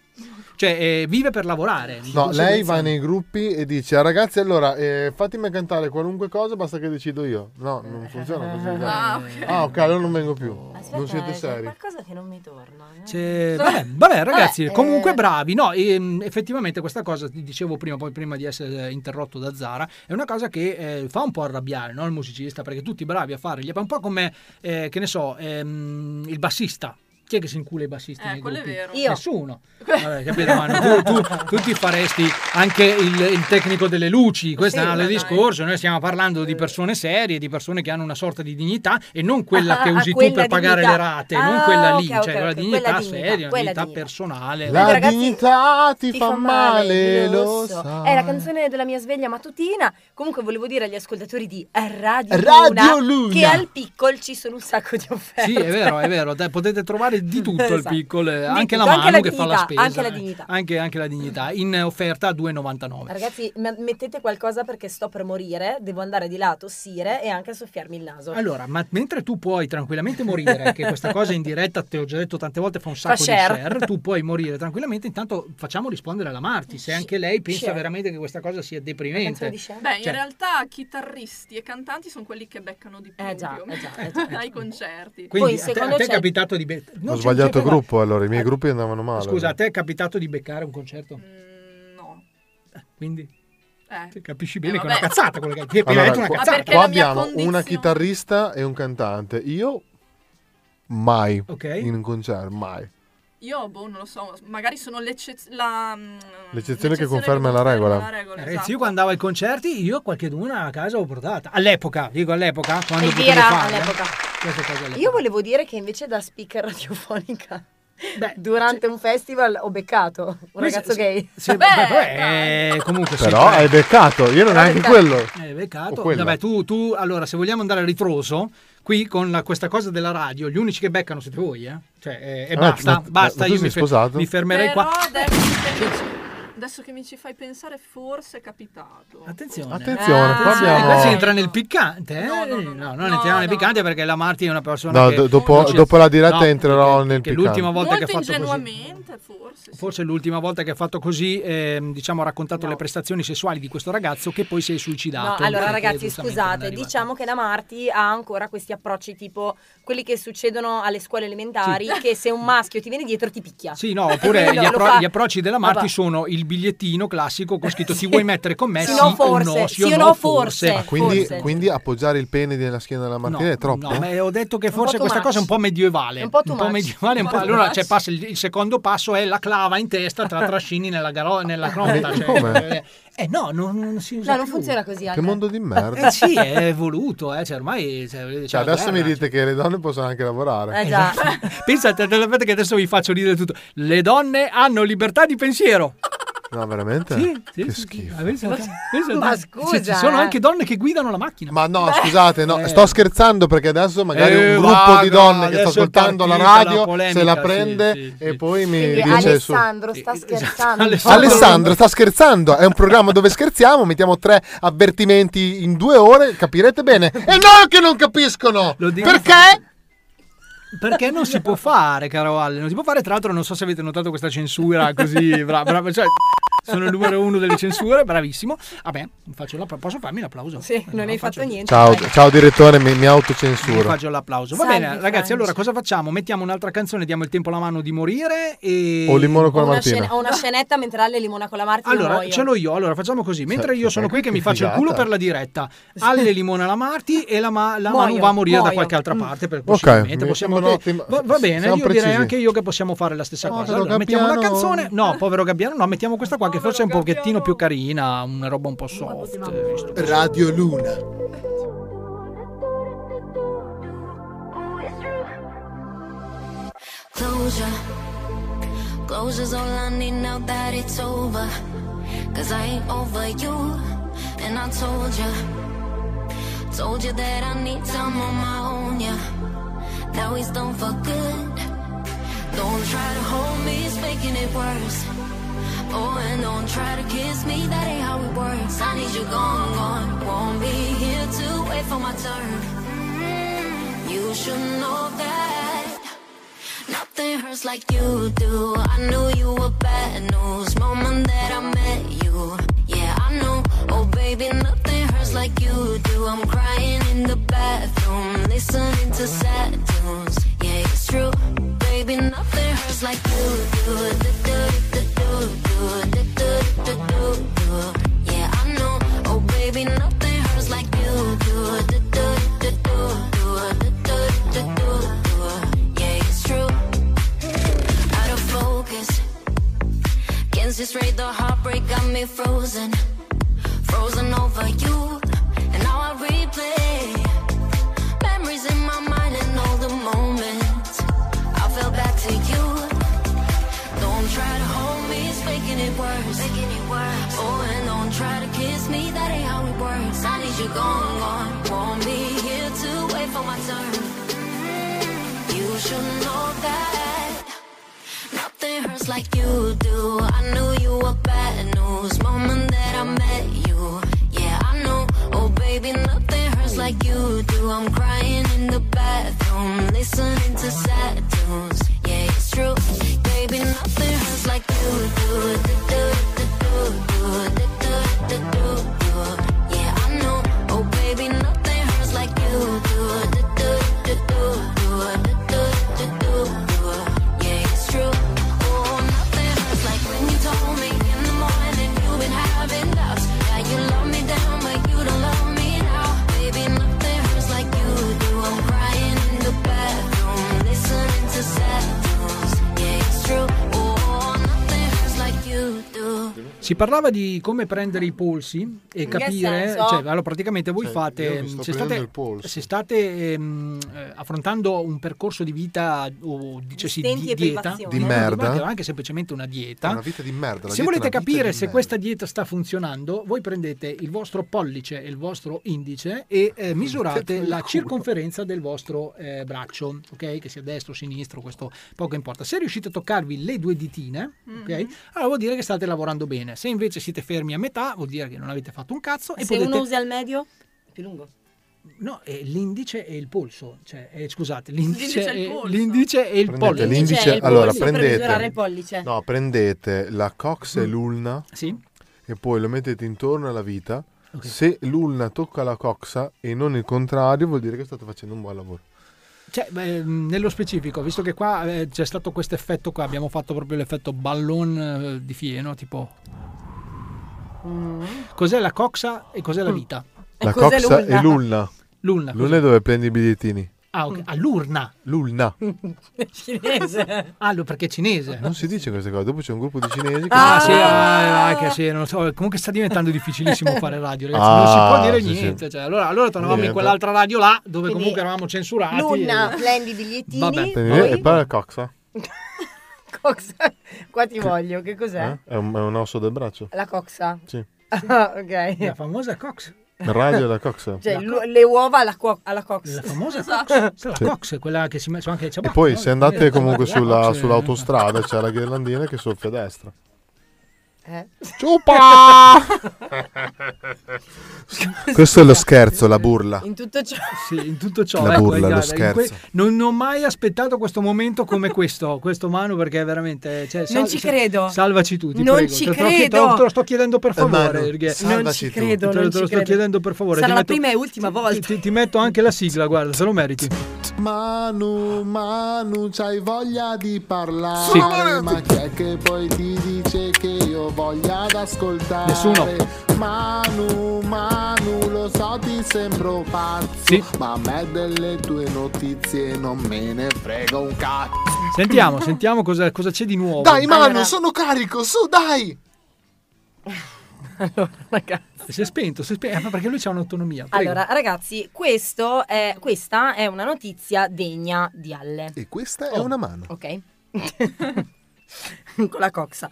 Cioè, eh, vive per lavorare. di
No, lei
conseguenza-
va nei gruppi e dice "Ah, ragazzi allora eh, fatemi cantare qualunque cosa basta che decido io. No, non funziona così.
Ah,
dai. Ah, ok, allora non vengo più. non siete seri.
Qualcosa che non mi torna.
Cioè, vabbè, vabbè, ragazzi,
Vabbè,
comunque
eh.
bravi. No, ehm, effettivamente questa cosa, ti dicevo prima, poi prima di essere interrotto da Zara, è una cosa che eh, fa un po' arrabbiare no, il musicista, perché tutti bravi a farli. È un po' come, eh, che ne so, ehm, il bassista. Chi è che si incula i bassisti?
Eh,
nei
quello è
gruppi?
vero. Io.
Nessuno. Vabbè, capito, ma tu, tu, tu ti faresti anche il, il tecnico delle luci, questo
Sì,
è un altro
ma dai.
discorso. Noi stiamo parlando di persone serie, di persone che hanno una sorta di dignità e non quella
Ah,
che
ah,
usi tu
quella
per pagare
dignità.
le rate, non
Ah,
quella lì,
ok, ok,
cioè
ok,
la
quella
dignità
dignità,
seria, una
quella
dignità
dignità.
personale.
La
ragazzi,
(laughs)
dignità ti, fa male, lo
so.
sai.
È la canzone della mia sveglia mattutina. Comunque volevo dire agli ascoltatori di Radio,
Radio Luna.
che al piccol ci sono un sacco di offerte.
Sì, è vero, è vero. Dai, potete trovare Vuole di tutto il
Esatto.
piccolo, eh,
Di
anche la
tutto,
mano
anche la
che fa la spesa.
dignità, anche la
eh.
dignità.
Anche, anche la dignità, in offerta a 2,99.
(laughs) Ragazzi, me- mettete qualcosa perché sto per morire, devo andare di là a tossire e anche a soffiarmi il naso.
Allora, ma mentre tu puoi tranquillamente morire, che questa cosa in diretta te l'ho già detto tante volte, fa un
Fa
sacco
share.
di share, tu puoi morire tranquillamente, intanto facciamo rispondere alla Marti, se anche lei pensa
share.
veramente che questa cosa sia
Beh,
deprimente.
in
Cioè,
realtà chitarristi e cantanti sono quelli che beccano di più
Eh già,
più o
eh già,
meno, (laughs)
eh già.
dai concerti.
quindi a te, a te è capitato di... be-
Ho
no, c'è-
sbagliato
c'è- Eh,
gruppo allora, i miei gruppi andavano male.
Scusa, a te è capitato di beccare un concerto?
Mm, no.
Quindi
Eh.
ti capisci bene
Eh,
che è una
vabbè.
cazzata quella che ti hai appena
Allora,
detto,
Ah,
una
qua,
cazzata.
qua abbiamo una chitarrista e un cantante. Io mai
Ok.
in un concerto, mai.
Io, boh, non lo so, magari sono l'eccez- la, mm,
L'eccezione che conferma la regola.
la regola. esatto.
Ragazzi, io quando andavo ai concerti, io qualche duna a casa l'ho portata. All'epoca, dico all'epoca, quando potevo
Elvira,
farlo, eh.
all'epoca.
Queste cose all'epoca.
Io volevo dire che invece da speaker radiofonica durante
cioè
un festival ho beccato un
Questo-
ragazzo gay.
Sì, beh, vabbè, comunque sì,
Però
cioè-
hai beccato, io non
Però hai
neanche
beccato.
quello.
Eh,
O
beccato.
quella.
Vabbè, tu, tu, allora, se vogliamo andare a ritroso, qui con la- questa cosa della radio, gli unici che beccano siete voi, eh? Cioè, eh, e
Ah,
basta,
ma- ma-
basta,
ma tu
io
sei
mi, fe-
sposato?
mi fermerei
Però
qua. Cioè,
adesso che, mi ci, adesso che mi ci fai pensare, forse è capitato. Eh,
Attenzione.
Attenzione, qua abbiamo-
Qua si entra nel piccante, eh? No, non entriamo nel piccante perché la Marti è una persona
No,
che...
do- dopo,
non ci-
dopo la diretta
No,
entrerò nel
che
piccante.
l'ultima volta
Molto
che ha fatto così...
ingenuamente, forse.
Forse è l'ultima volta che ha fatto così, ehm, diciamo, ha raccontato le prestazioni sessuali di questo ragazzo che poi si è
No,
suicidato.
allora
perché
ragazzi,
giustamente non è
scusate,
arrivato.
diciamo che la Marti ha ancora questi approcci tipo quelli che succedono alle scuole elementari,
Sì.
che se un maschio ti viene dietro ti picchia. (laughs)
Sì, no, oppure
E
gli,
quello lo
appro-
fa-
gli approcci della Marti
Vabbè.
sono il bigliettino classico con scritto ti vuoi mettere con me?
Sì, no,
o
forse.
no, sì, o
Sì, o
no,
no,
forse.
forse.
Ah, quindi,
Forse.
quindi appoggiare il pene nella schiena della Martina è troppo? eh?
No, ma ho detto che
po'
forse
too
questa
much.
cosa è un po' medievale.
È un po' too much.
medievale, un
Un
po'-
po' too
allora
much.
cioè, passa il, il secondo passo è la clava in testa, te la trascini nella, garo-
Eh.
nella cronta. cioè,
Come?
eh, no, non, non si usa
No, non
più.
funziona così. Ale.
Che mondo di merda.
Eh sì, è evoluto, eh, cioè, ormai cioè, c'è
Cioè,
la
adesso
guerra.
mi dite che le donne possono anche lavorare.
Eh già.
(laughs) Esatto. Pensate, aspetta che adesso vi faccio ridere tutto. Le donne hanno libertà di pensiero.
No, veramente?
Sì, sì, sì,
che
sì.
schifo.
Ah, pensa te, pensa
Ma
te.
scusa,
Sì, ci sono
eh.
anche donne che guidano la macchina.
Ma no, scusate, no, sto scherzando perché adesso magari
Eh,
un gruppo
vaga,
di donne che sta
adesso è
ascoltando la
partita la
radio
polemica,
se la
sì,
prende
sì,
e poi mi
Quindi
dice il suo-
Alessandro sta scherzando.
Alessandro sta scherzando, è un programma dove scherziamo, mettiamo tre avvertimenti in due ore, capirete bene. E no che non capiscono!
dico-
Perché?
(laughs) Perché non si può fare, caro Ale, non si può fare. Tra l'altro non so se avete notato questa censura
(laughs)
così bra- brava, cioè, sono il numero uno delle censure, bravissimo. Vabbè, faccio l'app- posso farmi l'applauso?
Sì, non hai fatto
Cioè,
niente.
Ciao,
vai.
ciao direttore, mi, mi
Vi
autocensuro.
faccio l'applauso. Va
Salve,
bene, ragazzi,
Franci.
allora cosa facciamo? Mettiamo un'altra canzone, diamo il tempo alla mano di morire e...
O limono
Ho
con la
una,
Martina.
scena- ho una scenetta mentre Ale limona con la Marti. io
Allora,
muoio.
ce l'ho io. Allora, facciamo così. Mentre io sono qui che mi faccio il
figata.
culo per la diretta, alle limona la Marti e la, ma- la
Muoio,
Manu va a morire da
muoio.
qualche altra parte. Per
Mm. mi
possibilmente. possiamo
sembrano
che-
ottimi-
va, va bene,
siamo
io direi
precisi.
anche io che possiamo fare la stessa
Povero
cosa. Allora, mettiamo una
Gabbiano.
canzone. No, povero Gabbiano, no, mettiamo questa qua che forse è un pochettino più carina, una roba un po' soft. visto che-
Radio Luna.
Closure. Closure's all I need now that it's over. Cause I ain't over you. And I told you. Told you that I need time on my own, yeah. Now it's done for good. Don't try to hold me, it's making it worse. Oh, and don't try to kiss me, that ain't how it works. I need you gone, gone. Won't be here to wait for my turn. You should know that. Nothing hurts like you do. I knew you were bad news. Moment that I met you. Yeah, I know. Oh, baby, nothing hurts like you do. I'm crying in the bathroom, listening to sad tunes. Yeah, it's true. Baby, nothing hurts like you do. Do, do, do, do, do, do, do, do, do, do. Yeah, I know. Oh, baby, nothing hurts like you do. Do, do, do, do, do, do, do, do, do. Yeah, it's true out of focus. Can't see straight, the heartbreak got me frozen. Frozen over you, and now I replay. Memories in my mind and all the moments. I fell back to you. Don't try to hold me, it's making it worse. Making it worse. Oh, and don't try to kiss me, that ain't how it works. I need you gone, gone. Won't be here to wait for my turn. You should know that. just like you do. I knew you were bad news. Moment that I met you. Yeah, I know. Oh, baby, nothing hurts like you do. I'm crying in the bathroom, listening to sad tunes. Yeah, it's true. Baby, nothing hurts like you do. Do-do-do-do-do, do-do-do-do-do. Yeah, I know. Oh, baby, nothing hurts like you do. Do-do-do-do-do, do-do-do-do-do. Yeah, it's true. Oh, nothing hurts like when you told me in the morning you've been having doubts. That you love me down, but you don't love me now. Baby, nothing hurts like you do. I'm crying in the bathroom, listening to sad tunes. Yeah, it's true. Oh, nothing hurts like you do.
Si parlava di come prendere i polsi
che
e capire,
senso?
cioè, allora praticamente voi
Cioè, io
fate, ehm,
mi sto
se
prendendo
state,
il polso.
se state ehm, eh, affrontando un percorso di vita o dicessi
Stenti
di
e
dieta,
privazioni.
Di
no,
merda.
guardate, anche semplicemente una dieta,
Una vita di merda. la
se
dieta è
volete
una vita
capire
di
se
merda.
questa dieta sta funzionando, voi prendete il vostro pollice e il vostro indice e eh, misurate
Mettete nel
la
culo.
circonferenza del vostro eh, braccio, ok? Che sia destro o sinistro, questo poco importa. Se riuscite a toccarvi le due ditine, ok?
Mhm.
Allora vuol dire che state lavorando bene. Se invece siete fermi a metà, vuol dire che non avete fatto un cazzo e
Se
potete
uno usa il medio, è più lungo.
No, è l'indice e il polso, cioè eh, scusate, l'indice,
L'indice e il
e-
polso. Cioè,
l'indice e
L'indice e
il pollice.
Prendete l'indice,
il
allora
pollice, per misurare
prendete,
il pollice.
no, prendete la cox e l'ulna
Mm. Sì.
e poi lo mettete intorno alla vita.
Ok.
Se l'ulna tocca la coxa e non il contrario, vuol dire che state facendo un buon lavoro.
Cioè, beh, mh, nello specifico, visto che qua eh, c'è stato questo effetto qua, abbiamo fatto proprio l'effetto ballon eh, di fieno, tipo cos'è la coxa e cos'è la vita?
La coxa Mm. e l'ulna.
L'ulna.
L'ulna è dove prendi i bigliettini.
Ah, ok, all'urna. (laughs)
L'ulna.
Cinese.
Ah, lo- perché è cinese.
Non si dice queste cose. Dopo c'è un gruppo di cinesi che...
Ah, sì, ah, eh, che sì, non lo so. Comunque sta diventando
(laughs)
difficilissimo fare radio, ragazzi. non si
Ah,
può dire
sì, sì.
niente. Cioè, allora, allora tornavamo
Niente.
in quell'altra radio là, dove
Quindi,
comunque eravamo censurati.
L'unna,
e-
prendi i bigliettini.
Vabbè.
Prendi- E
poi-
poi la coxa.
Coxa. Qua ti voglio, che cos'è?
eh? È, un, è un osso del braccio.
La coxa.
Sì.
Ah, (laughs) ok.
La famosa cox.
Il radio e la coxa.
Cioè, l'u- le uova alla, cuo- alla Esatto. cox.
La famosa cox, Sai, la cox, è quella che si mette su anche le
E
ciabatte.
poi
no?
se
(laughs)
andate
Eh,
comunque
la
sulla-
cox è-
sull'autostrada c'è la ghirlandina che soffia a destra.
Eh?
Ah!
Ciupa!
(laughs)
Questo è lo scherzo, la
Ah.
burla.
In tutto ciò.
Sì, in tutto ciò.
La
ecco,
burla, lo
guarda, in que-
scherzo.
non, non ho mai aspettato questo momento come questo, (laughs) questo mano, perché è veramente... Cioè, sal-
Non ci
sal-
credo.
Salvaci tu, ti
Non
prego.
ci
te, lo- te
credo.
lo- te lo sto chiedendo per
Eh, Manu,
favore. perché-
Non
salvaci
ci
tu.
Te
credo,
lo, te
non
lo
ci
sto
credo.
chiedendo per favore.
Sarà
ti
la
metto-
prima e ultima volta.
Ti, ti metto anche la sigla, guarda, se lo meriti.
Manu, Manu, c'hai voglia di parlare?
Sì.
Ma chi è che poi ti dice che io voglia ad ascoltare?
Nessuno.
Manu, Manu, lo so ti sembro pazzo.
Sì.
Ma a me delle tue notizie non me ne frega un cazzo.
Sentiamo, sentiamo cosa, cosa c'è di nuovo.
Dai, Manu,
Allora.
sono carico, su, dai!
Si è spento, si è spento. eh, ma perché lui c'ha un'autonomia. prego.
Allora, ragazzi, questo è- questa è una notizia degna di Alle.
E questa è una mano.
Ok. (laughs) Con la coxa.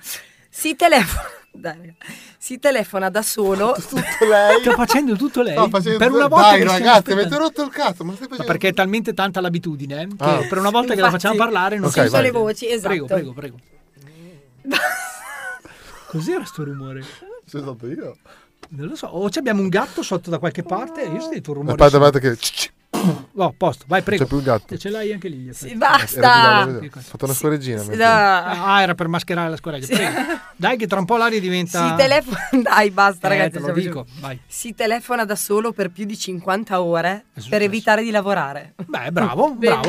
Si telefona. (laughs) Dai, raga. Si telefona da solo.
Tutto Ecco, lei.
Sta facendo tutto lei.
Sta Ah, facendo-
per una volta
Dai,
che stiamo
ragazzi,
aspettando.
avete rotto il cazzo. Ma stai
Ma
facendo...
perché è talmente tanta l'abitudine eh, che
Ah.
per una volta che la
Infatti,
facciamo parlare non
Ok,
sente.
vai.
le voci, esatto.
Prego, prego, prego. Cos'era sto rumore?
Sono stato io.
Non lo so. O c'è abbiamo un gatto sotto da qualche parte? Io ho sentito un
E
rumore.
poi guardate che c'è
No, a posto. Vai, prego.
più il gatto.
Ce l'hai anche lì.
Sì,
aspetta.
Era più
basta.
bello vedere. Ho fatto una scoreggina. mentre-
Da-
Ah, era per mascherare la scoreggia. Prego. Dai che tra un po' l'aria diventa...
Si telefona. (laughs) Dai, basta,
Eh,
ragazzi.
te lo
stiamo
dico.
giù.
Vai.
Si telefona da solo per più di 50 ore
successo?
per evitare di lavorare.
Beh, bravo, bravo,
Bellissimo.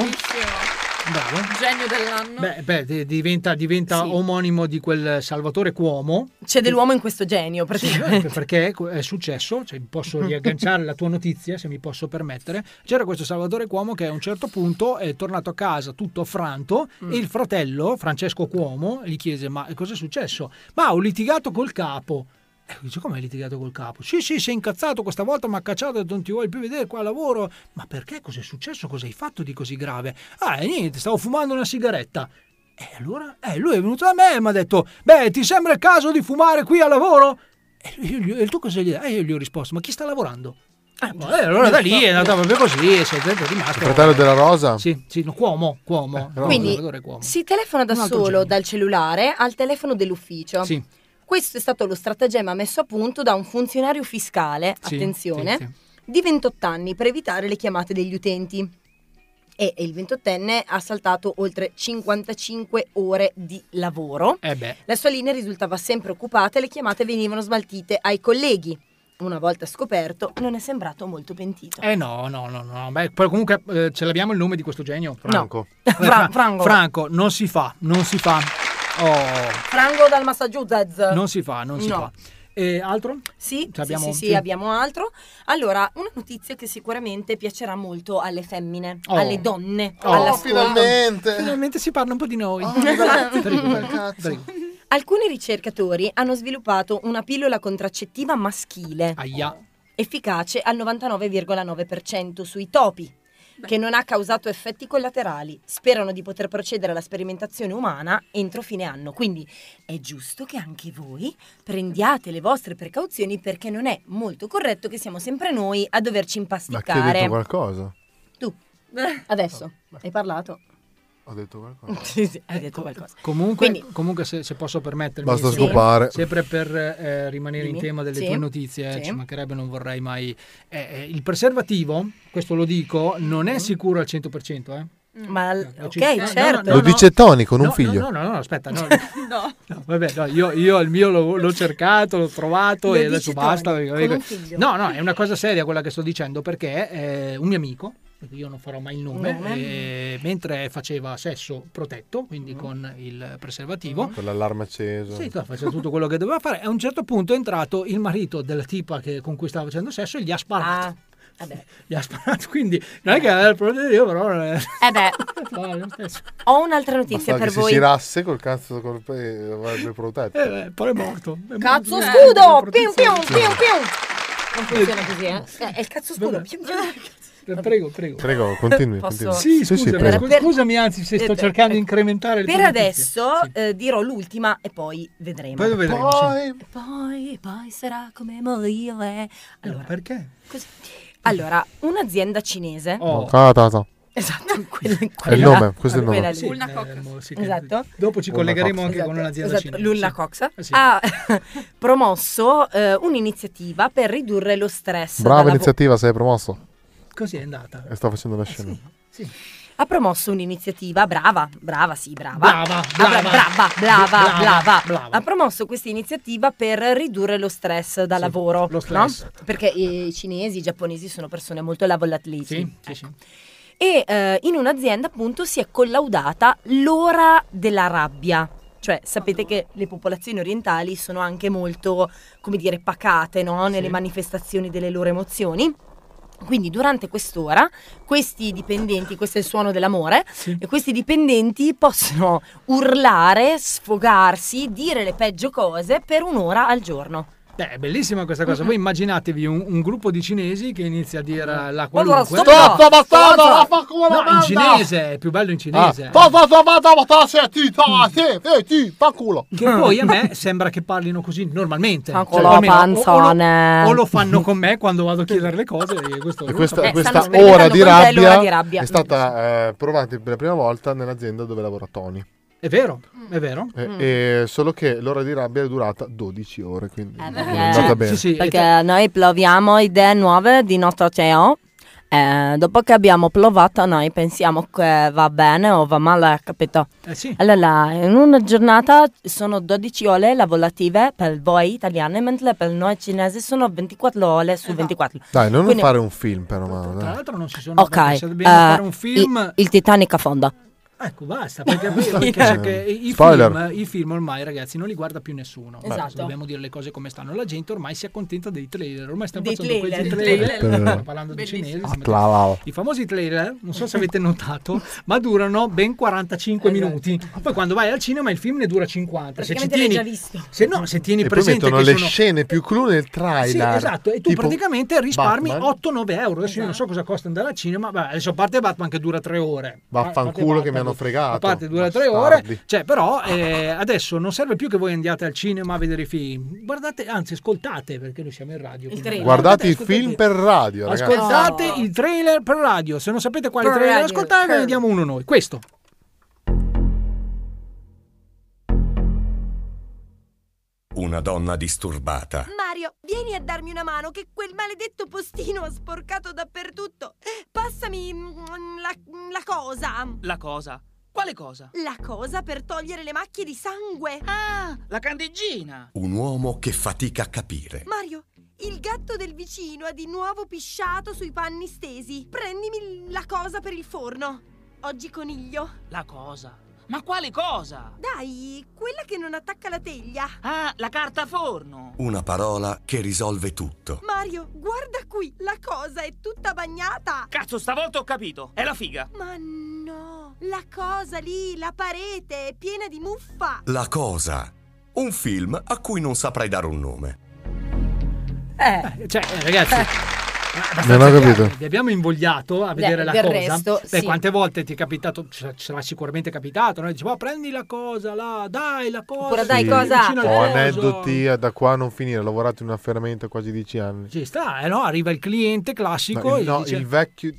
bravo.
Genio dell'anno.
Beh, beh, di- diventa, diventa
Sì.
omonimo di quel Salvatore Cuomo.
C'è dell'uomo in questo genio,
Sì,
(laughs) praticamente.
(laughs) perché è successo, cioè posso riagganciare la tua notizia se mi posso permettere. C'era questo Salvatore Cuomo che a un certo punto è tornato a casa tutto affranto e il fratello Francesco Cuomo gli chiese: Ma cosa è successo? Ma ho litigato col capo. E lui dice: Come hai litigato col capo? Sì, sì, si è incazzato questa volta, mi ha cacciato e non ti vuoi più vedere qua al lavoro. Ma perché? Cos'è successo? Cosa hai fatto di così grave? Ah, e niente, stavo fumando una sigaretta. E allora? Eh, lui è venuto da me e mi ha detto: Beh, ti sembra il caso di fumare qui al lavoro? E, lui- io gli- e tu cosa gli hai detto? Eh, io gli ho risposto: Ma chi sta lavorando?
Ah,
Eh, boh, eh, allora da lì è andata proprio così, si è detto rimasto.
Il fratello della Rosa? Eh,
Sì, sì, no, Cuomo, Cuomo.
Rosa.
Il
Quindi
giocatore Cuomo.
si telefona da
Un altro
solo
genio.
dal cellulare al telefono dell'ufficio.
Sì.
Questo è stato lo stratagemma messo a punto da un funzionario fiscale,
Sì,
attenzione,
sì,
di 28 anni per evitare le chiamate degli utenti. E il 28enne ha saltato oltre 55 ore di lavoro.
Eh beh.
La sua linea risultava sempre occupata e le chiamate venivano smaltite ai colleghi. Una volta scoperto, non è sembrato molto pentito.
Eh no, no, no, no. Beh, poi comunque eh, ce l'abbiamo il nome di questo genio?
Franco.
(laughs) Fra- Franco.
Franco, non si fa, non si fa. Oh,
Frango dal Massachusetts.
non si fa, non si
No.
fa. E altro?
Sì,
Cioè, abbiamo-
sì, sì,
sì.
sì, abbiamo altro. Allora, una notizia che sicuramente piacerà molto alle femmine,
Oh.
alle donne.
Oh,
all'ascolto. (laughs)
Finalmente si parla un po' di noi.
Oh,
(laughs) Prego, Oh, prego.
Alcuni ricercatori hanno sviluppato una pillola contraccettiva maschile,
Aia.
efficace al 99,9% sui topi, che non ha causato effetti collaterali. Sperano di poter procedere alla sperimentazione umana entro fine anno. Quindi è giusto che anche voi prendiate le vostre precauzioni perché non è molto corretto che siamo sempre noi a doverci
Ma che hai detto
impasticare.
qualcosa?
Tu, adesso, hai parlato.
Ho detto
(laughs)
qualcosa.
Sì, sì, hai detto qualcosa.
Ecco, Comunque, comunque se, se posso permettermi,
Basta
sempre-
scopare.
sempre per eh, rimanere
Dimmi.
in tema delle
Sì.
tue notizie, eh,
Sì.
ci mancherebbe, non vorrei mai. eh, eh, il preservativo, questo lo dico, non è sicuro al 100%. Eh.
Mm. Ma ok,
ci- no, no,
certo.
no, no.
Lo dice Tony con un
No,
figlio.
No, no, no, no, aspetta.
(laughs)
No, No, vabbè, no, io, io il mio l'ho, l'ho cercato, l'ho trovato
Lo
e
dici
adesso
tu,
basta.
con
perché-
un figlio.
No, no, è una cosa seria quella che sto dicendo perché eh, un mio amico, perché io non farò mai il nome,
Nome.
eh, mentre faceva sesso protetto, quindi
Mm.
con il preservativo,
(laughs) Con l'allarme acceso.
sì, sta facendo tutto quello che doveva fare. A un certo punto è entrato il marito della tipa che- con cui stava facendo sesso e gli ha sparato.
Ah, vabbè.
Gli ha sparato, quindi non è che aveva il problema io, però... non è-
Eh
(laughs)
beh,
No, è lo stesso.
ho un'altra notizia
Basta che
per
si
voi.
girasse col cazzo col
(laughs)
pe- avrebbe protetto.
Eh, beh, poi è morto. È morto.
Cazzo
Eh,
scudo!
per
Pium pium
protezione.
pium pium! Non funziona così, eh? Eh, È il cazzo scudo. Pium, pium.
Prego, prego.
Prego, continui.
Posso-
Sì,
continui.
scusami,
prego.
scu- scusami, anzi, se sto
Per-
cercando di incrementare il
Per adesso eh, dirò l'ultima e poi vedremo.
Poi lo vedremo. sì.
Poi-
Poi, poi sarà come morire.
No, Eh, perché?
Allora, un'azienda cinese.
Oh,
Ah, ta, ta.
(laughs)
Esatto, quella,
È il nome, questo è il
quella
nome.
lì.
sì,
Una
eh,
cocca.
mo- sì, che-
Esatto.
Dopo ci
Una
collegheremo
cocca.
anche con un'azienda
esatto,
cinese.
Lulla
sì.
Cox
Eh, sì.
ha (laughs) promosso eh, un'iniziativa per ridurre lo stress. da
Brava
lavo-
iniziativa, sei promosso.
Così è andata.
E sta facendo la scena.
Eh. Sì.
Ha promosso un'iniziativa, brava, brava, sì, brava.
Brava,
Ah, bra-
brava.
brava, brava,
Brava,
brava.
brava.
Ha promosso questa iniziativa per ridurre lo stress da
Sì,
lavoro.
lo stress.
no? Perché i cinesi, i giapponesi sono persone molto lavoratrici. Ecco.
Sì, sì, sì.
E eh, in un'azienda appunto si è collaudata l'ora della rabbia. Cioè, sapete che le popolazioni orientali sono anche molto, come dire, pacate no? nelle
Sì.
manifestazioni delle loro emozioni. Quindi durante quest'ora questi dipendenti, questo è il suono dell'amore, e questi dipendenti possono urlare, sfogarsi, dire le peggio cose per un'ora al giorno.
Beh, è bellissima questa cosa. Voi immaginatevi un, un gruppo di cinesi che inizia a dire la
Allora,
qualunque.
stop!
No,
basta, fa come
No, in cinese, è più bello in cinese.
fa culo.
Che poi a
(laughs)
me sembra che parlino così normalmente.
Fa
Cioè,
quello
almeno o-
panzone.
O, lo, o lo fanno con me quando vado a chiedere le cose. E questo
E questa,
Eh,
questa
stanno
ora,
sperimentando
di
quant'è l'ora
rabbia
di rabbia.
è stata eh, provata per la prima volta nell'azienda dove lavora Tony.
È vero, è vero.
Eh,
Mm.
eh, solo che l'ora di rabbia è durata 12 ore, quindi
Eh,
non
perché-
è andata
Sì,
bene.
Sì, sì, e-
Perché noi ploviamo idee nuove di nostro CEO. eh, dopo che abbiamo plovato noi pensiamo che va bene o va male, capito?
eh, sì.
Allora, in una giornata sono 12 ore lavorative per voi italiani, mentre per noi cinesi sono 24 ore su 24.
Dai, non
Quindi-
fare un film però, ma,
Eh, Tra
dai.
l'altro non si sono
Ok,
se dobbiamo
eh,
fare un film.
il, il Titanic affonda.
Ecco, basta, perché,
(laughs)
(laughs)
perché c'è che i, i
Spoiler.
film, i film ormai, ragazzi, non li guarda più nessuno.
Esatto.
Se Dobbiamo dire le cose come stanno. La gente ormai si accontenta dei trailer. Ormai stiamo
Dei
facendo
trailer,
questi
dei
trailer.
trailer.
Stiamo parlando di
Bellissimo.
cinese.
Ah,
stiamo-
la, la, la.
I famosi trailer, eh, non so se
(laughs)
avete notato, ma durano ben
Eh,
45 minuti. Poi quando vai al cinema il film ne dura 50. Se ci
Praticamente l'hai
tieni,
già visto.
se no, se tieni
E poi
presente
mettono
che
le
sono
scene più clou nel trailer.
sì, esatto, e tu
tipo
praticamente risparmi
Batman.
8-9 euro. Adesso io non so cosa costa andare al cinema, ma adesso a parte Batman che dura 3 ore.
Vaffanculo
A parte
che mi hanno hanno fregato.
A parte dura tre
Bastardi.
ore, cioè, però eh, adesso non serve più che voi andiate al cinema a vedere i film. Guardate, anzi, ascoltate perché noi siamo in radio. quindi-
Eh,
trailer. Guardate i film per radio, ragazzi.
eh, Ascoltate i trailer per radio. Se non sapete quale
Per
trailer
radio,
ascoltare,
per-
ne diamo uno noi. Questo.
Una donna disturbata.
Mario, vieni a darmi una mano che quel maledetto postino (laughs) ha sporcato dappertutto. Passami mm, la, la cosa.
La cosa? Quale cosa?
La cosa per togliere le macchie di sangue.
Ah! La candeggina!
Un uomo che fatica a capire.
Mario, il gatto del vicino ha di nuovo pisciato sui panni stesi. Prendimi la cosa per il forno. Oggi coniglio.
La cosa? Ma quale cosa?
Dai, quella che non attacca la teglia.
Ah, la carta forno.
Una parola che risolve tutto.
Mario, guarda qui, la cosa è tutta bagnata.
Cazzo, stavolta ho capito. È la figa.
Ma no, la cosa lì, la parete, è piena di muffa.
La cosa. Un film a cui non saprai dare un nome.
Eh, cioè, eh, ragazzi.
Oh.
Non ho capito.
Vi abbiamo invogliato a
Beh,
vedere la
del
cosa.
resto,
Beh,
sì.
quante volte ti è capitato? Ce sarà sicuramente capitato. Noi diciamo, "Oh, prendi la cosa, là, dai la cosa.
Sì.
vicino al
Ho
coso."
aneddoti a da qua a non finire. Ho lavorato in una ferramenta quasi dieci anni.
Ci sta, eh, no? Arriva il cliente classico.
No, il-
e
no,
dice-
il vecchio.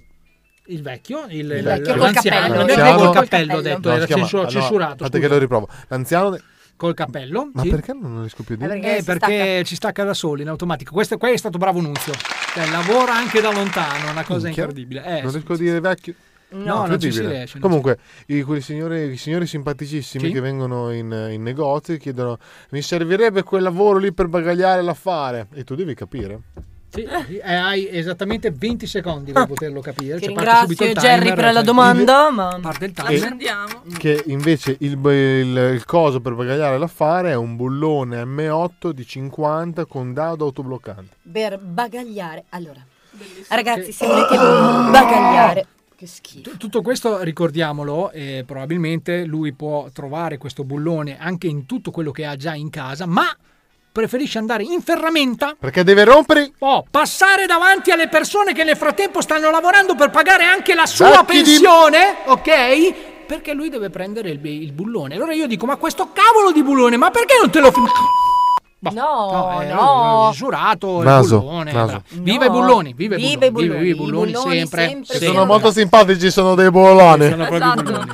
Il vecchio, il,
Il
vecchio
vecchio
col
col
cappello.
cappello.
col
L'anziano-
cappello, ho detto,
No,
era
si chiama-
censur-
allora,
censurato.
aspetta che
scusa.
lo riprovo. L'anziano.
Col cappello.
Ma
sì.
perché non riesco più a
Eh,
dire?
perché, ci stacca da soli in automatico. Questo, questo è stato bravo Nunzio. Cioè, lavora anche da lontano, una cosa
Minchia.
incredibile. Eh,
non riesco a dire vecchio.
No, non ci si
Incredibile.
riesce, non
Comunque, i, quei signori, i signori simpaticissimi
Sì.
che vengono in, in negozio e chiedono: Mi servirebbe quel lavoro lì per bagagliare l'affare. E tu devi capire.
Sì, eh, hai esattamente 20 secondi per poterlo capire.
Ah, Ti
Cioè, parte subito
ringrazio
il
Jerry
timer,
per la
cioè,
domanda,
in-
ma
Parte il
E-
timer.
Eh. Che invece il, il- il coso per bagagliare l'affare è un bullone M8 di 50 con dado autobloccante.
Per bagagliare. Allora,
ragazzi, se volete bagagliare.
Che schifo.
T- Tutto questo ricordiamolo, eh, probabilmente lui può trovare questo bullone anche in tutto quello che ha già in casa, ma preferisce andare in ferramenta.
Perché deve rompere?
Oh, passare davanti alle persone che nel frattempo stanno lavorando per pagare anche la sua
Vecchi di-
pensione, ok? Perché lui deve prendere il, il bullone. Allora io dico, ma questo cavolo di bullone, ma perché non te lo... fi- Boh,
No,
eh,
no.
Misurato,
Naso,
il bullone.
naso.
bravo. Viva i bulloni, viva, i
Viva i
bulloni, viva
bulloni,
i bulloni,
i bulloni
sempre.
sempre,
sempre.
Sono molto simpatici, sono dei boloni.
Sono proprio
Esatto.
i bulloni.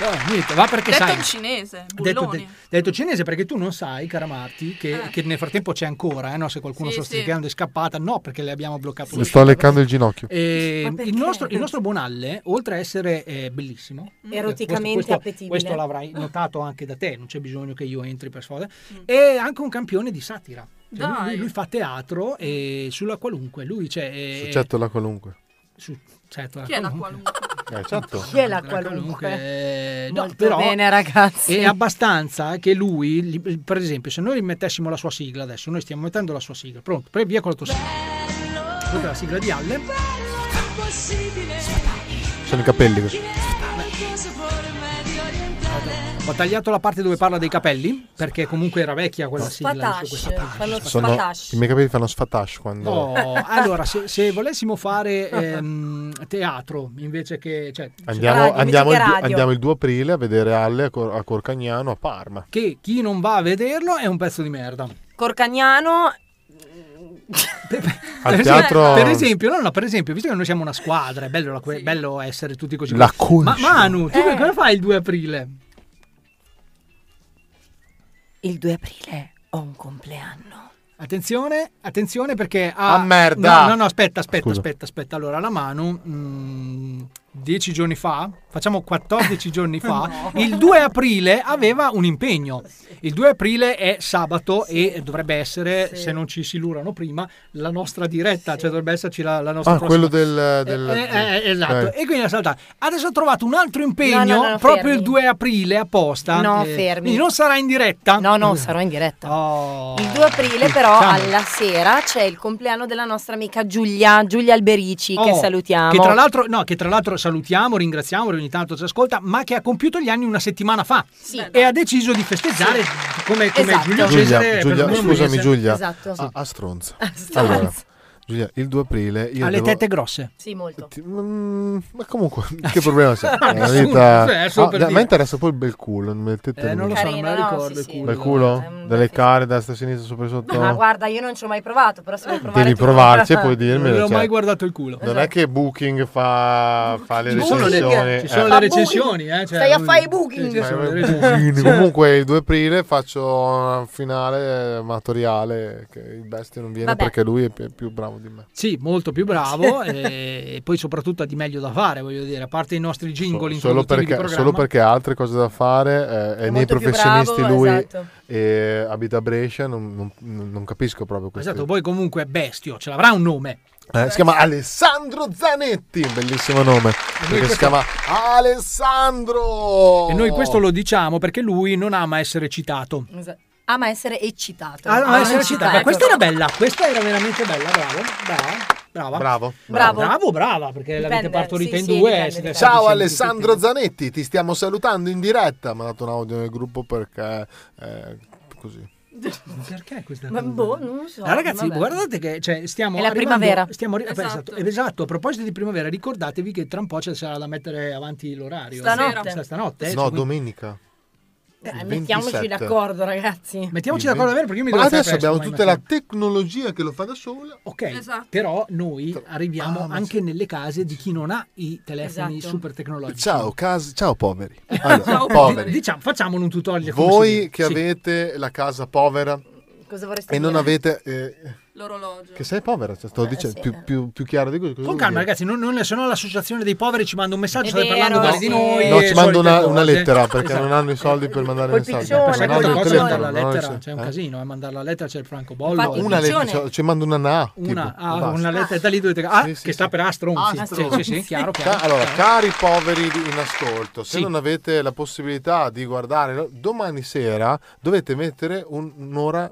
Eh, niente, va perché
Detto
sai.
in cinese,
Detto,
bulloni.
de-
Eh.
detto cinese perché tu non sai, cara Marti, che, che nel frattempo c'è ancora, eh, no? se qualcuno
Sì,
sta
sì.
stricando è scappata, no perché le abbiamo bloccato
Mi sto leccando il ginocchio.
Eh,
Ma perché?
il, nostro, il nostro Bonalle, oltre a essere eh, bellissimo,
Mm.
Eroticamente
questo- questo-
appetibile.
questo l'avrai notato anche da te, non c'è bisogno che io entri per sfoga, è anche un campione di satira. Cioè, lui-
Mm. Dai.
lui, lui fa teatro e sulla qualunque, lui c'è... eh,
Succetto la qualunque.
su- certo,
Chi è la qualunque?
Eh, certo.
Chi è la
qualunque? Eh, No,
Molto
però
bene, ragazzi.
È abbastanza che lui, li- per esempio, se noi mettessimo la sua sigla adesso, noi stiamo mettendo la sua sigla. Pronto, pre via con la tua sigla. Questa è la sigla di Halle.
Sono i capelli. questi.
Ho tagliato la parte dove parla dei capelli, perché comunque era vecchia quella sigla. su questa parte.
Fanno
Sono-
spatash.
I miei capelli fanno sfatash quando.
No, allora, se, se volessimo fare ehm, teatro invece che... Cioè,
Andiamo,
radio,
andiamo il,
invece che
du-
radio.
andiamo il 2 aprile a vedere Alle a, Cor- a Corcagnano a Parma.
Che chi non va a vederlo è un pezzo di merda.
Corcagnano
Al
per esempio,
teatro-
per esempio, no, no, per esempio, visto che noi siamo una squadra, è bello, la que- bello essere tutti così.
La
Ma Manu, tu
Eh.
cosa fai il 2 aprile?
Il 2 aprile ho un compleanno.
Attenzione, attenzione perché ha...
Ah, merda!
No, no, no, aspetta, aspetta,
Scusa.
aspetta, aspetta. Allora, la Manu, mm, dieci giorni fa, facciamo 14 giorni fa,
(laughs)
il 2 aprile aveva un impegno. Il 2 aprile è sabato e dovrebbe essere, se non ci si lurano prima, la nostra diretta, cioè dovrebbe esserci la, la nostra
Ah,
prossima-
quello del. del-
Eh, eh, eh, esatto,
ok.
e quindi ha saltato. Adesso ho trovato un altro impegno
No, no, no,
proprio
fermi.
il 2 aprile apposta.
No,
eh,
fermi.
Quindi non sarà in diretta. Oh.
No, no, sarò in diretta.
Il
2 aprile però
Diciamo.
alla sera c'è il compleanno della nostra amica Giulia, Giulia Alberici, che
Oh,
salutiamo.
Che tra, l'altro, no, che tra l'altro salutiamo, ringraziamo, ogni tanto ci ascolta, ma che ha compiuto gli anni una settimana fa e ha deciso di festeggiare come, come
Esatto.
Giulio
Giulia,
Cesare.
Giulia, Ah,
per noi
scusami,
Luisa.
Giulia.
Esatto.
A, a stronzo.
A stronzo.
Allora, Giulia, il 2 aprile io
Ha le
devo-
tette grosse.
Sì, molto.
Ti- mm, ma
(laughs)
comunque, (laughs) che problema c'è?
Ah,
La
nessuno,
vita-
cioè, è solo
Ah,
per dire.
da- A me interessa poi il bel culo. le tette
Eh, non lo
lunghe.
so, non me
Carino,
la
no?
ricordo il
Sì, sì.
culo.
Bel culo? Dalle care, da destra a sinistra, sopra e sotto.
Oh.
Ma guarda, io non ci ho mai provato, però se vuoi provare
Devi
tu-
(laughs)
provarci e poi dirmelo.
Non l'ho
cioè,
mai guardato il culo.
Non è che Booking fa, fa le
Ci sono le-
recensioni.
ci sono
eh.
le recensioni, Cioè. eh, cioè,
Stai a
non-
fare i
Sì, ci
booking.
sono le
Quindi,
recensioni.
comunque il 2 aprile faccio un finale amatoriale che il bestia non viene
Vabbè.
perché lui è pi- più bravo di me
Sì, molto più bravo (laughs) eh, e, e poi soprattutto ha di meglio da fare, voglio dire, a parte i nostri jingle
solo
introduttivi di
perché,
programma.
solo perché ha altre cose da fare eh, è, nei
molto più
professionisti
bravo,
lui
esatto.
e abita a Brescia non, non- non- non capisco proprio questo
Esatto, poi comunque è bestio, ce l'avrà un nome.
Eh, si chiama Alessandro Zanetti un bellissimo nome perché si
questo-
chiama Alessandro
E noi questo lo diciamo perché lui non ama essere citato.
Ama essere eccitato.
Ah, no, essere citato. Ma
ecco.
Questa era bella, questa era veramente bella, bravo, brava, brava.
Bravo.
bravo,
Bravo.
brava, perché l'avete
Dipende,
partorita
sì,
in
sì,
due.
dipende,
siete
dipende.
stati
Ciao
sempre
Alessandro Zanetti, ti stiamo salutando in diretta. Mi ha dato un audio nel gruppo perché eh, così.
Perché questa
Ma
cosa?
boh, non lo so.
Ah, ragazzi,
vabbè.
guardate che cioè, stiamo
È la
arrivando-
primavera.
Stiamo arri- eh, beh, esatto.
Esatto.
esatto, a proposito di primavera, ricordatevi che tra un po' ci sarà da mettere avanti l'orario.
Stanotte.
Sta- stanotte, eh,
no,
cioè, quindi-
domenica.
Dai,
Il
Mettiamoci
27.
Ecco, d'accordo, ragazzi.
Mettiamoci d'accordo davvero perché io mi
Ma
devo
adesso
stare presto,
abbiamo
ma
tutta la
immagino.
tecnologia che lo fa da sola. Ah,
Ok, però noi arriviamo anche nelle case di chi non ha i telefoni
Esatto.
super tecnologici.
Ciao, cas-
(laughs)
ciao poveri. Allora,
Ciao,
poveri.
Diciamo, facciamolo un tutorial. come si
Voi
dice.
che
Sì.
avete la casa povera
Cosa vorreste
e non
dire?
avete... eh,
L'orologio.
che sei povera, cioè, sto
Eh, sì.
dicendo più, più, più chiaro di così. cosa
Con
vuol
calma,
dire?
ragazzi, non, non, se no l'associazione dei poveri ci manda un messaggio, state
vero,
parlando male di
sì.
noi.
No,
e
ci mando una,
solite
una
cose.
lettera perché
Esatto.
non hanno i soldi per mandare
Col
messaggi.
piccione,
Perché non
col
hanno il
piccione.
telefono,
la
non hanno il
lettera, c'è un
eh.
casino, eh, mandare la lettera c'è il francobollo.
Infatti, una lettera, cioè, ci mando una na.
Una,
tipo,
ah,
basta.
una lettera da lì dovete ah, che sta per astronzi.
Ah, Astro.
Sì, sì, sì, chiaro,
Ca-
chiaro.
allora,
chiaro.
cari poveri di- in ascolto, se
Sì.
non avete la possibilità di guardare domani sera, dovete mettere un- un'ora.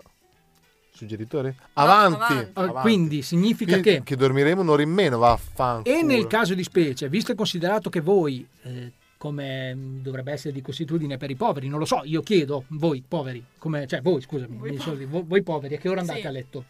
Suggeritore? Avanti.
avanti. Ah,
avanti.
Quindi significa
Quindi
che-
dormiremo un'ora in meno, vaffanculo.
E nel caso di specie, visto e considerato che voi, eh, come mh, dovrebbe essere di costitudine per i poveri, non lo so, io chiedo, voi poveri, come, cioè voi scusami, mi sono detto, voi, voi poveri, a che ora andate
Sì.
a letto?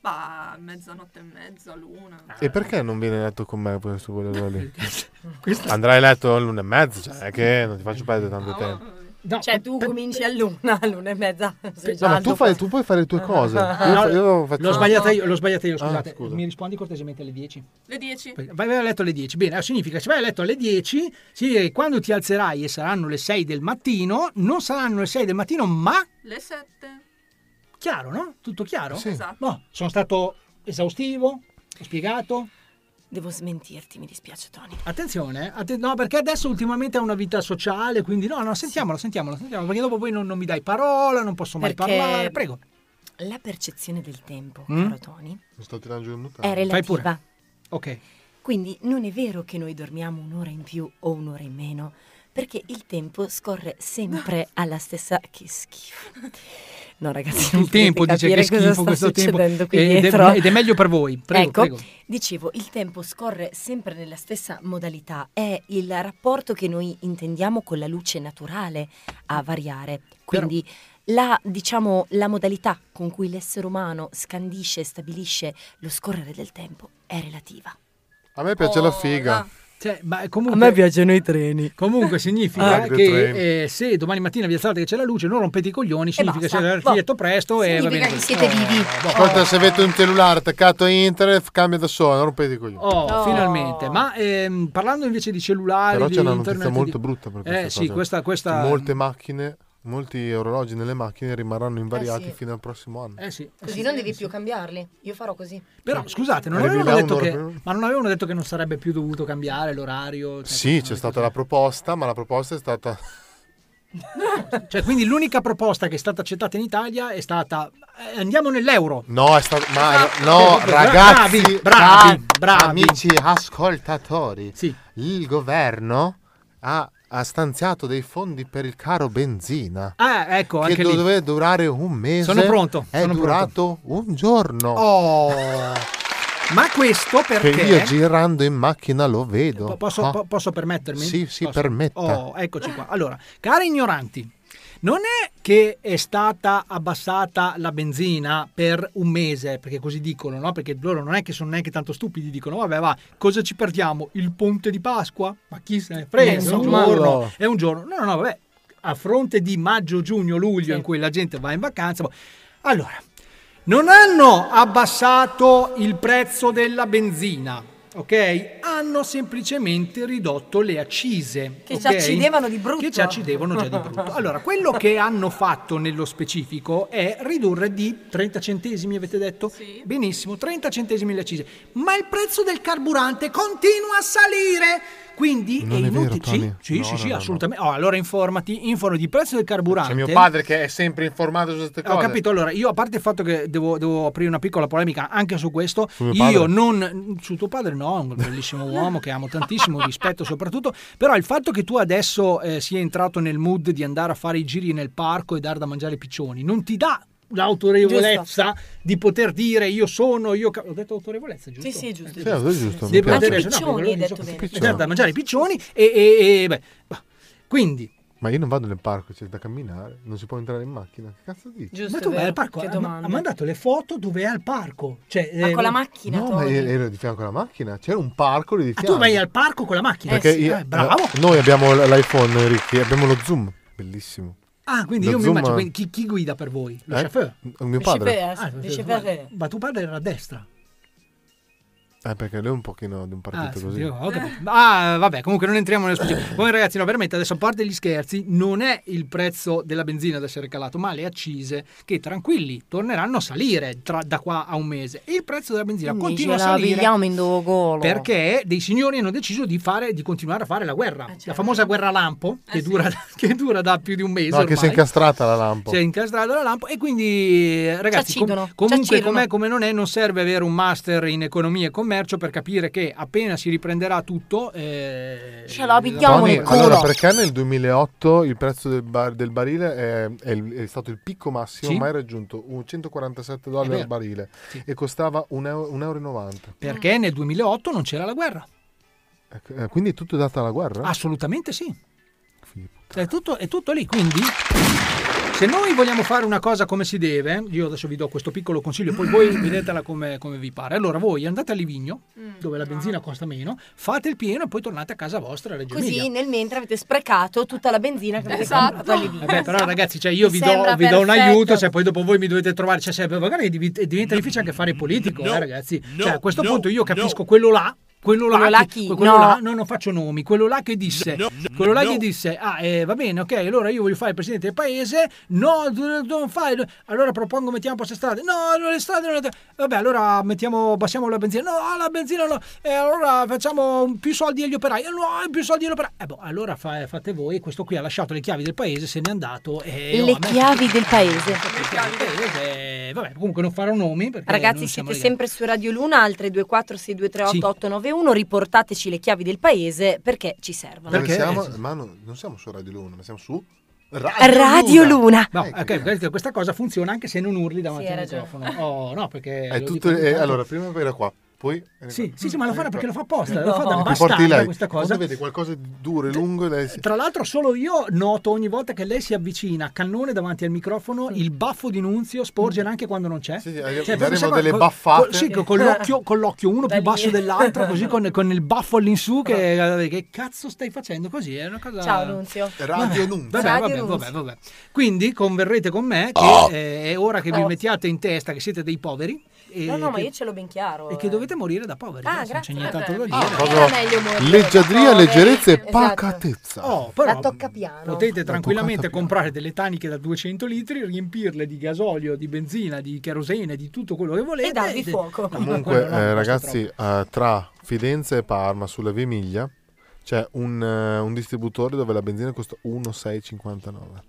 Bah, mezzanotte e mezza, l'una.
E perché non viene letto con me questo quello lì?
(laughs) Questo- Ah,
Andrai a letto all'una e mezzo, cioè, è che non ti faccio perdere tanto tempo.
cioè, tu cominci all'una, (laughs) all'una e mezza. sei
No,
già
ma
alto.
tu, fai- tu puoi fare le tue (laughs) cose. Io,
Ah,
fa- io faccio...
L'ho sbagliata io, l'ho sbagliata io,
Ah,
scusate.
scusa.
Mi rispondi cortesemente alle 10.
Le 10.
Vai vai a letto alle 10. Bene, allora significa se vai a letto alle 10, significa che quando ti alzerai e saranno le 6 del mattino, non saranno le 6 del mattino, ma
Le 7.
chiaro, no? Tutto chiaro?
Sì. Esatto.
No, sono stato esaustivo, ho spiegato.
Devo smentirti, mi dispiace, Tony.
Attenzione, atten- no, perché adesso ultimamente è una vita sociale, quindi no, no, sentiamolo, sentiamolo, sentiamolo, perché dopo voi non, non mi dai parola, non posso mai
Perché-
parlare. Prego.
La percezione del tempo,
Mm?
caro Tony,
Mi sto tirando giù il mutante.
è
Fai pure.
relativa.
Ok.
Quindi non è vero che noi dormiamo un'ora in più o un'ora in meno, perché il tempo scorre sempre alla stessa... Che schifo. No, (laughs) ragazzi, non
il tempo
potete
dice che
capire cosa
schifo
sta
questo tempo
succedendo qui
ed,
dietro.
è, ed è meglio per voi. Prego,
ecco,
prego.
dicevo, il tempo scorre sempre nella stessa modalità, è il rapporto che noi intendiamo con la luce naturale a variare, quindi la, diciamo, la modalità con cui l'essere umano scandisce e stabilisce lo scorrere del tempo è relativa.
A me piace
Oh,
la figa.
Cioè, ma comunque,
piacciono i treni.
comunque significa
Ah.
che eh, se domani mattina vi alzate che c'è la luce, non rompete i coglioni, significa che
basta. Boh.
c'è l'architetto presto e va
Significa che
bene. così. Oh,
siete
boh.
vivi.
Ascolta, se avete un cellulare attaccato a internet, cambia da solo, non rompete i coglioni.
Oh, finalmente. Ma ehm, parlando invece di cellulari,
Però
di
c'è una
internet,
notizia
di-
molto brutta per questa
Eh sì,
cosa.
questa, questa...
Che Molte macchine, molti orologi nelle macchine rimarranno invariati
Eh sì.
fino al prossimo anno.
Eh sì.
Così non devi più cambiarli, io farò così.
Però scusate, non
Arrivi
avevano
là
detto
un'ora
che, ma non avevano detto che non sarebbe più dovuto cambiare l'orario. Cioè,
Eh,
Sì, c'è stata la proposta, ma la proposta è stata
cioè, quindi l'unica proposta che è stata accettata in Italia è stata eh, andiamo nell'euro.
No, è stato. Ma
Eh,
Ah, no,
proprio,
ragazzi,
bravi, bravi,
ra-
bravi.
amici ascoltatori, il governo ha, ha stanziato dei fondi per il caro benzina.
Ah, ecco,
che
anche lì.
doveva durare un mese.
Sono pronto,
È
sono
durato un giorno.
Oh. Ma questo perché
Che io girando in macchina lo vedo.
Po- Posso,
Ah,
po- posso permettermi?
Sì, sì,
Posso?
permetta.
Oh, eccoci qua. Allora, cari ignoranti, Non è che è stata abbassata la benzina per un mese, perché così dicono, no? Perché loro non è che sono neanche tanto stupidi, dicono, vabbè, va, cosa ci partiamo? Il ponte di Pasqua? Ma chi se ne frega? È un
Insomma,
giorno,
no.
è un giorno. No, no, no, vabbè, a fronte di maggio, giugno, luglio, in cui la gente va in vacanza. boh. Allora, non hanno abbassato il prezzo della benzina, ok? Hanno semplicemente ridotto le accise.
Che ci
ok?
accidevano di brutto.
Che ci accidevano già di brutto. Allora, quello che hanno fatto nello specifico è ridurre di 30 centesimi, avete detto? Benissimo, 30 centesimi le accise. Ma il prezzo del carburante continua a salire. Quindi
Non
è
è vero,
inutile.
Tony.
sì, sì,
No,
sì,
no,
sì
no, no.
assolutamente. Oh, allora informati, informati di prezzo del carburante.
C'è mio padre che è sempre informato su queste cose.
Ho capito, allora io a parte il fatto che devo, devo aprire una piccola polemica anche su questo,
Su mio
io
padre?
non... su tuo padre no, è un bellissimo uomo che amo tantissimo,
(laughs)
rispetto soprattutto, però il fatto che tu adesso eh, sia entrato nel mood di andare a fare i giri nel parco e dar da mangiare ai piccioni non ti dà l'autorevolezza di poter dire io sono, io... ca- Ho detto autorevolezza, giusto?
Sì, sì, è giusto.
Sì, è giusto, mi
Di
piace.
poter-
Anche
no,
piccioni,
perché
hai detto
so-
bene.
e dar da mangiare ai piccioni e... e- e- beh, quindi...
Ma io non vado nel parco, c'è da camminare, non si può entrare in macchina. Che cazzo dici?
Ma tu vai al parco? Ha, ma- ha mandato le foto dove è al parco. Cioè, eh,
No, ma ero ero di fianco alla macchina, c'era un parco lì di
Ah,
fianco.
tu vai al parco con la macchina?
Perché
Eh sì,
io-
eh, bravo.
eh, noi abbiamo l- l'iPhone, Ricky, abbiamo lo Zoom, bellissimo.
Ah, quindi
Lo
io mi
Zoom,
immagino,
eh,
quindi chi, chi guida per voi? Lo
eh?
chauffeur?
Mio padre.
Ah,
il
lo
chauffeur è-
Ma tuo padre era a destra.
Eh, perché lui è un pochino di un
Ah,
partito
sì,
così.
io- ho capito. Ah, vabbè, comunque non entriamo nello specifico. Voi ragazzi, no, veramente, adesso a parte gli scherzi, non è il prezzo della benzina ad essere calato, ma le accise che tranquilli torneranno a salire tra- da qua a un mese. E il prezzo della benzina continua a
la
salire.
pigliamo in dogolo.
Perché dei signori hanno deciso di, fare, di continuare a fare la guerra, la famosa guerra lampo, che, dura, (laughs) che dura da più di un mese.
No, che si è
ormai.
incastrata la lampo.
Si è incastrata la lampo e quindi eh, ragazzi
Ci
com-
accidono, ci
comunque
accidono.
com'è come non è non serve avere un master in economia e commercio per capire che appena si riprenderà tutto eh,
Ce la pigliamo
Tony,
nel
allora,
culo.
perché nel 2008 il prezzo del, bar- del barile è, è il- è stato il picco massimo
Sì.
mai raggiunto, un
È
147 dollari
vero.
al barile, e costava 1,90 euro. un euro e novanta.
perché nel 2008 non c'era la guerra
Ecco, eh, quindi è tutto dato alla guerra?
assolutamente sì è tutto, è tutto lì quindi se noi vogliamo fare una cosa come si deve io adesso vi do questo piccolo consiglio poi voi vedetela come, come vi pare allora voi andate a Livigno dove la benzina costa meno fate il pieno e poi tornate a casa vostra a Reggio
Così
Emilia. Esatto.
nel mentre avete sprecato tutta la benzina che avete comprato lì.
Vabbè, però ragazzi, cioè, io
Mi
vi do,
sembra
vi do un
perfetto.
aiuto, se poi dopo voi mi dovete trovare, cioè, se- magari div- diventa difficile anche fare politico,
No,
eh, ragazzi.
no,
Cioè, a questo
no,
punto io
no.
capisco quello là. Quello là,
Quello là
che-
chi?
quello
Ah, No.
là- no, non faccio nomi. Quello là che disse,
No, no,
quello là
no.
che disse, ah, eh, va bene, ok, allora io voglio fare il presidente del paese. No, tu- tu non fai. Allora propongo, mettiamo queste strade. No, allora le strade non le- Vabbè, allora mettiamo, abbassiamo la benzina. No, ah, la benzina no. E allora facciamo un- più soldi agli operai. Eh, No, più soldi agli operai. Eh, boh, allora fa- fate voi. Questo qui ha lasciato le chiavi del paese, se n'è andato. E oh,
Le
a me-
chiavi del paese.
eh, vabbè, comunque non farò nomi. Perché
Ragazzi,
non
siete
siamo legati.
sempre su Radio Luna, altre 246238891. Riportateci le chiavi del paese perché ci servono.
Dove siamo? Ma no, non siamo su Radio Luna, ma siamo su Radio, Ecco,
Radio Luna.
No, ok, guardate, questa cosa funziona anche se non urli davanti
Sì, hai
al
ragione.
microfono. Oh, no, perché
È
lo dico
tutto,
ogni
eh,
tanto.
allora, prima era qua, poi... era
Sì,
qua.
sì, sì, ma lo farà perché lo fa apposta,
No.
lo fa da
Ti
bastarda
porti lei.
questa cosa.
Quando vede qualcosa di duro e lungo, lei si-
Tra l'altro solo io noto ogni volta che lei si avvicina a cannone davanti al microfono il baffo di Nunzio
Mm.
sporgere anche quando non c'è. Cioè,
eh, daremo
proprio sembra
delle
co-
baffate.
co- sì, co- con l'occhio, con l'occhio uno più basso dell'altro, così con, con il baffo all'insù
(laughs)
che, che cazzo stai facendo così? È una cosa...
Ciao Nunzio.
Radio
Vabbè,
Nunzio.
Vabbè,
Radio
vabbè,
Nunzio.
vabbè, vabbè. Quindi converrete con me che eh, è ora che vi
Oh.
mettiate in testa che siete dei poveri. E
No, no, ma
che-
io ce l'ho ben chiaro.
e che dovete morire da poveri,
Ah,
basta, non c'è
grazie,
nient'altro da
vabbè.
dire.
Ah, proprio Era meglio morire
leggiadria,
da poveri.
leggerezza e
Esatto.
pacatezza.
Oh, però
La tocca eh. piano.
potete
La
tranquillamente
toccata piano.
comprare delle taniche da 200 litri, riempirle di gasolio, di benzina, di cherosene, di tutto quello che volete.
E darvi fuoco.
No,
Comunque,
quello no,
eh,
non costa
ragazzi, eh, tra Firenze e Parma, sulla via Emilia, c'è un, eh, un distributore dove la benzina costa 1,659.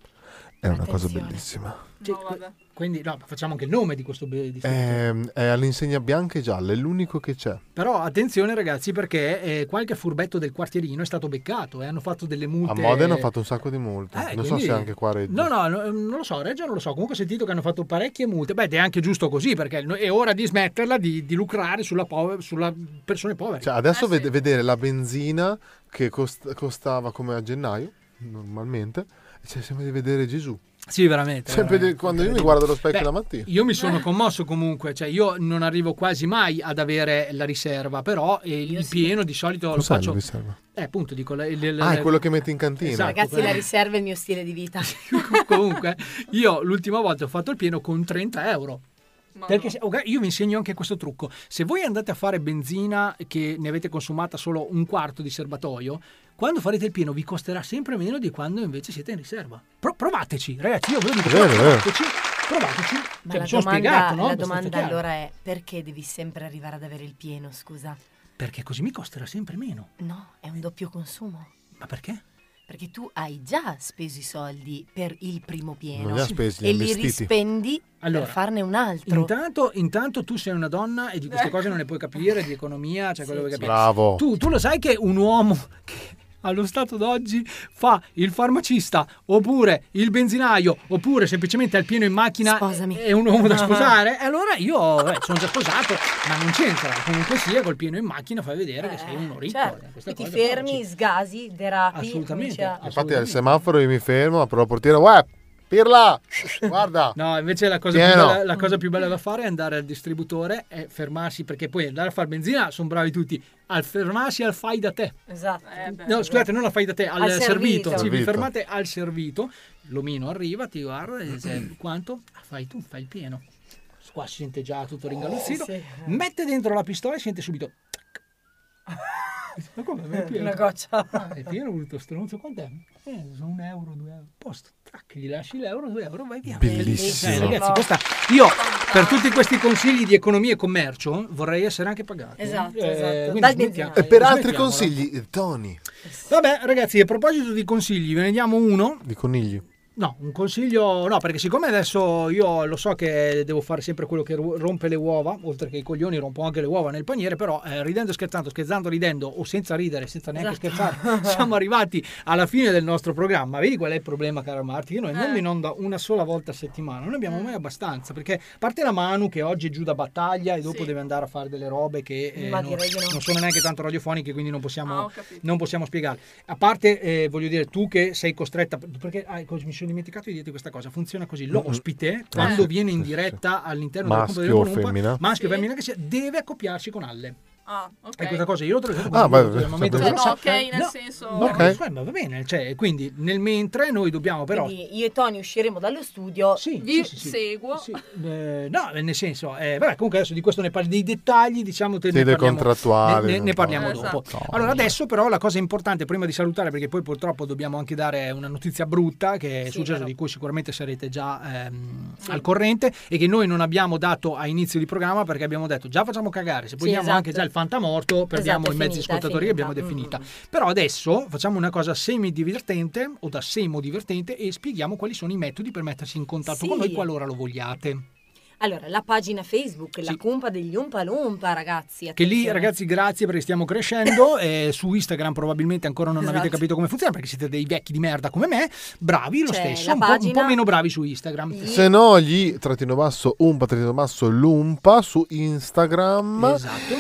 È una cosa bellissima.
troppo. Cioè, quindi no, facciamo anche il nome di questo be-
Eh.
di-
È, Ehm, è all'insegna bianca e gialla, è l'unico che c'è.
Però attenzione ragazzi perché eh, qualche furbetto del quartierino è stato beccato e hanno fatto delle multe.
A Modena hanno fatto un sacco di multe.
Eh,
non so
quindi-
se anche qua a Reggio.
No, no, no, eh, non lo so, a Reggio non lo so. Comunque ho sentito che hanno fatto parecchie multe. Beh, ed è anche giusto così perché no- è ora di smetterla di, di lucrare sulla, pove- sulla persone povere.
Cioè, adesso ved- vedere la benzina che cost- costava come a gennaio, normalmente, c'è sempre di vedere Gesù.
Sì, veramente.
Sempre di-
veramente,
quando io mi
incredibile.
guardo allo specchio
Eh, Beh,
la mattina.
Io mi sono commosso comunque, cioè io non arrivo quasi mai ad avere la riserva, però eh, il pieno di solito lo
Cos'è
faccio.
la riserva?
Eh, appunto, dico le- le- le-
Ah, è quello che metti in cantina.
Esatto, Cioè,
Ragazzi,
quello.
la riserva è il mio stile di
(laughs)
vita.
Comunque, io l'ultima volta ho fatto il pieno con 30 euro. Perché se- ok, io vi insegno anche questo trucco. Se voi andate a fare benzina che ne avete consumata solo un quarto di serbatoio, quando farete il pieno vi costerà sempre meno di quando invece siete in riserva. Pro- provateci, ragazzi, io ve lo dico.
Vero, vero.
provateci, provateci.
Ma
Cioè,
la
mi sono
domanda,
spiegato, no?
la
Abbastanza
domanda
chiaro.
allora è perché devi sempre arrivare ad avere il pieno, scusa?
Perché così mi costerà sempre meno.
No, è un doppio consumo.
Ma perché?
Perché tu hai già speso i soldi per il primo pieno.
Non li ha spesi, li ha
E li
investiti.
rispendi
Allora,
per farne un altro. Eh.
Intanto, intanto tu sei una donna e di queste cose non ne puoi capire, di economia, cioè quello che
sì.
capisci.
Bravo.
Tu, tu lo sai che un uomo che allo stato d'oggi fa il farmacista oppure il benzinaio oppure semplicemente al pieno in macchina è un uomo
Ah.
da sposare? E Allora io eh, sono già sposato, ma non c'entra. Comunque sia, col pieno in macchina fai vedere che sei uno ricco.
Certo,
eh, questa
e ti
cosa
fermi, sgasi, derapi.
Assolutamente,
cominci
Infatti al semaforo io mi fermo, apro la portiera, uè, pirla, guarda.
No, invece la cosa, più
Pieno.
bella, la cosa più bella da fare è andare al distributore e fermarsi, perché poi andare a fare benzina sono bravi tutti. Al fermarsi al fai da te.
a- Esatto.
Eh,
No, scusate, non la fai da te, al,
Al
servito.
servito.
Sì, vi
Servito.
fermate al servito, l'omino arriva, ti guarda e dice quanto? Ah, fai tu, fai il pieno. Qua si sente già tutto ringalluzzito.
Eh, sì.
Mette dentro la pistola e sente subito... tac.
(laughs)
Ma come? Ma è pieno?
Una goccia.
Ah, è pieno brutto stronzo, quant'è? Eh, sono un euro, due euro. Posto, tac, gli lasci l'euro, due euro, vai via.
Bellissimo.
Eh, ragazzi, questa... Io, per tutti questi consigli di economia e commercio, vorrei essere anche pagato.
Esatto,
Eh,
esatto.
quindi
Dal
smettiamo-
E per altri
smettiamola.
consigli, Tony,
Vabbè, ragazzi, a proposito di consigli, ve ne diamo uno.
di conigli.
No, un consiglio, no, perché siccome adesso io lo so che devo fare sempre quello che ru- rompe le uova, oltre che i coglioni rompo anche le uova nel paniere, però eh, ridendo e scherzando, scherzando ridendo o senza ridere, senza neanche
Esatto. (laughs)
scherzare, siamo arrivati alla fine del nostro programma. Vedi qual è il problema, caro Marti? Che noi
Eh.
andiamo in onda una sola volta a settimana, non abbiamo mai abbastanza, perché a parte la Manu che oggi è giù da battaglia e dopo deve andare a fare delle robe che eh,
Ma
non,
direi di no.
non sono neanche tanto radiofoniche, quindi non possiamo
Ah, ho capito.
non possiamo spiegare. A parte, eh, voglio dire, tu che sei costretta, perché ah, ecco, mi sono dimenticato di dirti questa cosa, funziona così, l'ospite quando
Ah, sì,
viene in
sì, sì,
diretta all'interno
Maschio
della
o
compagnia
femmina?
maschio o femmina che sia, deve accoppiarsi con Alle.
Ah, ok.
E questa cosa io l'ho trovata
Ah,
come-
beh,
al momento
cioè,
non
no,
so-
ok, nel
no,
senso-
no,
Ok.
ma scusami, ma va bene, cioè, quindi nel mentre noi dobbiamo però...
Quindi io e Tony usciremo dallo studio.
Sì,
Vi
sì, sì, sì.
seguo.
Sì, eh, no, nel senso, eh, vabbè, comunque adesso di questo ne parli dei dettagli, diciamo, te
Sì,
ne
dei
parliamo,
contrattuali,
ne- ne-
non
ne parliamo
so.
dopo.
Esatto.
Allora, adesso però la cosa importante, prima di salutare, perché poi purtroppo dobbiamo anche dare una notizia brutta che è
Sì,
successa,
vero.
di cui sicuramente sarete già ehm, al corrente, e che noi non abbiamo dato a inizio di programma perché abbiamo detto già facciamo cagare, se poi
Sì,
diamo
esatto.
anche già il fantamorto, perdiamo
Esatto, è
i mezzi
finita, è
ascoltatori che
finita.
abbiamo definita.
Mm.
Però adesso facciamo una cosa semi-divertente o da semo-divertente e spieghiamo quali sono i metodi per mettersi in contatto
Sì.
con noi qualora lo vogliate.
Allora, la pagina Facebook, la cumpa degli Umpa Lumpa, ragazzi.
Che lì,
attenzione.
ragazzi, grazie perché
(coughs)
stiamo crescendo. eh, su Instagram probabilmente ancora non avete
Esatto.
capito come funziona perché siete dei vecchi di merda come me. Bravi lo
C'è
stesso,
la
un po', un
pagina-
po' meno bravi su Instagram.
Gli-
Se no gli trattino basso umpa trattino basso lumpa su Instagram
Esatto.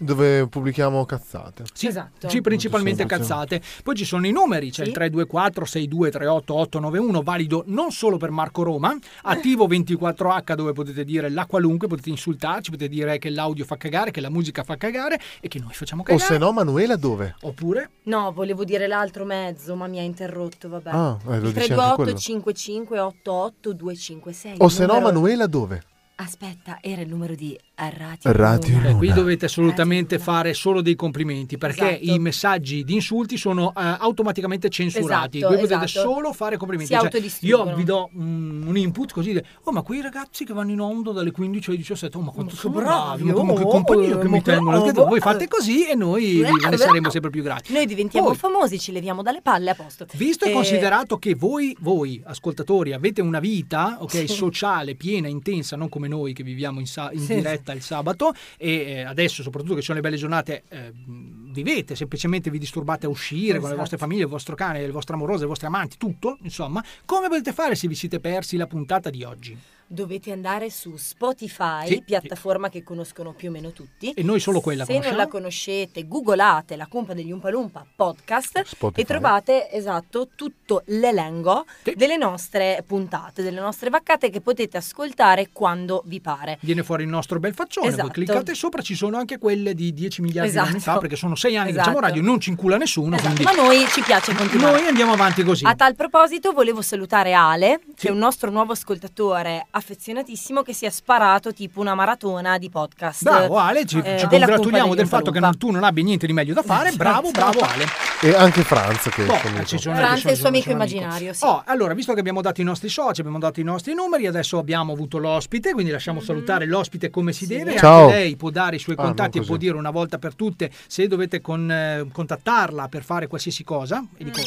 dove pubblichiamo cazzate.
Sì,
Esatto.
sì, principalmente
Molto semplice.
cazzate. Poi ci sono i numeri, c'è
Sì.
il 324 6238 891 valido non solo per
(coughs)
Marco Roma, attivo 24H dove potete dire la qualunque, potete insultarci, potete dire che l'audio fa cagare, che la musica fa cagare e che noi facciamo
O
cagare.
se no Manuela dove?
Oppure
No, volevo dire l'altro mezzo, ma mi ha interrotto, vabbè.
Ah, eh, lo
Il
dici anche quello.
328 55 88 256.
O se no
numero-
Manuela dove?
Aspetta, era il numero di eh, Radio
Radio
Luna.
Eh, qui
Luna.
dovete assolutamente fare solo dei complimenti perché
Esatto.
i messaggi di insulti sono eh, automaticamente censurati.
Esatto,
Voi potete
esatto.
solo fare complimenti.
Si
Cioè,
autodistruggono.
io vi do mm, un input così: di, oh, ma quei ragazzi che vanno in onda dalle 15 alle 17, oh, ma quanto
Ma
sono
che
bravi,
bravi,
ma come- che
oh,
compagnia che
ma
mi
che
tengono. Anche
bravo.
voi fate così e noi
Bravo.
ne saremo sempre più grati.
Noi diventiamo
Poi,
famosi, ci leviamo dalle palle a posto.
Esatto. Visto e
Eh,
considerato che voi, voi ascoltatori, avete una vita ok,
Sì.
sociale piena, intensa, non come noi che viviamo in, sa- in
Sì,
diretta il sabato, e eh, adesso, soprattutto che ci sono le belle giornate, eh, mh, vivete, semplicemente vi disturbate a uscire con le
Esatto.
vostre famiglie, il vostro cane, le vostre amorose, le vostre amanti, tutto, insomma, come potete fare se vi siete persi la puntata di oggi?
dovete andare su Spotify,
Sì,
piattaforma che conoscono più o meno tutti.
E noi solo quella
Se
conosciamo.
non la conoscete, googolate La Cumpa degli Umpalumpa podcast
Spotify.
e trovate, esatto, tutto l'elenco delle nostre puntate, delle nostre vaccate che potete ascoltare quando vi pare.
Viene fuori il nostro bel faccione,
Esatto.
voi cliccate sopra, ci sono anche quelle di 10 miliardi di anni
Esatto.
fa, perché sono 6 anni
Esatto.
che facciamo radio, non ci incula nessuno, quindi
Ma Esatto, noi ci piace continuare.
noi andiamo avanti così.
A tal proposito volevo salutare Ale, che è un nostro nuovo ascoltatore affezionatissimo che si è sparato tipo una maratona di podcast.
Bravo Ale, ci,
eh,
ci
della
congratuliamo
compagnia
del fatto che non- tu non abbia niente di meglio da fare, bravo, bravo Ale.
E anche Franz che
Boh,
è amico.
ci sono-
Franz
ci
è il suo
sono-
amico
sono
immaginario, sì.
Oh, allora, visto che abbiamo dato i nostri soci, abbiamo dato i nostri numeri, adesso abbiamo avuto l'ospite, quindi lasciamo salutare l'ospite come si deve.
Ciao.
Anche lei può dare i suoi
Ah,
contatti
non
e può
così.
dire una volta per tutte se dovete con- eh, contattarla per fare qualsiasi cosa. E dico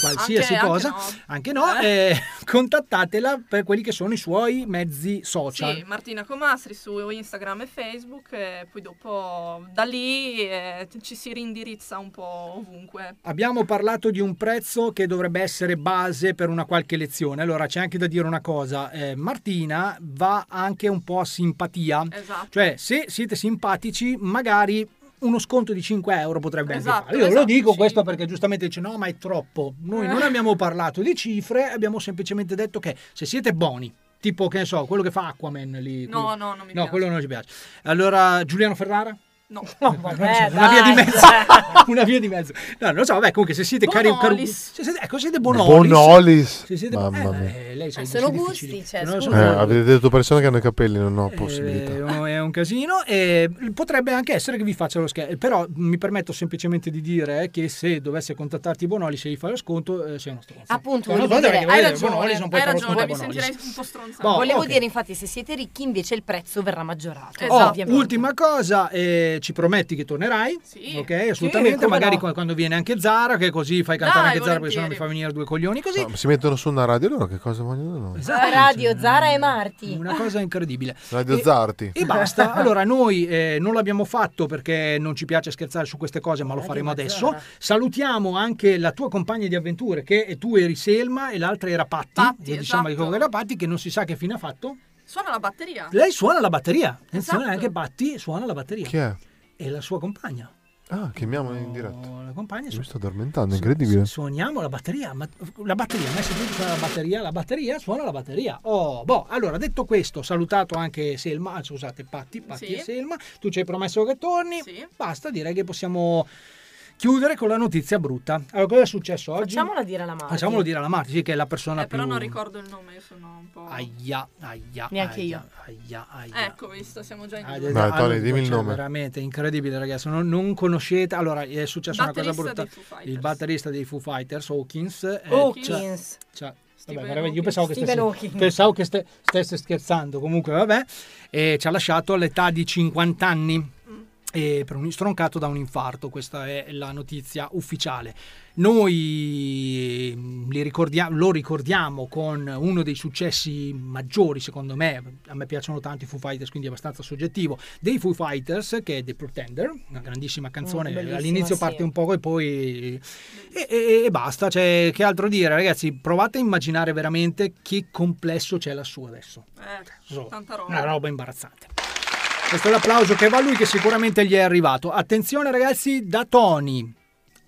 qualsiasi
Anche- anche
cosa,
no.
anche no, eh, (laughs) contattatela per quelli che sono i suoi mezzi social.
Sì, Martina Comastri su Instagram e Facebook e poi dopo da lì eh, ci si rindirizza un po' ovunque.
Abbiamo parlato di un prezzo che dovrebbe essere base per una qualche lezione. Allora c'è anche da dire una cosa, eh, Martina va anche un po' a simpatia.
Esatto.
Cioè se siete simpatici magari uno sconto di 5 euro potrebbe
Esatto,
anche fare. Io
esatto,
lo dico questo perché giustamente dice no ma è troppo. Noi non
Eh.
abbiamo parlato di cifre, abbiamo semplicemente detto che se siete buoni, tipo che ne so, quello che fa Aquaman lì.
No,
quello-
no, non mi
No,
piace.
quello non ci piace. Allora Giuliano Ferrara?
No,
una via di
dai,
mezzo. (laughs) una via di mezzo. No, non lo so, vabbè, comunque se siete cari cari
Bonolis.
se siete, ecco, siete bonolis.
Bonolis.
Se siete
Mamma mia.
eh, lei sa-
Sono
sì,
gusti, cioè,
No,
scusa.
Eh, avete detto persone che hanno i capelli, non
Eh,
ho possibilità.
è un- è un casino e potrebbe anche essere che vi faccia lo scherzo però mi permetto semplicemente di dire che se dovesse contattarti Bonolis e gli fai lo sconto eh, sei uno stronzo
Appunto,
No, no,
volevo
guarda
dire,
perché
hai
voglio dire,
ragione,
Bonolis non puoi
hai
fare lo
ragione,
sconto a
mi
Bonolis.
sentirei un po' stronzata.
Boh,
Volevo
ok.
dire infatti se siete ricchi invece il prezzo verrà maggiorato.
Oh,
Eh, ovviamente.
ultima cosa, eh, ci prometti che tornerai, ok? Assolutamente,
come
magari
no.
qu- quando viene anche Zara, che così fai cantare
Dai,
anche Zara perché sennò mi
volentieri.
fa venire due coglioni così.
Ma si mettono su una radio loro, che cosa vogliono da noi?
Esatto,
Radio Zara e Marti.
Una cosa incredibile.
Radio
E-
Zarti.
E
(laughs)
basta. Allora, noi eh, non l'abbiamo fatto perché non ci piace scherzare su queste cose, ma lo faremo adesso. Salutiamo anche la tua compagna di avventure, che tu eri Selma e l'altra era Patti. Lo diciamo che era Patti, che non si sa che fine ha fatto.
Suona la batteria.
Lei suona la batteria. Attenzione,
Esatto.
anche Patti suona la batteria.
Chi è?
È la sua compagna.
Ah, chiamiamola in diretta.
La compagna
Mi sto addormentando, incredibile.
Suoniamo la batteria, ma la batteria, ma sentite suonare la batteria, la batteria suona la batteria. Oh, boh, allora detto questo, salutato anche Selma, ah, scusate, Patti, Patti
Sì.
e Selma, tu ci hai promesso che torni, basta, direi che possiamo chiudere con la notizia brutta. Allora, cosa è successo oggi?
Facciamola dire alla Marti.
Facciamolo dire alla Marti, sì, che è la persona più...
Eh, Però non ricordo il nome, io sono un po'...
Aia, aia,
Neanche
aia,
io.
aia, aia.
Ecco, visto, siamo già in
Ah,
due.
Dai, Tony,
ah,
dimmi il
cioè,
nome.
Veramente incredibile, ragazzi. Non, non conoscete. Allora, è successa
Batterista
una cosa
dei
brutta. Il batterista dei Foo Fighters, Hawkins. eh,
Hawkins.
c'ha- c'ha-
Stephen
vabbè, veramente,
Hawking.
io pensavo che,
Stephen
stesse,
Hawking.
pensavo che ste- stesse scherzando. Comunque, vabbè. E ci ha lasciato all'età di 50 anni. E per un stroncato da un infarto, questa è la notizia ufficiale. Noi mm, li ricordia- lo ricordiamo con uno dei successi maggiori, secondo me. A me piacciono tanto i Foo Fighters, quindi è abbastanza soggettivo. Dei Foo Fighters, che è The Pretender, una grandissima canzone.
Mm, bellissima,
All'inizio
sì.
parte un poco e poi. E, e- e basta. Cioè, che altro dire, ragazzi? Provate a immaginare veramente che complesso c'è lassù adesso. So,
Eh, tanta roba.
Una roba imbarazzante. Questo è l'applauso che va a lui, che sicuramente gli è arrivato. Attenzione, ragazzi, da Tony.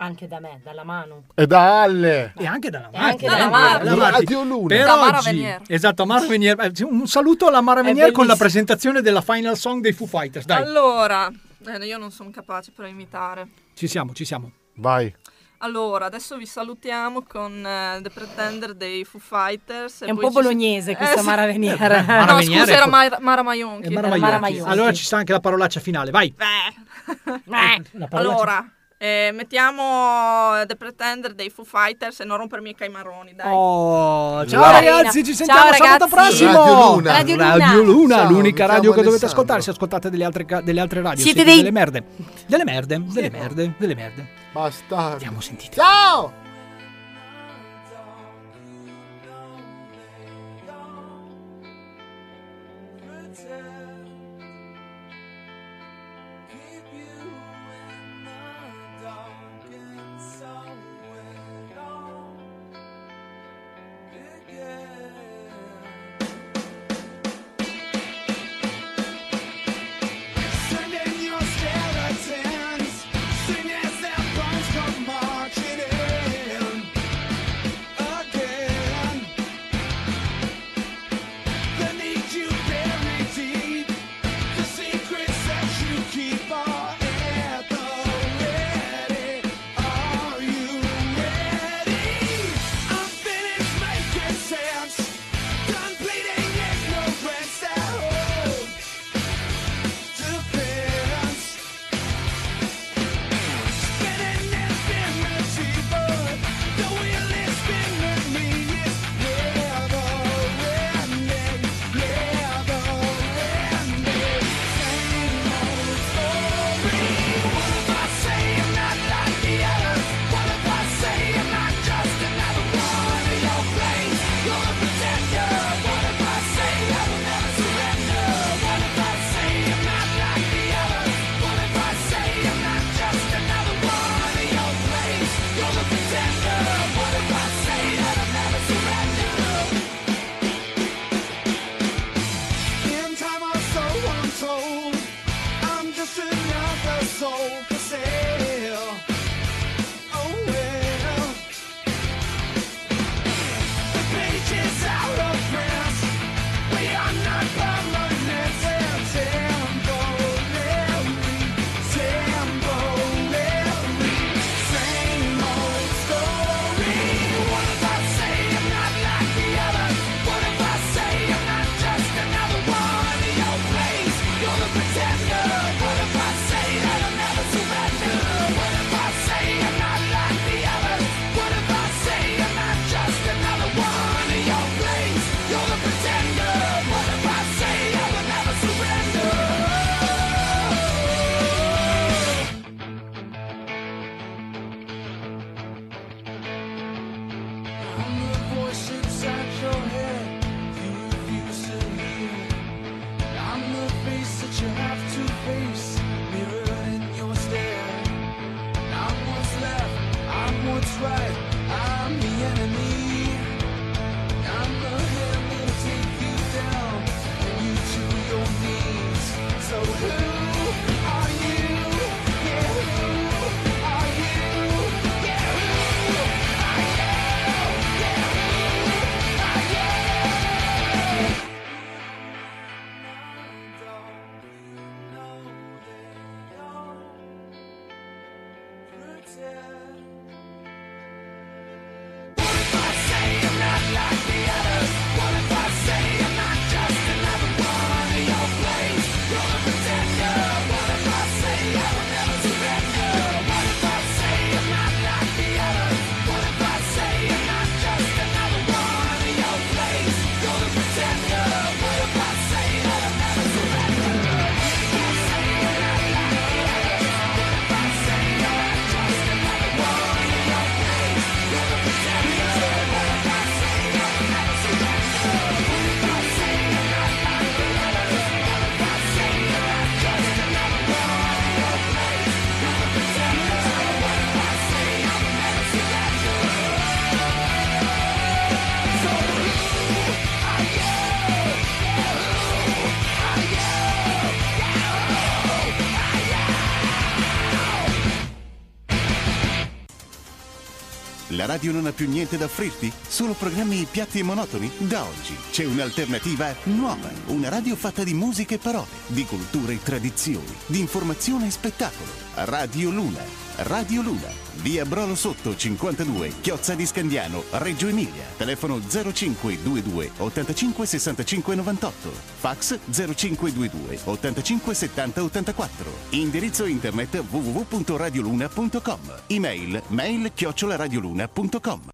Anche da me, dalla mano.
E da Alle.
E anche dalla
E anche
Marti,
dalla
eh,
Marti.
dalla Marti.
Radio Luna.
Per
Da Mara
oggi-
Venier.
Esatto, Mara Venier. Eh, Un saluto alla Mara Venier con la presentazione della final song dei Foo Fighters. Dai,
Allora, eh, io non sono capace però a imitare.
ci siamo, ci siamo.
Vai.
Allora, adesso vi salutiamo con eh, The Pretender dei Foo Fighters. e
È un po'
poi ci si-
bolognese questa
sì.
Mara Venier. Eh, Mara
no,
Venier
scusa,
è
era
co-
Mara, Mara Maionchi.
Eh, Mara Maionchi. Allora ci sta anche la parolaccia finale, vai. La parolaccia-
Allora, eh, mettiamo eh, The Pretender dei Foo Fighters e non rompermi i caimaroni, dai.
Oh, ciao
Carina.
ragazzi, ci sentiamo
Ciao,
sabato
ragazzi.
prossimo.
Radio Luna. Radio Luna.
Radio Luna,
Ciao, diciamo
l'unica
mi chiamo
radio che dovete
Alessandro.
ascoltare. Se ascoltate delle altre, ca- delle altre radio,
Siete
siete,
dei-
delle merde. Delle merde, delle merde, delle merde.
Basta.
Abbiamo sentito.
Ciao!
Yeah.
Oh,
radio non ha più niente da offrirti? Solo programmi piatti e monotoni? Da oggi c'è un'alternativa nuova. Una radio fatta di musica e parole, di cultura e tradizioni, di informazione e spettacolo. Radio Luna. Radio Luna. Via Brolo Sotto 52, Chiozza di Scandiano, Reggio Emilia. Telefono 0522 85 65 98. Fax 0522 85 70 84. Indirizzo internet www.radioluna.com. Email mail chiocciolaradioluna.com.